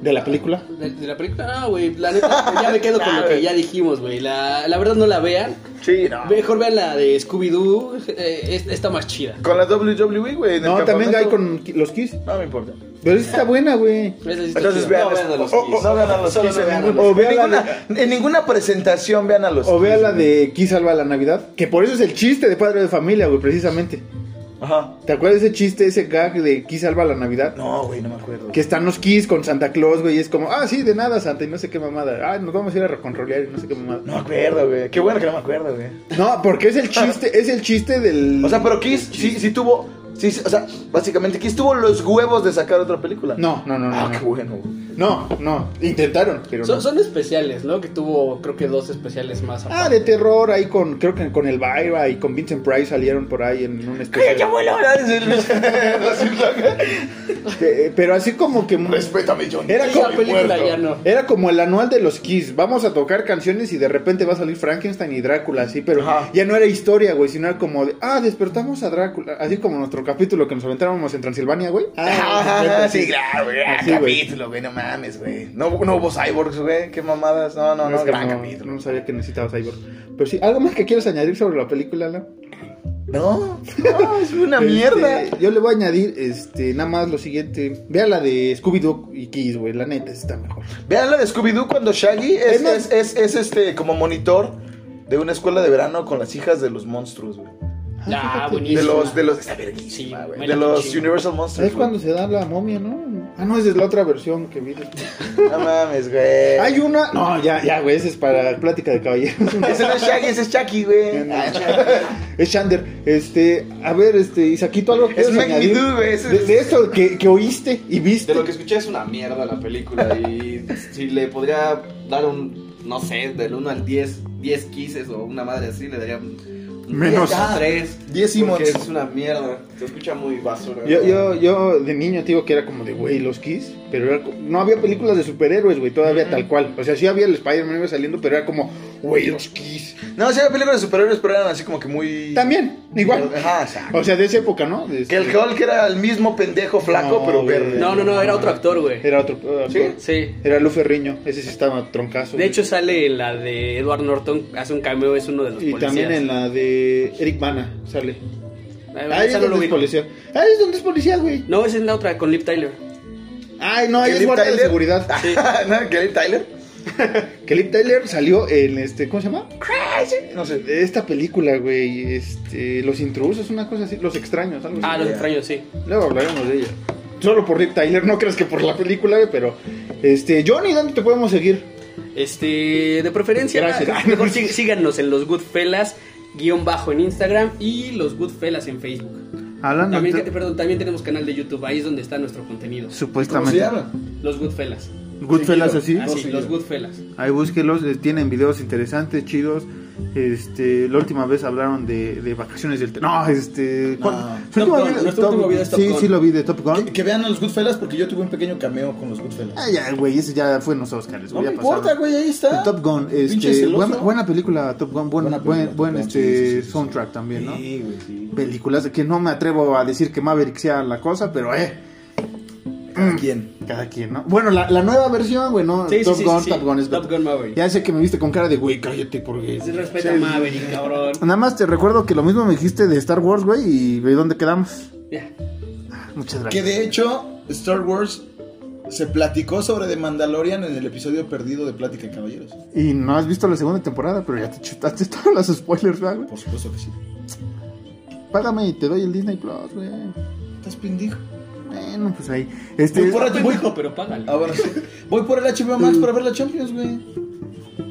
Speaker 4: De la película.
Speaker 5: De, de la película, no, güey. La neta, ya me quedo con lo que ya dijimos, güey. La, la verdad, no la vean.
Speaker 3: Sí, no.
Speaker 5: Mejor vean la de Scooby-Doo. eh, es- está más chida.
Speaker 3: Con la WWE, güey. en el
Speaker 4: No, también
Speaker 3: campamento.
Speaker 4: hay con ki- los Kiss.
Speaker 3: No me importa.
Speaker 4: Pero esa está buena, güey.
Speaker 5: Esa sí está
Speaker 3: Entonces
Speaker 5: chida.
Speaker 3: vean,
Speaker 14: No vean a los
Speaker 3: o- o-
Speaker 14: Kiss.
Speaker 3: no vean a los
Speaker 14: Solo
Speaker 3: Kiss
Speaker 14: no
Speaker 3: en
Speaker 14: vean a
Speaker 3: ningún-
Speaker 4: los Kiss.
Speaker 3: en ninguna- En ninguna presentación vean a los
Speaker 4: O vea
Speaker 3: Kiss,
Speaker 4: la
Speaker 3: güey.
Speaker 4: de Kiss Salva la Navidad. Que por eso es el chiste de Padre de Familia, güey, precisamente.
Speaker 3: Ajá.
Speaker 4: ¿Te acuerdas de ese chiste, ese gag de Kiss Salva la Navidad?
Speaker 3: No, güey, no me acuerdo.
Speaker 4: Que están los Kiss con Santa Claus, güey, y es como, ah, sí, de nada, Santa, y no sé qué mamada. Ah, nos vamos a ir a recontrolear y no sé qué mamada.
Speaker 3: No me acuerdo, güey. Qué bueno que no me acuerdo, güey.
Speaker 4: No, porque es el chiste, es el chiste del.
Speaker 3: O sea, pero Kiss sí, sí tuvo. Sí, sí, o sea, básicamente Kiss tuvo los huevos de sacar otra película.
Speaker 4: No, no, no, no.
Speaker 3: Ah,
Speaker 4: no.
Speaker 3: qué bueno, güey.
Speaker 4: No, no, intentaron, pero
Speaker 5: Son,
Speaker 4: no.
Speaker 5: son especiales, ¿no? Que tuvo, creo que dos especiales más.
Speaker 4: Ah, de terror ahí con, creo que con el Elvira y con Vincent Price salieron por ahí en un especial.
Speaker 3: ¡Cállate, abuelo!
Speaker 4: Eh, Pero así como que...
Speaker 3: Respétame, John.
Speaker 4: Era
Speaker 5: Esa
Speaker 4: como,
Speaker 5: película ya no.
Speaker 4: era como el anual de los Kiss. Vamos a tocar canciones y de repente va a salir Frankenstein y Drácula, así, pero
Speaker 3: Ajá.
Speaker 4: ya no era historia, güey, sino era como de, ah, despertamos a Drácula, así como nuestro capítulo que nos aventábamos en Transilvania, güey.
Speaker 3: Ah, sí, claro, güey. Ah,
Speaker 4: Así, güey.
Speaker 3: capítulo, güey, no mames, güey. No, no hubo cyborgs, güey. Qué mamadas. No, no, no,
Speaker 4: es que
Speaker 3: gran
Speaker 4: no,
Speaker 3: capítulo.
Speaker 4: no sabía que necesitabas Cyborg. Pero sí, ¿algo más que quieras añadir sobre la película, Alan?
Speaker 3: No, no, es una
Speaker 4: Este,
Speaker 3: mierda.
Speaker 4: yo le voy a añadir, este, nada más lo siguiente. Vea la de Scooby-Doo y Kiss, güey. La neta está mejor.
Speaker 3: Vean la de Scooby-Doo cuando Shaggy es,
Speaker 4: Es más-
Speaker 3: es, es, es, este como monitor de una escuela de verano con las hijas de los monstruos, güey.
Speaker 5: Ya,
Speaker 3: De
Speaker 5: buenísimo.
Speaker 3: los, de los, está
Speaker 5: Sí,
Speaker 3: verguísima, güey.
Speaker 5: me
Speaker 3: De
Speaker 5: la
Speaker 3: los
Speaker 5: chingo.
Speaker 3: Universal Monsters.
Speaker 4: Es
Speaker 3: güey.
Speaker 4: cuando se da la momia, ¿no?
Speaker 17: Ah, no, esa es la otra versión que vi. después.
Speaker 2: No mames, güey.
Speaker 17: Hay una. No, ya, ya, güey. Esa es para plática de caballeros.
Speaker 2: Ese no es Shaggy, ese es Chucky, güey. Ah,
Speaker 17: es Shander. Este, a ver, este, Isaquito, algo que
Speaker 2: Es
Speaker 17: quieras
Speaker 2: Magnitud,
Speaker 17: añadir?
Speaker 2: güey, ese
Speaker 17: De,
Speaker 2: es-
Speaker 17: de esto que, que oíste y viste.
Speaker 14: De lo que escuché es una mierda la película y si le podría dar un, no sé, del 1 al 10, 10 quises o una madre así, le daría un
Speaker 4: Menos.
Speaker 14: 3.
Speaker 2: 10
Speaker 14: Porque
Speaker 2: Simmons.
Speaker 14: es una mierda, se escucha muy basura.
Speaker 17: Yo, yo, yo de niño, tío, que era como de, güey, los Kiss, pero era co- no había películas de superhéroes, güey, todavía tal cual. O sea, sí había el Spider-Man iba saliendo, pero era como, güey, los Kiss.
Speaker 2: No, sí había películas de superhéroes, pero eran así como que muy...
Speaker 17: También, igual.
Speaker 2: Ajá, o sea,
Speaker 17: O sea, de esa época, ¿no? De-
Speaker 2: Que el Hulk era el mismo pendejo flaco,
Speaker 17: No,
Speaker 2: pero
Speaker 17: güey.
Speaker 2: verde.
Speaker 5: No, no, no, era otro actor, güey.
Speaker 17: este, Era otro. otro-
Speaker 5: Sí.
Speaker 17: Era Lu Ferriño, ese sí estaba troncazo.
Speaker 5: De
Speaker 17: güey.
Speaker 5: hecho, sale en la de Edward Norton, hace un cameo, es uno de los
Speaker 17: y
Speaker 5: policías.
Speaker 17: también en la de Eric Bana sale.
Speaker 5: Ay,
Speaker 17: Ahí
Speaker 5: Eh, esa
Speaker 17: es
Speaker 5: no lo
Speaker 17: donde es
Speaker 5: ubico.
Speaker 17: policía. Ahí es donde es policía, güey.
Speaker 5: No, esa es la otra, con Liv Tyler.
Speaker 17: Ay, no, ahí es
Speaker 2: ¿Kelly
Speaker 17: guardia de
Speaker 2: Tyler?
Speaker 17: seguridad.
Speaker 5: Sí.
Speaker 2: ¿No? ¿Que era Tyler?
Speaker 17: Que Liv Tyler salió en este, ¿cómo se llama?
Speaker 2: No sé.
Speaker 17: De esta película, güey, este, Los Intrusos, una cosa así, Los Extraños, algo así.
Speaker 5: Ah, los extraños, sí.
Speaker 17: Luego hablaremos de ella. Solo por Liv Tyler, no crees que por la película, güey, pero, este, Johnny, ¿dónde te podemos seguir?
Speaker 5: Este, de preferencia,
Speaker 17: Gracias.
Speaker 5: mejor sí- síganos en los Goodfellas guión bajo en Instagram y los Goodfellas en Facebook.
Speaker 4: Hablando
Speaker 5: También,
Speaker 4: de-
Speaker 5: te- perdón, también tenemos canal de YouTube, ahí es donde está nuestro contenido.
Speaker 2: ¿Cómo se
Speaker 4: supuestamente
Speaker 2: llama?
Speaker 5: Los Goodfellas.
Speaker 4: Goodfellas así.
Speaker 5: Así, los Goodfellas.
Speaker 4: Ahí búsquelos, eh, tienen videos interesantes, chidos. Este, la última vez hablaron de, de vacaciones del tren. No, este, ¿cuál? Su
Speaker 5: Top
Speaker 4: último
Speaker 5: Gun, nuestro último video es Top
Speaker 4: Sí,
Speaker 5: Gun.
Speaker 4: sí lo vi de Top Gun.
Speaker 3: Que, que vean a los Goodfellas porque yo tuve un pequeño cameo con los Goodfellas.
Speaker 4: Ah, ya, güey, ese ya fue en los Oscars,
Speaker 3: No
Speaker 4: güey,
Speaker 3: me
Speaker 4: ya pasaron.
Speaker 3: importa, güey, ahí
Speaker 4: El
Speaker 3: está.
Speaker 4: Top Gun,
Speaker 3: Pinche
Speaker 4: este,
Speaker 3: celoso.
Speaker 4: buena, buena película Top Gun, buen,
Speaker 3: Buena película,
Speaker 4: buen, buen
Speaker 3: Top Gun,
Speaker 4: este,
Speaker 3: sí, sí, sí, sí.
Speaker 4: soundtrack también, ¿no?
Speaker 3: Sí, güey, sí.
Speaker 4: Películas que no me atrevo a decir que Maverick sea la cosa, pero eh,
Speaker 3: ¿A quién?
Speaker 4: cada quien, ¿no? Bueno, la, la nueva versión, güey, ¿no? Ah,
Speaker 5: Sí, sí,
Speaker 4: Top
Speaker 5: sí,
Speaker 4: Gun,
Speaker 5: sí, sí.
Speaker 4: Top Gun es
Speaker 5: Top Gun Maverick.
Speaker 4: Ya sé que me viste con cara de, güey, cállate porque...
Speaker 5: Sí, Respeta a Maverick, cabrón.
Speaker 4: Nada más te recuerdo que lo mismo me dijiste de Star Wars, güey, y ve dónde quedamos.
Speaker 5: Ya.
Speaker 4: Muchas
Speaker 3: Que
Speaker 4: gracias.
Speaker 3: de hecho, Star Wars se platicó sobre The Mandalorian en el episodio perdido de Plática de Caballeros.
Speaker 4: Y no has visto la segunda temporada, pero ya te chutaste todos los spoilers, ¿verdad, güey.
Speaker 3: Por supuesto que sí.
Speaker 4: Págame y te doy el Disney Plus, güey.
Speaker 3: Estás pendejo.
Speaker 4: Bueno, pues ahí.
Speaker 3: Voy
Speaker 4: Este,
Speaker 3: por, el- voy,
Speaker 5: Hijo, pero págalo.
Speaker 3: ahora sí. Voy por el HBO Max para ver la Champions, güey.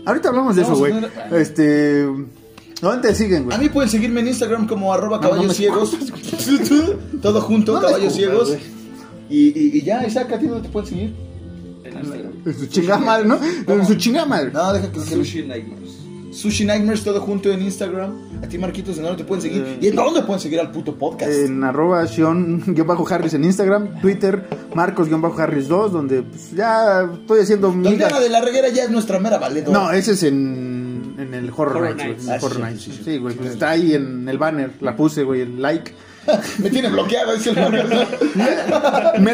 Speaker 4: ahorita hablamos de eso,
Speaker 3: Vamos a
Speaker 4: güey.
Speaker 3: poner-
Speaker 4: Este, ¿dónde te siguen,
Speaker 3: A
Speaker 4: güey?
Speaker 3: mí pueden seguirme en Instagram como arroba
Speaker 4: No, no
Speaker 3: caballos
Speaker 4: me
Speaker 3: ciegos. Todo junto,
Speaker 4: No me
Speaker 3: caballos
Speaker 4: escupas,
Speaker 3: ciegos.
Speaker 4: güey.
Speaker 3: Y, y, y ya, Isaac, ¿a ti dónde te pueden seguir?
Speaker 4: En su chingada madre, ¿no? En su chingada madre.
Speaker 3: No, deja que
Speaker 14: Sushi Nightmares.
Speaker 3: Sushi Nightmares, todo junto en Instagram. A ti, Marquitos, ¿en dónde te pueden seguir?
Speaker 4: Eh.
Speaker 3: ¿Y en dónde pueden seguir al puto podcast?
Speaker 4: En arroba Sion-Harris en Instagram, Twitter, Marcos-Harris2, donde pues, ya estoy haciendo
Speaker 3: Donde Ana
Speaker 4: migas.
Speaker 3: de la Reguera ya es nuestra mera valedora.
Speaker 4: No, ese es en, en el Horror,
Speaker 5: Horror
Speaker 4: Nights. güey, en el
Speaker 5: Nights.
Speaker 3: Ah,
Speaker 4: Horror
Speaker 3: sí,
Speaker 4: Nights.
Speaker 3: sí, sí.
Speaker 4: Sí, güey. pues está ahí en el banner. La puse, güey, el like.
Speaker 3: Me tiene bloqueado, dice el Marcos.
Speaker 4: Me,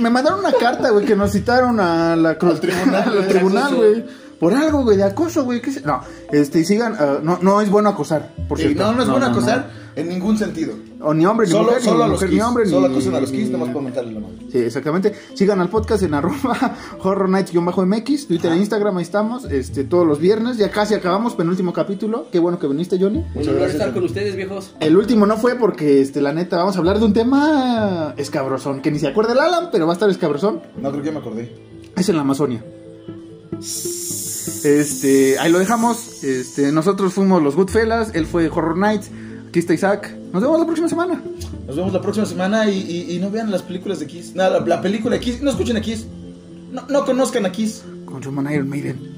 Speaker 4: me mandaron una carta, güey, que nos citaron a la, al tribunal, al tribunal, güey. Por algo, güey, de acoso, güey. ¿qué se- No, este, y sigan. ah, no, no es bueno acosar, por
Speaker 3: Sí,
Speaker 4: cierto.
Speaker 3: no, no es bueno acosar en ningún sentido.
Speaker 4: no. O ni hombre, ni
Speaker 3: Solo,
Speaker 4: mujer,
Speaker 3: solo
Speaker 4: ni
Speaker 3: a los
Speaker 4: mujer,
Speaker 3: kids.
Speaker 4: ni hombre,
Speaker 3: Solo
Speaker 4: ni-
Speaker 3: acosan a los kids,
Speaker 4: ni-
Speaker 3: nomás por mentarle la mano.
Speaker 4: Sí, exactamente. Sigan al podcast en arroba horror nights-mx, Twitter e Instagram, ahí estamos, este, todos los viernes. Ya casi acabamos, penúltimo capítulo. Qué bueno que viniste, Johnny.
Speaker 5: Un honor estar con ustedes, viejos.
Speaker 4: El último no fue porque, este, la neta, vamos a hablar de un tema escabrosón, que ni se acuerda el Alan, pero va a estar escabrosón.
Speaker 3: No, creo que ya me acordé.
Speaker 4: Es en la Amazonia. Este, ahí lo dejamos. Este, nosotros fuimos los Goodfellas, él fue Horror Nights. Aquí está Isaac. Nos vemos la próxima semana.
Speaker 3: Nos vemos la próxima semana y, y- y no vean las películas de Kiss. Nada, la, la película de Kiss. No escuchen a Kiss. No, no conozcan a Kiss.
Speaker 4: Con Roman Iron Maiden.